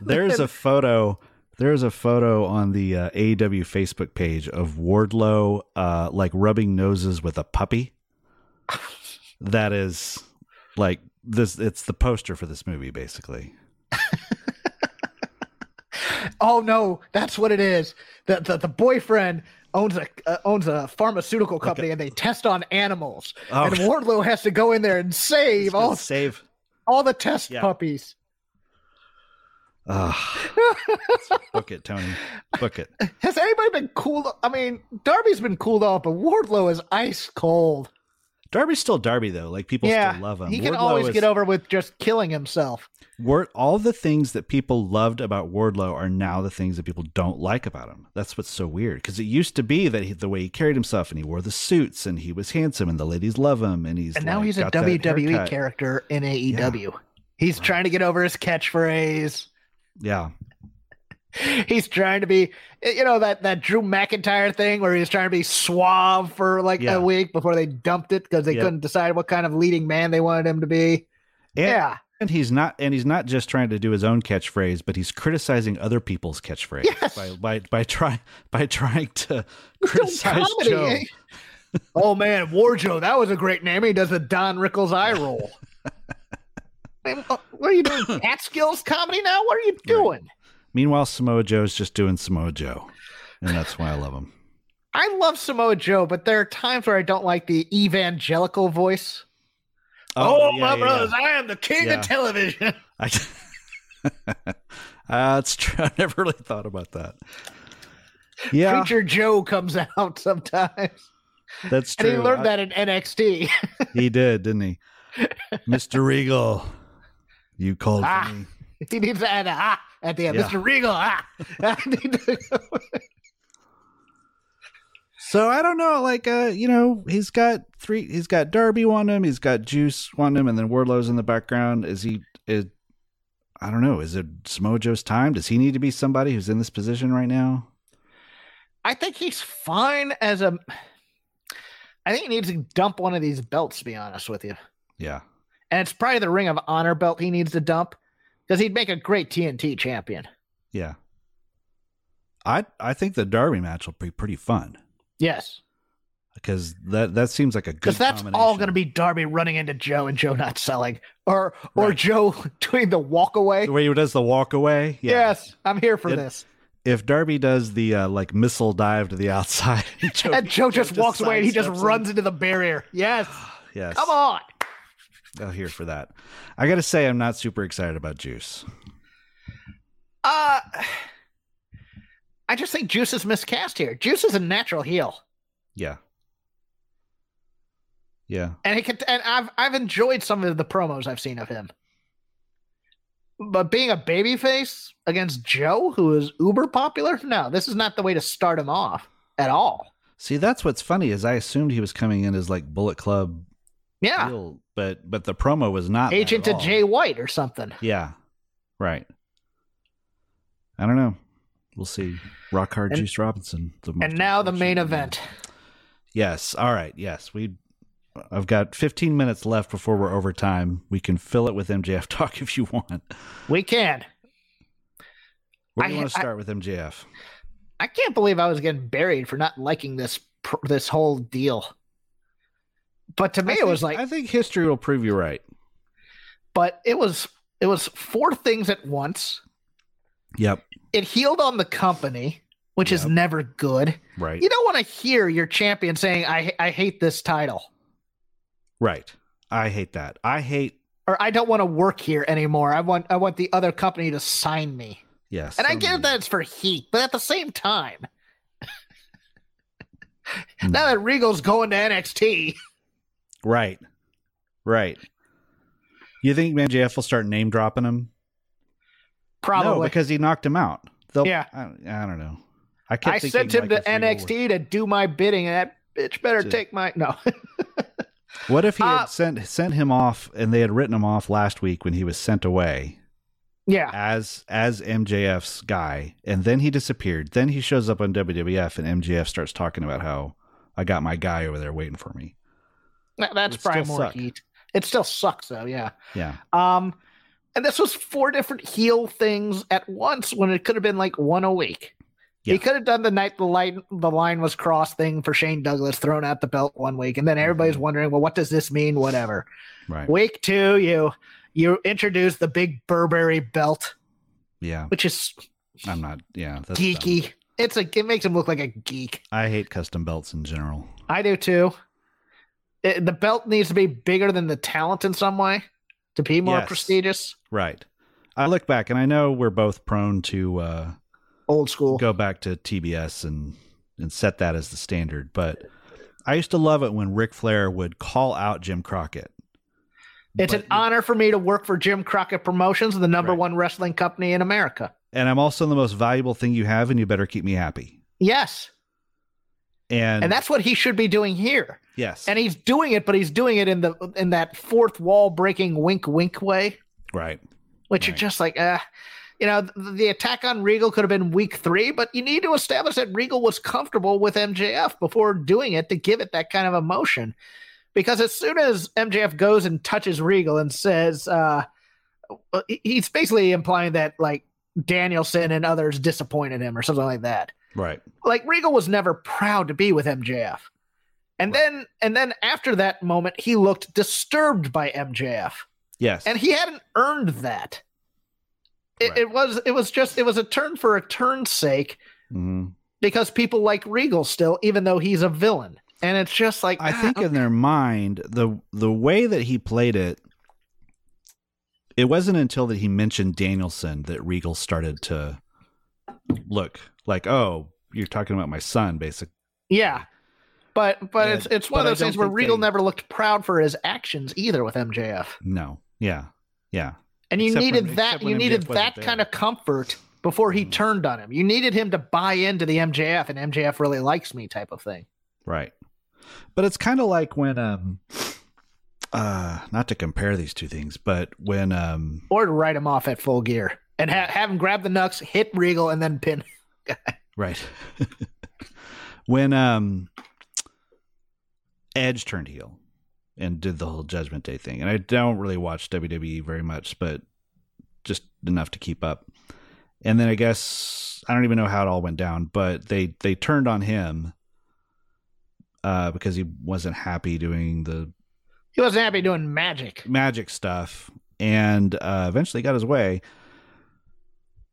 Speaker 2: There's a photo. There's a photo on the uh, AEW Facebook page of Wardlow uh, like rubbing noses with a puppy. That is like this. It's the poster for this movie, basically.
Speaker 3: oh no that's what it is the the, the boyfriend owns a uh, owns a pharmaceutical company and they test on animals
Speaker 2: Oh.
Speaker 3: and wardlow has to go in there and save all
Speaker 2: save.
Speaker 3: all the test
Speaker 2: Yeah.
Speaker 3: puppies.
Speaker 2: Ugh. Book it, Tony. Book it.
Speaker 3: Has anybody been cooled? I mean, Darby's been cooled off, but Wardlow is ice cold.
Speaker 2: Darby's still Darby though. Like people still love him.
Speaker 3: he can
Speaker 2: Wardlow
Speaker 3: always
Speaker 2: is-
Speaker 3: get over with just killing himself.
Speaker 2: Ward, all the things that people loved about Wardlow are now the things that people don't like about him. That's what's so weird because it used to be that he, the way he carried himself and he wore the suits and he was handsome and the ladies love him and he's
Speaker 3: And now
Speaker 2: like,
Speaker 3: he's a
Speaker 2: got that
Speaker 3: WWE
Speaker 2: haircut.
Speaker 3: character in AEW. He's trying to get over his catchphrase.
Speaker 2: Yeah,
Speaker 3: He's trying to be, you know, that, that Drew McIntyre thing where he was trying to be suave for like
Speaker 2: Yeah.
Speaker 3: a week before they dumped it because they
Speaker 2: Yeah.
Speaker 3: couldn't decide what kind of leading man they wanted him to be.
Speaker 2: and,
Speaker 3: yeah.
Speaker 2: and he's not and he's not just trying to do his own catchphrase, but he's criticizing other people's catchphrase
Speaker 3: Yes.
Speaker 2: by by by trying by trying to
Speaker 3: Doing
Speaker 2: criticize
Speaker 3: comedy,
Speaker 2: Joe.
Speaker 3: eh? oh man, Warjo, that was a great name. He does the Don Rickles eye roll. Man, uh, what are you doing? Cat skills comedy now? What are you doing?
Speaker 2: Meanwhile, Samoa Joe's just doing Samoa Joe, and that's why I love him.
Speaker 3: I love Samoa Joe, but there are times where I don't like the evangelical voice. Oh,
Speaker 2: yeah,
Speaker 3: my
Speaker 2: yeah, yeah.
Speaker 3: brothers, I am the king
Speaker 2: Yeah.
Speaker 3: of television.
Speaker 2: I, that's true. I never really thought about that. Yeah,
Speaker 3: Preacher Joe comes out sometimes.
Speaker 2: that's
Speaker 3: And
Speaker 2: true.
Speaker 3: he learned that in NXT.
Speaker 2: I- he did, didn't he? Mr. Regal, you called for
Speaker 3: Ah.
Speaker 2: me.
Speaker 3: he needs to add a ah at the end.
Speaker 2: Yeah.
Speaker 3: Mr. Regal, ah. I need to-
Speaker 2: So I don't know, like uh, you know, he's got three. He's got Darby wanting him. He's got Juice wanting him, and then Wardlow's in the background. Is he? Is I don't know. Is it Smojo's time? Does he need to be somebody who's in this position right now?
Speaker 3: I think he's fine as a. I think he needs to dump one of these belts. To be honest with you,
Speaker 2: Yeah.
Speaker 3: and it's probably the Ring of Honor belt he needs to dump because he'd make a great TNT champion.
Speaker 2: Yeah. I I think the Derby match will be pretty fun
Speaker 3: Yes,
Speaker 2: because that that seems like a good.
Speaker 3: because that's all
Speaker 2: combination.
Speaker 3: going to be Darby running into Joe and Joe not selling, or or
Speaker 2: Right.
Speaker 3: Joe doing the walk away.
Speaker 2: the way he does the walk away. Yeah.
Speaker 3: Yes, I'm here for
Speaker 2: It-
Speaker 3: this.
Speaker 2: If Darby does the uh, like missile dive to the outside, Joe,
Speaker 3: and Joe just walks away and he just
Speaker 2: sidesteps him.
Speaker 3: runs into the barrier. Yes,
Speaker 2: Yes.
Speaker 3: come on.
Speaker 2: I'm here for that. I gotta say, I'm not super excited about Juice.
Speaker 3: Uh, I just think Juice is miscast here. Juice is a natural heel,
Speaker 2: Yeah. Yeah.
Speaker 3: and he can. And I've I've enjoyed some of the promos I've seen of him. But being a babyface against Joe, who is uber popular, no, this is not the way to start him off at all.
Speaker 2: See, that's what's funny is I assumed he was coming in as like Bullet Club,
Speaker 3: Yeah,
Speaker 2: heel, but but the promo was not that
Speaker 3: agent
Speaker 2: at
Speaker 3: to
Speaker 2: all.
Speaker 3: Jay White or something.
Speaker 2: Yeah. Right. I don't know. We'll see. Rock hard
Speaker 3: And-
Speaker 2: Juice Robinson. The most
Speaker 3: And now the main
Speaker 2: unfortunate
Speaker 3: event.
Speaker 2: Yes. All right. Yes. We I've got 15 minutes left before we're over time. We can fill it with MJF talk if you want.
Speaker 3: We can.
Speaker 2: Where do you
Speaker 3: I-
Speaker 2: want to
Speaker 3: I-
Speaker 2: start with MJF?
Speaker 3: I can't believe I was getting buried for not liking this pr- this whole deal. But to me,
Speaker 2: I
Speaker 3: it was
Speaker 2: think-
Speaker 3: like,
Speaker 2: I think history will prove you right.
Speaker 3: but it was it was four things at once.
Speaker 2: Yep.
Speaker 3: It healed on the company, which is
Speaker 2: Yep.
Speaker 3: never good.
Speaker 2: Right.
Speaker 3: You don't want to hear your champion saying, "I I hate this title,"
Speaker 2: Right. I hate that. I hate
Speaker 3: or "I don't want to work here anymore." I want I want the other company to sign me.
Speaker 2: yes.
Speaker 3: And I
Speaker 2: so
Speaker 3: get
Speaker 2: many-
Speaker 3: that it's for heat, but at the same time,
Speaker 2: Mm.
Speaker 3: now that Regal's going to NXT,
Speaker 2: Right. Right. You think MJF will start name dropping him? No,
Speaker 3: probably
Speaker 2: because he knocked him out. They'll,
Speaker 3: Yeah.
Speaker 2: I, I don't know. I, kept
Speaker 3: I
Speaker 2: thinking
Speaker 3: sent him
Speaker 2: like,
Speaker 3: to
Speaker 2: if they were-
Speaker 3: NXT to do my bidding, and that bitch better
Speaker 2: To-
Speaker 3: take my no.
Speaker 2: What if he
Speaker 3: Uh,
Speaker 2: had sent sent him off and they had written him off last week when he was sent away
Speaker 3: yeah,
Speaker 2: as as MJF's guy, and then he disappeared. Then he shows up on WWF and MJF starts talking about how I got my guy over there waiting for me.
Speaker 3: that- that's
Speaker 2: would still
Speaker 3: probably more
Speaker 2: suck.
Speaker 3: heat. It still sucks though. Yeah.
Speaker 2: Yeah.
Speaker 3: Um, and this was four different heel things at once when it could have been like one a week.
Speaker 2: Yeah.
Speaker 3: He could have done the night the line the line was crossed thing for Shane Douglas throwing out the belt one week, and then everybody's wondering, well, what does this mean? Whatever.
Speaker 2: Mm-hmm. Right.
Speaker 3: Week two, you you introduce the big Burberry belt,
Speaker 2: Yeah.
Speaker 3: which is
Speaker 2: I'm not yeah. That's dumb.
Speaker 3: geeky. It's a it makes him look like a geek.
Speaker 2: I hate custom belts in general.
Speaker 3: I do too. It, the belt needs to be bigger than the talent in some way to be more
Speaker 2: Yes.
Speaker 3: prestigious.
Speaker 2: Right. I look back and I know we're both prone to uh
Speaker 3: Old school.
Speaker 2: go back to TBS and and set that as the standard. But I used to love it when Ric Flair would call out Jim Crockett.
Speaker 3: it's an
Speaker 2: But-
Speaker 3: honor for me to work for Jim Crockett Promotions, the number
Speaker 2: Right.
Speaker 3: one wrestling company in America.
Speaker 2: and I'm also the most valuable thing you have, and you better keep me happy.
Speaker 3: Yes.
Speaker 2: And,
Speaker 3: And that's what he should be doing here.
Speaker 2: yes,
Speaker 3: And he's doing it, but he's doing it in the in that fourth wall breaking wink wink way,
Speaker 2: right,
Speaker 3: which
Speaker 2: Right.
Speaker 3: are just like uh you know, the, the attack on Regal could have been week three, but you need to establish that Regal was comfortable with MJF before doing it to give it that kind of emotion. Because as soon as MJF goes and touches Regal and says, uh, he- he's basically implying that like Danielson and others disappointed him or something like that.
Speaker 2: right,
Speaker 3: Like Regal was never proud to be with MJF. And then, and then after that moment, he looked disturbed by MJF
Speaker 2: yes,
Speaker 3: and he hadn't earned that. It,
Speaker 2: Right.
Speaker 3: it was it was just it was a turn for a turn's sake
Speaker 2: Mhm.
Speaker 3: because people like Regal still, even though he's a villain, and it's just like
Speaker 2: I
Speaker 3: ah,
Speaker 2: think in their mind, the the way that he played it, it wasn't until that he mentioned Danielson that Regal started to look like, oh, you're talking about my son, basically.
Speaker 3: yeah. But but
Speaker 2: Yeah,
Speaker 3: it's it's one
Speaker 2: but I
Speaker 3: of those
Speaker 2: don't
Speaker 3: things where
Speaker 2: think
Speaker 3: Regal
Speaker 2: they-
Speaker 3: never looked proud for his actions either with MJF,
Speaker 2: No, yeah, yeah,
Speaker 3: and you
Speaker 2: Except when-
Speaker 3: needed
Speaker 2: except
Speaker 3: that
Speaker 2: when
Speaker 3: you needed
Speaker 2: MJF wasn't
Speaker 3: that
Speaker 2: there.
Speaker 3: kind of comfort before he
Speaker 2: Mhm.
Speaker 3: turned on him. You needed him to buy into the MJF and MJF really likes me type of thing.
Speaker 2: right. But it's kind of like when um, uh, not to compare these two things, but when um,
Speaker 3: or to write him off at full gear and ha- have him grab the nux, hit Regal, and then pin.
Speaker 2: right when um, Edge turned heel and did the whole Judgment Day thing, and I don't really watch WWE very much, but just enough to keep up. And then I guess I don't even know how it all went down, but they they turned on him uh, because he wasn't happy doing the
Speaker 3: He wasn't happy doing magic.
Speaker 2: magic stuff and uh, eventually got his way.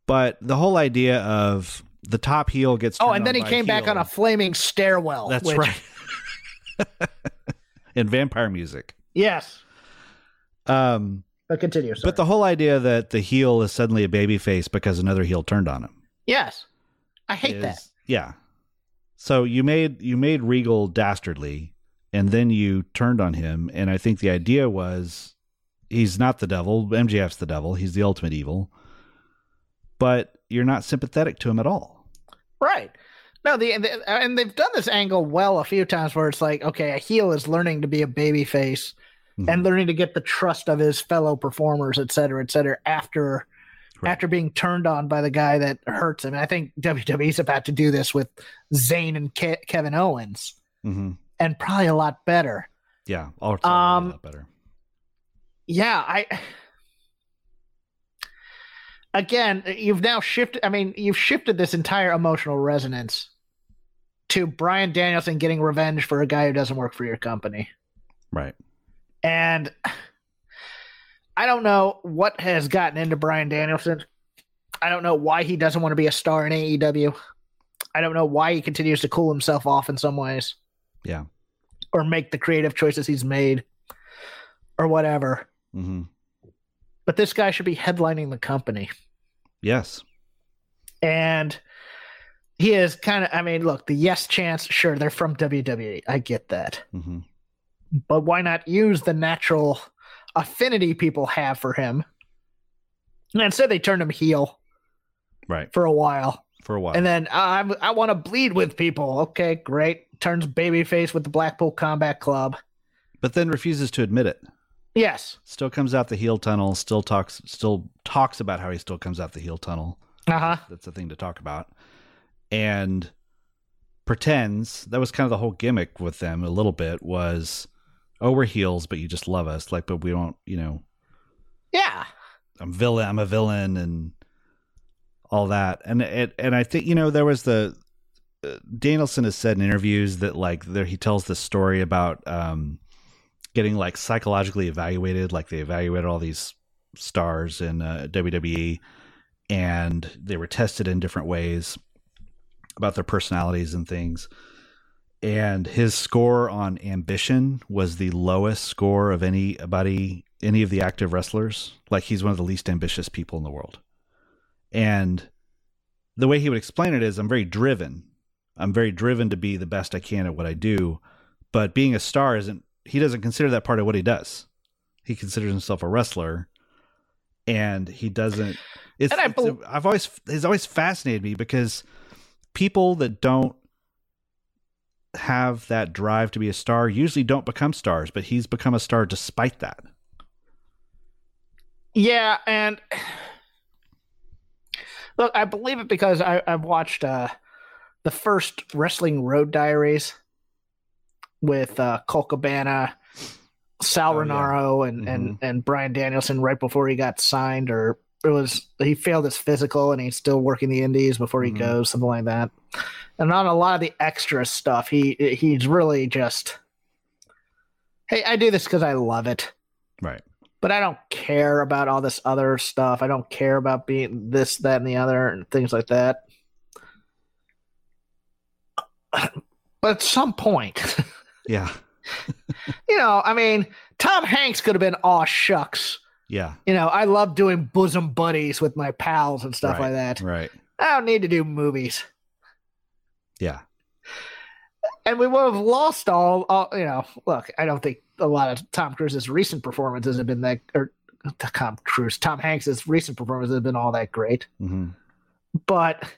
Speaker 2: But the whole idea of the top heel gets
Speaker 3: Oh,
Speaker 2: turned
Speaker 3: and then
Speaker 2: on
Speaker 3: he
Speaker 2: by
Speaker 3: came back
Speaker 2: heel-
Speaker 3: on a flaming stairwell.
Speaker 2: that's
Speaker 3: which-
Speaker 2: right in vampire music.
Speaker 3: Yes.
Speaker 2: Um,
Speaker 3: But continue.
Speaker 2: but the whole idea that the heel is suddenly a baby face because another heel turned on him.
Speaker 3: yes, I hate that.
Speaker 2: is- Yeah. So you made you made Regal dastardly, and then you turned on him, and I think the idea was he's not the devil. MJF's the devil. He's the ultimate evil. But you're not sympathetic to him at all.
Speaker 3: Right. No, the, the and they've done this angle well a few times where it's like, okay, a heel is learning to be a baby face
Speaker 2: Mm-hmm.
Speaker 3: and learning to get the trust of his fellow performers, et cetera, et cetera, after
Speaker 2: Right.
Speaker 3: after being turned on by the guy that hurts him. And I think WWE's about to do this with Zayn and Ke- Kevin Owens,
Speaker 2: hmm
Speaker 3: and probably a lot better.
Speaker 2: Yeah. All
Speaker 3: Um,
Speaker 2: lot better.
Speaker 3: yeah i again you've now shifted i mean you've shifted this entire emotional resonance to brian danielson getting revenge for a guy who doesn't work for your company
Speaker 2: Right.
Speaker 3: and i don't know what has gotten into brian danielson i don't know why he doesn't want to be a star in aew i don't know why he continues to cool himself off in some ways
Speaker 2: Yeah.
Speaker 3: or make the creative choices he's made or whatever
Speaker 2: hmm
Speaker 3: but this guy should be headlining the company.
Speaker 2: Yes.
Speaker 3: And he is kind of, I mean, look, the yes chance, sure, they're from WWE. I get that.
Speaker 2: hmm
Speaker 3: But why not use the natural affinity people have for him? And instead, they turned him heel
Speaker 2: Right.
Speaker 3: for a while.
Speaker 2: For a while.
Speaker 3: And then I, I'm- I want to bleed with people. Okay, great. Turns babyface with the Blackpool Combat Club.
Speaker 2: but then refuses to admit it.
Speaker 3: Yes.
Speaker 2: Still comes out the heel tunnel. Still talks. Still talks about how he still comes out the heel tunnel.
Speaker 3: Uh huh.
Speaker 2: that's a thing to talk about and pretends that was kind of the whole gimmick with them a little bit was oh we're heels but you just love us like but we don't you know
Speaker 3: Yeah.
Speaker 2: i'm villain i'm a villain and all that and it, and i think you know there was the uh, danielson has said in interviews that like there he tells this story about um getting like psychologically evaluated like they evaluated all these stars in uh, wwe and they were tested in different ways about their personalities and things and his score on ambition was the lowest score of anybody any of the active wrestlers like he's one of the least ambitious people in the world and the way he would explain it is i'm very driven i'm very driven to be the best i can at what i do but being a star isn't he doesn't consider that part of what he does he considers himself a wrestler and he doesn't it's,
Speaker 3: And I
Speaker 2: it's-
Speaker 3: bel-
Speaker 2: i've always it's always fascinated me because people that don't have that drive to be a star usually don't become stars, but he's become a star despite that.
Speaker 3: Yeah, and look, I believe it because I, I've watched uh, the first Wrestling Road Diaries with uh, Colt Cabana, Sal
Speaker 2: Oh, yeah. Mm-hmm.
Speaker 3: Renaro, and, and and Brian Danielson right before he got signed, or it was he failed his physical and he's still working the Indies before he
Speaker 2: Mhm.
Speaker 3: goes, something like that. And on a lot of the extra stuff, he he's really just, hey, I do this because I love it
Speaker 2: Right.
Speaker 3: but I don't care about all this other stuff. I don't care about being this, that, and the other, and things like that. But at some point,
Speaker 2: Yeah.
Speaker 3: you know, I mean, Tom Hanks could have been aw shucks.
Speaker 2: Yeah.
Speaker 3: You know, I love doing bosom buddies with my pals and stuff
Speaker 2: Right,
Speaker 3: like that.
Speaker 2: Right.
Speaker 3: I don't need to do movies.
Speaker 2: Yeah.
Speaker 3: And we would have lost all, all you know, look, I don't think a lot of Tom Cruise's recent performances have been that, or Tom Cruise, Tom Hanks's recent performances have been all that great.
Speaker 2: hmm
Speaker 3: but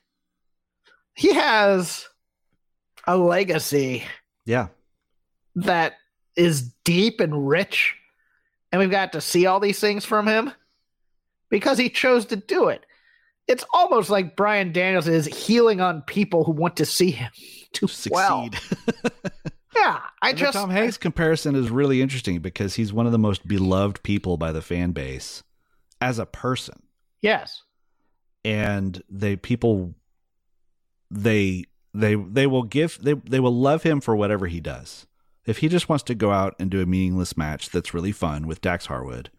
Speaker 3: he has a legacy
Speaker 2: Yeah.
Speaker 3: that is deep and rich and we've got to see all these things from him because he chose to do it. It's almost like Brian Daniels is healing on people who want to see him to
Speaker 2: Succeed.
Speaker 3: well. Yeah, I
Speaker 2: And the
Speaker 3: just
Speaker 2: Tom Hanks comparison is really interesting because he's one of the most beloved people by the fan base as a person.
Speaker 3: yes,
Speaker 2: and they people they they they will give they they will love him for whatever he does. If he just wants to go out and do a meaningless match that's really fun with Dax Harwood,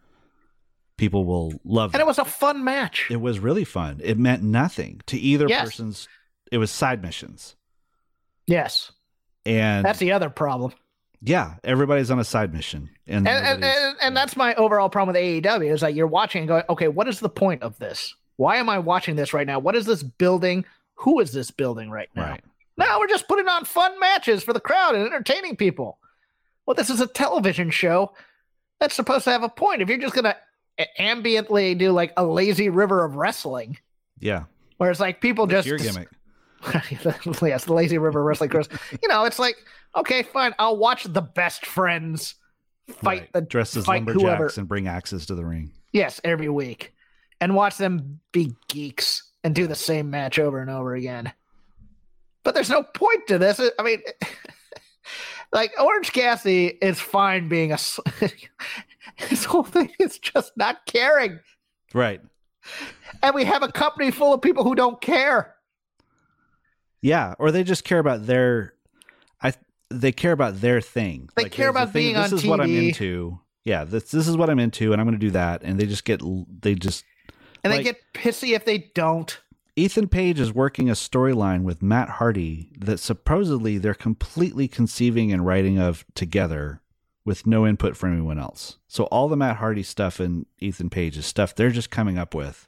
Speaker 2: people will love
Speaker 3: and
Speaker 2: that.
Speaker 3: it was a fun match.
Speaker 2: It was really fun. It meant nothing to either
Speaker 3: Yes.
Speaker 2: person's it was side missions.
Speaker 3: yes,
Speaker 2: And
Speaker 3: that's e the other problem,
Speaker 2: yeah, everybody's on a side mission. And,
Speaker 3: and and,
Speaker 2: nobody's-
Speaker 3: and and that's my overall problem with AEW is like you're watching and going, okay, what is the point of this? Why am I watching this right now? What is this building? Who is this building right now?
Speaker 2: right.
Speaker 3: Now we're just putting on fun matches for the crowd and entertaining people. Well, this is a television show that's supposed to have a point. If you're just gonna a- ambiently do like a lazy river of wrestling,
Speaker 2: Yeah.
Speaker 3: where it's like people
Speaker 2: That's
Speaker 3: just
Speaker 2: your gimmick.
Speaker 3: yes, the lazy river wrestling curse. you know, it's like okay, fine, I'll watch the best friends fight
Speaker 2: Right.
Speaker 3: the
Speaker 2: dressed as
Speaker 3: fight
Speaker 2: lumberjacks
Speaker 3: whoever.
Speaker 2: and bring axes to the ring.
Speaker 3: yes every week, and watch them be geeks and do the same match over and over again. But there's no point to this. I mean, like Orange Cassidy is fine being a. s- His whole thing is just not caring,
Speaker 2: Right.
Speaker 3: and we have a company full of people who don't care.
Speaker 2: Yeah, or they just care about their I they care about their thing.
Speaker 3: They care
Speaker 2: there's a
Speaker 3: about
Speaker 2: thing,
Speaker 3: being
Speaker 2: this
Speaker 3: on
Speaker 2: is what I'm
Speaker 3: TV.
Speaker 2: into. Yeah, this this is what I'm into and I'm going to do that and they just get l- they just
Speaker 3: And
Speaker 2: Like-
Speaker 3: they get pissy if they don't.
Speaker 2: Ethan Page is working a storyline with Matt Hardy that supposedly they're completely conceiving and writing of together with no input from anyone else. So all the Matt Hardy stuff and Ethan Page is stuff they're just coming up with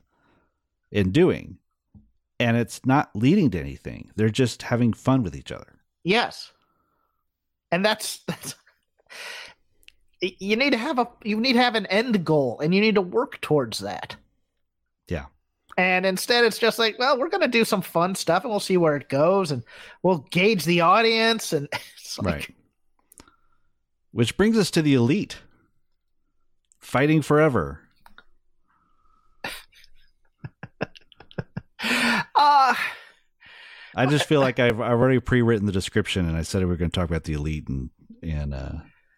Speaker 2: and doing. And it's not leading to anything. They're just having fun with each other.
Speaker 3: Yes. And that's that's Y- you need to have a you need to have an end goal and you need to work towards that.
Speaker 2: Yeah.
Speaker 3: And instead it's just like, well, we're going to do some fun stuff and we'll see where it goes and we'll gauge the audience and it's like,
Speaker 2: right. Which brings us to the elite fighting forever.
Speaker 3: uh
Speaker 2: I just feel like I've, I've already pre-written the description, and I said we were going to talk about the elite, and and uh,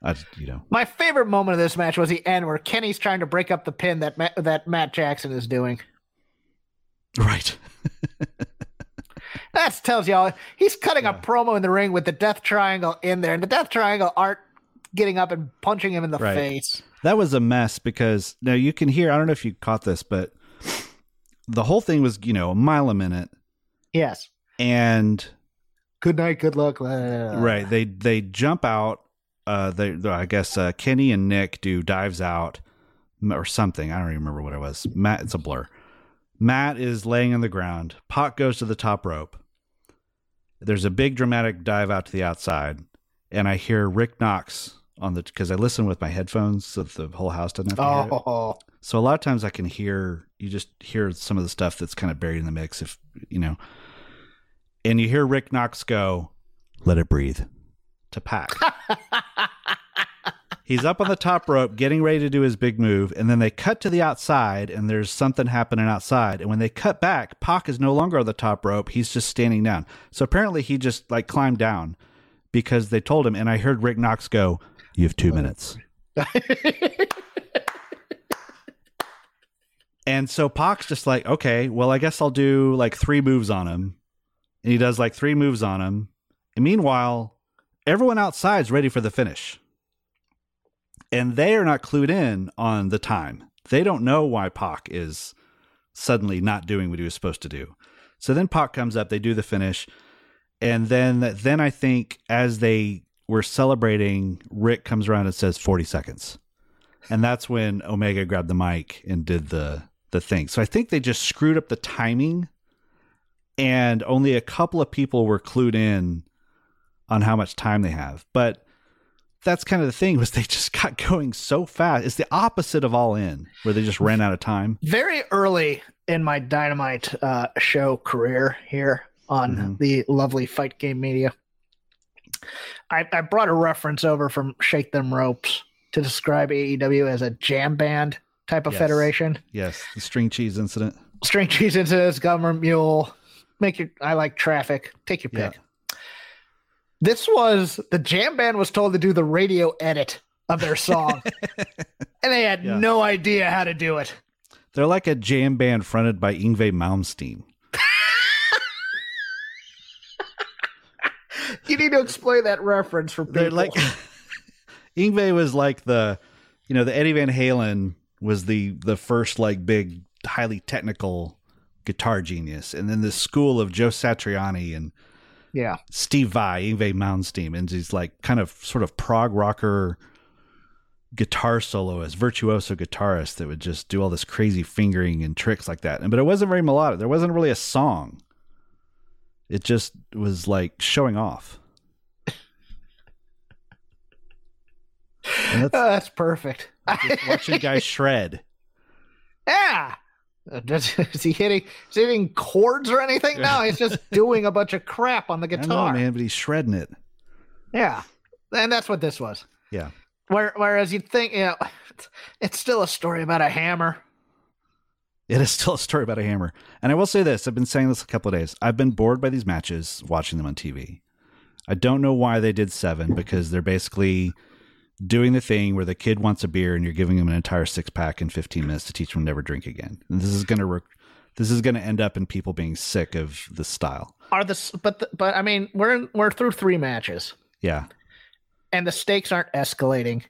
Speaker 2: I just, you know,
Speaker 3: my favorite moment of this match was the end where Kenny's trying to break up the pin that Ma- that Matt Jackson is doing.
Speaker 2: right,
Speaker 3: That tells y'all he's cutting
Speaker 2: Yeah.
Speaker 3: a promo in the ring with the Death Triangle in there, and the Death Triangle aren't getting up and punching him in the
Speaker 2: Right.
Speaker 3: face.
Speaker 2: that was a mess because now you can hear. I don't know if you caught this, but the whole thing was you know a mile a minute,
Speaker 3: Yes.
Speaker 2: and
Speaker 3: Good night. Good luck. blah, blah, blah.
Speaker 2: right they they jump out uh they i guess uh kenny and nick do dives out m- or something i don't even remember what it was matt it's a blur matt is laying on the ground pot goes to the top rope there's a big dramatic dive out to the outside and i hear rick knox on the because i listen with my headphones so that the whole house doesn't have to hear it.
Speaker 3: Oh,
Speaker 2: So a lot of times I can hear you just hear some of the stuff that's kind of buried in the mix if you know. And you hear Rick Knox go, "Let it breathe." To Pac. He's up on the top rope getting ready to do his big move and then they cut to the outside and there's something happening outside and when they cut back, Pac is no longer on the top rope, he's just standing down. So apparently he just like climbed down because they told him and I heard Rick Knox go, "You have 2 minutes." And so Pac's just like, okay, well, I guess I'll do like three moves on him. And he does like three moves on him. And meanwhile, everyone outside's ready for the finish. And they are not clued in on the time. They don't know why Pac is suddenly not doing what he was supposed to do. So then Pac comes up, they do the finish. And then then I think as they were celebrating, Rick comes around and says 40 seconds. And that's when Omega grabbed the mic and did the the thing. So I think they just screwed up the timing and only a couple of people were clued in on how much time they have. But that's kind of the thing was they just got going so fast. It's the opposite of all in where they just ran out of time.
Speaker 3: very early in my Dynamite uh, show career here on
Speaker 2: Mhm.
Speaker 3: the lovely Fight Game Media, I, I brought a reference over from Shake Them Ropes to describe AEW as a jam band type of
Speaker 2: Yes.
Speaker 3: federation.
Speaker 2: Yes, the string cheese incident.
Speaker 3: String cheese incidents, government mule, make your I like traffic. Take your
Speaker 2: Yeah.
Speaker 3: pick. This was the jam band was told to do the radio edit of their song. and they had
Speaker 2: Yeah.
Speaker 3: no idea how to do it.
Speaker 2: They're like a jam band fronted by Ingve Malmsteen.
Speaker 3: You need to explain that reference for people.
Speaker 2: They're like Ingve was like the you know, the Eddie Van Halen was the the first like big highly technical guitar genius. And then this school of Joe Satriani and
Speaker 3: yeah.
Speaker 2: Steve Vai, Ingve Malmsteen, and these like kind of sort of prog rocker guitar soloist, virtuoso guitarist that would just do all this crazy fingering and tricks like that. And but it wasn't very melodic. There wasn't really a song. It just was like showing off. And that's
Speaker 3: Oh, that's perfect.
Speaker 2: just watching guys shred.
Speaker 3: Yeah. Uh, Does, is he hitting? Is he hitting chords or anything? No, he's just doing a bunch of crap on the
Speaker 2: I
Speaker 3: guitar.
Speaker 2: know, man, but he's shredding it.
Speaker 3: Yeah, and that's what this was.
Speaker 2: Yeah.
Speaker 3: Where, whereas you'd think, you know, it's- it's still a story about a hammer.
Speaker 2: It is still a story about a hammer. And I will say this I've been saying this a couple of days. I've been bored by these matches watching them on TV. I don't know why they did seven because they're basically doing the thing where the kid wants a beer and you're giving him an entire six pack in 15 minutes to teach him never drink again. And this is going to re- This is going to end up in people being sick of this style.
Speaker 3: Are the s- but the, but I mean, we're in, we're through three matches,
Speaker 2: Yeah.
Speaker 3: and the stakes aren't escalating,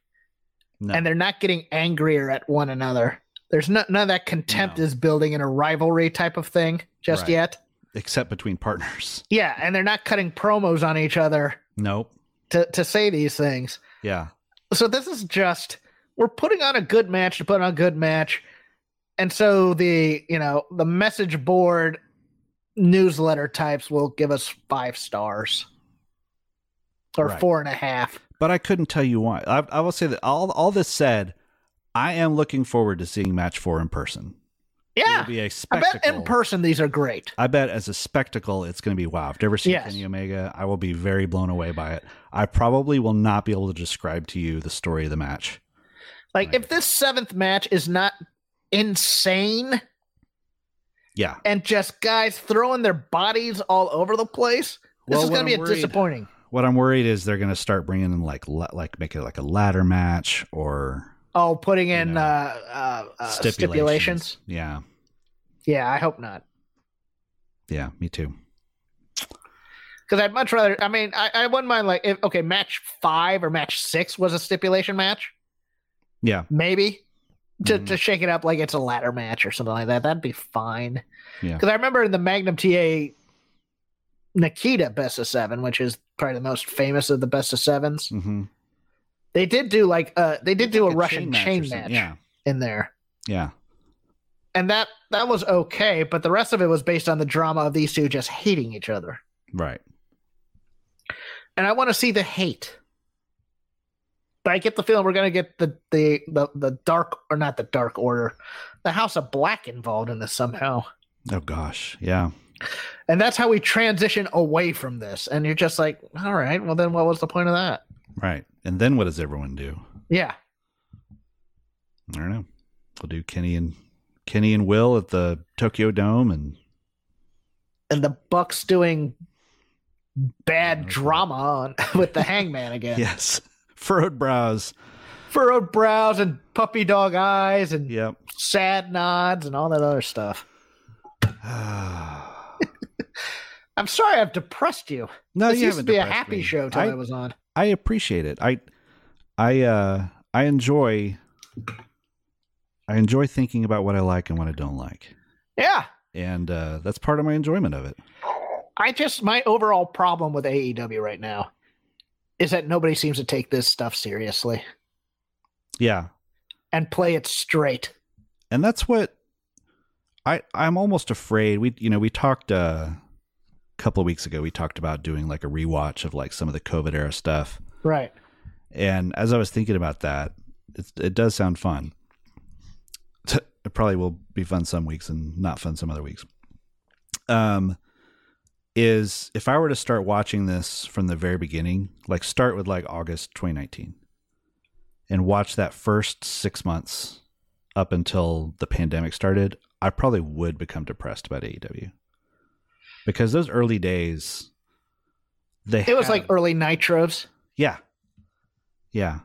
Speaker 2: No.
Speaker 3: and they're not getting angrier at one another. There's no, none of that contempt
Speaker 2: No.
Speaker 3: is building in a rivalry type of thing just
Speaker 2: Right.
Speaker 3: yet.
Speaker 2: Except between partners.
Speaker 3: Yeah, and they're not cutting promos on each other
Speaker 2: Nope.
Speaker 3: to to say these things.
Speaker 2: Yeah.
Speaker 3: so this is just we're putting on a good match to put on a good match and so the you know the message board newsletter types will give us five stars or
Speaker 2: Right.
Speaker 3: four and a half
Speaker 2: but I couldn't tell you why. I, I will say that all all this said, I am looking forward to seeing match four in person.
Speaker 3: yeah
Speaker 2: It'll be a
Speaker 3: i
Speaker 2: spectacle.
Speaker 3: bet in person these are great
Speaker 2: I bet as a spectacle, it's going to be wow. If I've never seen
Speaker 3: Yes.
Speaker 2: Kenny Omega, I will be very blown away by it. I probably will not be able to describe to you the story of the match.
Speaker 3: like if this seventh match is not insane
Speaker 2: Yeah.
Speaker 3: and just guys throwing their bodies all over the place this
Speaker 2: Well,
Speaker 3: is
Speaker 2: what
Speaker 3: going to be
Speaker 2: I'm
Speaker 3: a
Speaker 2: worried-
Speaker 3: disappointing
Speaker 2: What I'm worried is they're going to start bringing in like la- like make it like a ladder match or
Speaker 3: oh putting in
Speaker 2: know,
Speaker 3: uh, uh, uh
Speaker 2: stipulations.
Speaker 3: stipulations
Speaker 2: Yeah.
Speaker 3: yeah i hope not
Speaker 2: Yeah. Me too.
Speaker 3: Because I'd much rather. I mean, I, I wouldn't mind like if okay, match five or match six was a stipulation match,
Speaker 2: Yeah.
Speaker 3: maybe to
Speaker 2: Mhm.
Speaker 3: to shake it up like it's a ladder match or something like that. That'd be fine.
Speaker 2: Yeah.
Speaker 3: Because I remember in the Magnum TA Nikita Best of Seven, which is probably the most famous of the Best of Sevens,
Speaker 2: Mm-hmm.
Speaker 3: they did do like uh they did do a, Russian chain, match,
Speaker 2: Yeah.
Speaker 3: in there,
Speaker 2: Yeah.
Speaker 3: and that that was okay. But the rest of it was based on the drama of these two just hating each other,
Speaker 2: Right.
Speaker 3: and I want to see the hate. But I get the feeling we're gonna get the the the, the dark or not the dark order, the House of Black involved in this somehow,
Speaker 2: Oh gosh. Yeah.
Speaker 3: and that's how we transition away from this. And you're just like, all right, well then, what was the point of that?
Speaker 2: Right. And then what does everyone do?
Speaker 3: Yeah,
Speaker 2: I don't know. We'll do Kenny and Kenny and Will at the Tokyo Dome, and
Speaker 3: and the Bucks doing bad
Speaker 2: Okay.
Speaker 3: drama on, with the Hangman again,
Speaker 2: yes, furrowed brows.
Speaker 3: furrowed brows and puppy dog eyes and
Speaker 2: Yep.
Speaker 3: sad nods and all that other stuff. I'm sorry, I've depressed you.
Speaker 2: no,
Speaker 3: this
Speaker 2: you
Speaker 3: used to
Speaker 2: haven't
Speaker 3: be a
Speaker 2: depressed
Speaker 3: happy
Speaker 2: me.
Speaker 3: show till
Speaker 2: I,
Speaker 3: I was on.
Speaker 2: I appreciate it. I, I, uh, I enjoy. I enjoy thinking about what I like and what I don't like,
Speaker 3: Yeah.
Speaker 2: and uh, that's part of my enjoyment of it.
Speaker 3: I just my overall problem with AEW right now is that nobody seems to take this stuff seriously
Speaker 2: Yeah,
Speaker 3: and play it straight.
Speaker 2: and that's what I I'm almost afraid we you know we talked uh, a couple of weeks ago we talked about doing like a rewatch of like some of the COVID era stuff
Speaker 3: Right.
Speaker 2: and as I was thinking about that it it does sound fun it probably will be fun some weeks and not fun some other weeks um is if I were to start watching this from the very beginning like start with like August 2019 and watched that first six months up until the pandemic started, I probably would become depressed about AEW because those early days, they
Speaker 3: It was like early nitros
Speaker 2: yeah, yeah,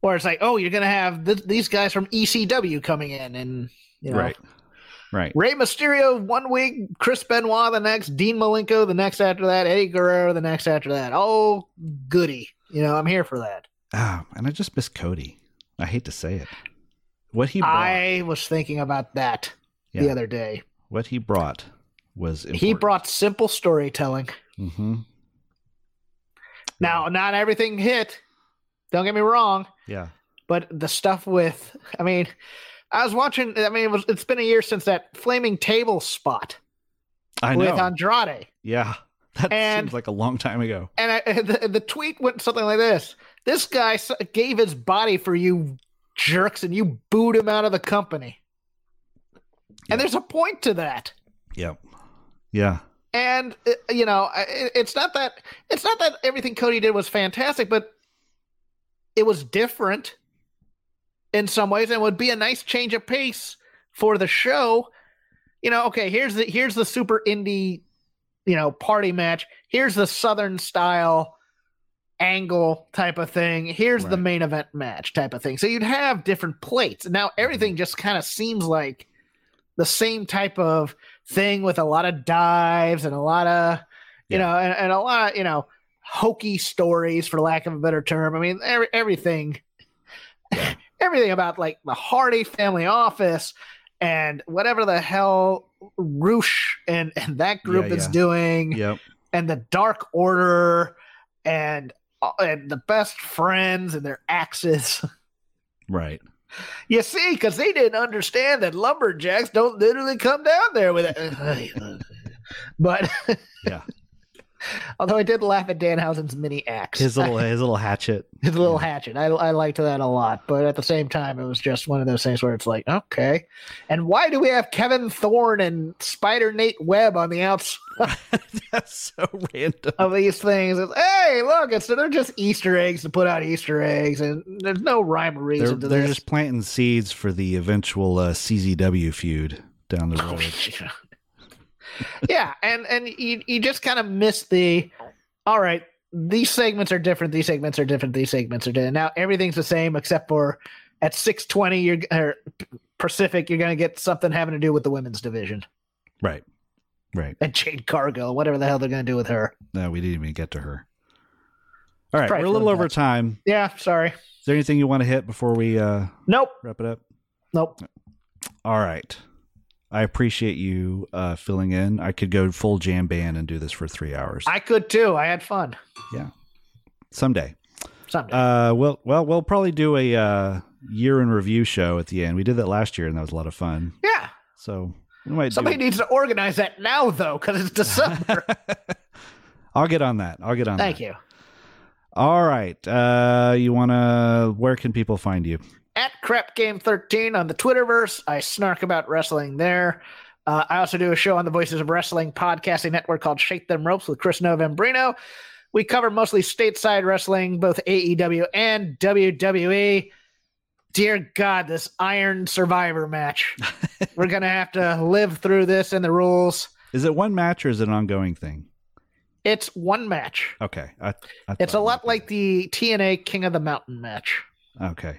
Speaker 3: where it's like, oh, you're gonna have th- these guys from ECW coming in, and you know,
Speaker 2: right, right,
Speaker 3: Rey Mysterio one week, Chris Benoit the next, Dean Malenko the next after that, Eddie Guerrero the next after that. Oh, goody! You know, I'm here for that.
Speaker 2: Ah, and I just miss Cody. I hate to say it. What he brought,
Speaker 3: I was thinking about that the
Speaker 2: Yeah.
Speaker 3: other day.
Speaker 2: what he brought was important.
Speaker 3: He brought simple storytelling.
Speaker 2: hmm
Speaker 3: Now, not everything hit. Don't get me wrong,
Speaker 2: Yeah,
Speaker 3: but the stuff with, I mean, I was watching. I mean, it was. It's been a year since that flaming table spot
Speaker 2: I
Speaker 3: with
Speaker 2: know.
Speaker 3: Andrade.
Speaker 2: yeah, that
Speaker 3: And-
Speaker 2: seems like a long time ago.
Speaker 3: and I, the, the tweet went something like this this guy s- gave his body for you jerks and you booed him out of the company
Speaker 2: Yeah.
Speaker 3: and there's a point to that
Speaker 2: Yep. Yeah.
Speaker 3: and uh, you know I- it, it's not that it's not that everything cody did was fantastic but it was different in some ways and would be a nice change of pace for the show you know okay here's the here's the super indie you know party match here's the southern style angle type of thing here's the
Speaker 2: Right.
Speaker 3: main event match type of thing so you'd have different plates now everything just kind of seems like the same type of thing with a lot of dives and a lot of you
Speaker 2: Yeah.
Speaker 3: know and, and a lot of you know hokey stories for lack of a better term i mean every, everything everything about like the hardy family office and whatever the hell roosh and, and that group
Speaker 2: Yeah,
Speaker 3: is
Speaker 2: yeah.
Speaker 3: doing
Speaker 2: Yep.
Speaker 3: and the dark order and uh, and the best friends and their axes
Speaker 2: Right.
Speaker 3: you see because they didn't understand that lumberjacks don't literally come down there with it but
Speaker 2: Yeah.
Speaker 3: although i did laugh at danhausen's mini axe
Speaker 2: His little his little hatchet.
Speaker 3: his little hatchet. I, I liked that a lot, but at the same time, it was just one of those things where it's like, okay, and why do we have Kevin Thorne and Spider Nate Webb on the outs
Speaker 2: That's so random.
Speaker 3: of these things? It's, hey, look, it's they're just Easter eggs to put out Easter eggs, and there's no rhyme or
Speaker 2: They're,
Speaker 3: reason to
Speaker 2: they're
Speaker 3: this.
Speaker 2: just planting seeds for the eventual uh, CZW feud down the road.
Speaker 3: Oh, yeah, and and you you just kind of miss the all right. These segments are different. These segments are different. These segments are different. Now everything's the same except for at six twenty, you're or Pacific, you're gonna get something having to do with the women's division
Speaker 2: right. Right.
Speaker 3: and Jade Cargo, whatever the hell they're gonna do with her.
Speaker 2: No, we didn't even get to her. All right,
Speaker 3: Probably
Speaker 2: we're a little
Speaker 3: for the
Speaker 2: over
Speaker 3: best.
Speaker 2: time.
Speaker 3: Yeah, sorry.
Speaker 2: Is there anything you want to hit before we uh,
Speaker 3: Nope,
Speaker 2: wrap it up?
Speaker 3: nope.
Speaker 2: All right. I appreciate you uh, filling in. I could go full jam band and do this for three hours
Speaker 3: I could too. I had fun
Speaker 2: someday.
Speaker 3: someday.
Speaker 2: Uh, well, well, we'll probably do a uh, year in review show at the end. We did that last year, and that was a lot of fun.
Speaker 3: yeah,
Speaker 2: So we might.
Speaker 3: somebody
Speaker 2: do-
Speaker 3: needs to organize that now though, because it's December.
Speaker 2: I'll get on that. I'll get on.
Speaker 3: Thank
Speaker 2: that.
Speaker 3: you.
Speaker 2: All right. Uh, you wanna? Where can people find you?
Speaker 3: at crap game 13 on the twitterverse i snark about wrestling there uh, i also do a show on the voices of wrestling podcasting network called shake them ropes with chris novembrino we cover mostly stateside wrestling both aew and wwe dear god this iron survivor match we're gonna have to live through this and the rules
Speaker 2: Is it one match or is it an ongoing thing?
Speaker 3: it's one match
Speaker 2: Okay. I, I
Speaker 3: it's a
Speaker 2: thought-
Speaker 3: lot like the tna king of the mountain match
Speaker 2: Okay.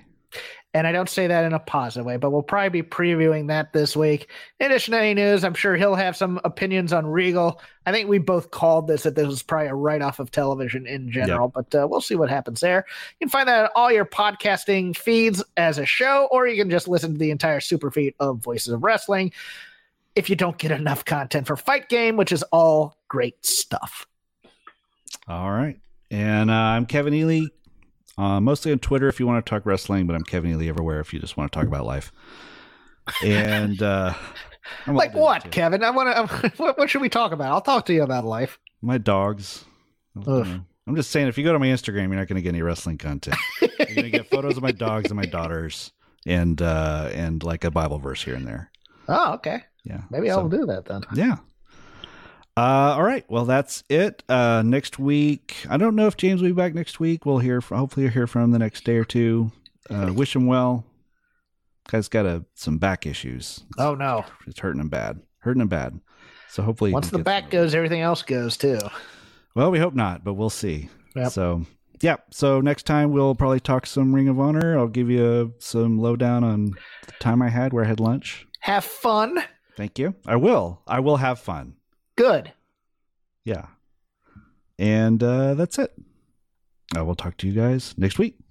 Speaker 3: And I don't say that in a positive way, but we'll probably be previewing that this week. In addition to any news, I'm sure he'll have some opinions on Regal. I think we both called this that this was probably a write off of television in general, but uh, we'll see what happens there. You can find that on all your podcasting feeds as a show, or you can just listen to the entire super feed of Voices of Wrestling if you don't get enough content for Fight Game, which is all great stuff.
Speaker 2: All right. And uh, I'm Kevin Ely, uh, mostly on Twitter if you want to talk wrestling, but I'm Kevin Ely everywhere if you just want to talk about life. And uh, I'm
Speaker 3: Like
Speaker 2: old
Speaker 3: what,
Speaker 2: enough to-
Speaker 3: Kevin? I want to. What, what should we talk about? I'll talk to you about life.
Speaker 2: My dogs. You
Speaker 3: Ugh.
Speaker 2: know. I'm just saying, if you go to my Instagram, you're not going to get any wrestling content. You're going to get photos of my dogs and my daughters, and uh, and like a Bible verse here and there.
Speaker 3: Oh, okay.
Speaker 2: Yeah,
Speaker 3: Maybe
Speaker 2: so-
Speaker 3: I'll do that then.
Speaker 2: Yeah. Uh, all right. Well, that's it. Uh, next week, I don't know if James will be back next week. We'll hear. From, hopefully, you'll hear from him the next day or two. Uh, wish him well. Guy's got a, some back issues. It's,
Speaker 3: Oh no!
Speaker 2: it's hurting him bad. Hurting him bad. So hopefully, he
Speaker 3: Once
Speaker 2: can
Speaker 3: the
Speaker 2: get
Speaker 3: back
Speaker 2: some-
Speaker 3: goes, everything else goes too.
Speaker 2: Well, we hope not, but we'll see.
Speaker 3: Yep.
Speaker 2: So, yeah. So next time we'll probably talk some Ring of Honor. I'll give you some lowdown on the time I had where I had lunch.
Speaker 3: Have fun.
Speaker 2: Thank you. I will. I will have fun.
Speaker 3: Good.
Speaker 2: Yeah. And uh, that's it. I will talk to you guys next week.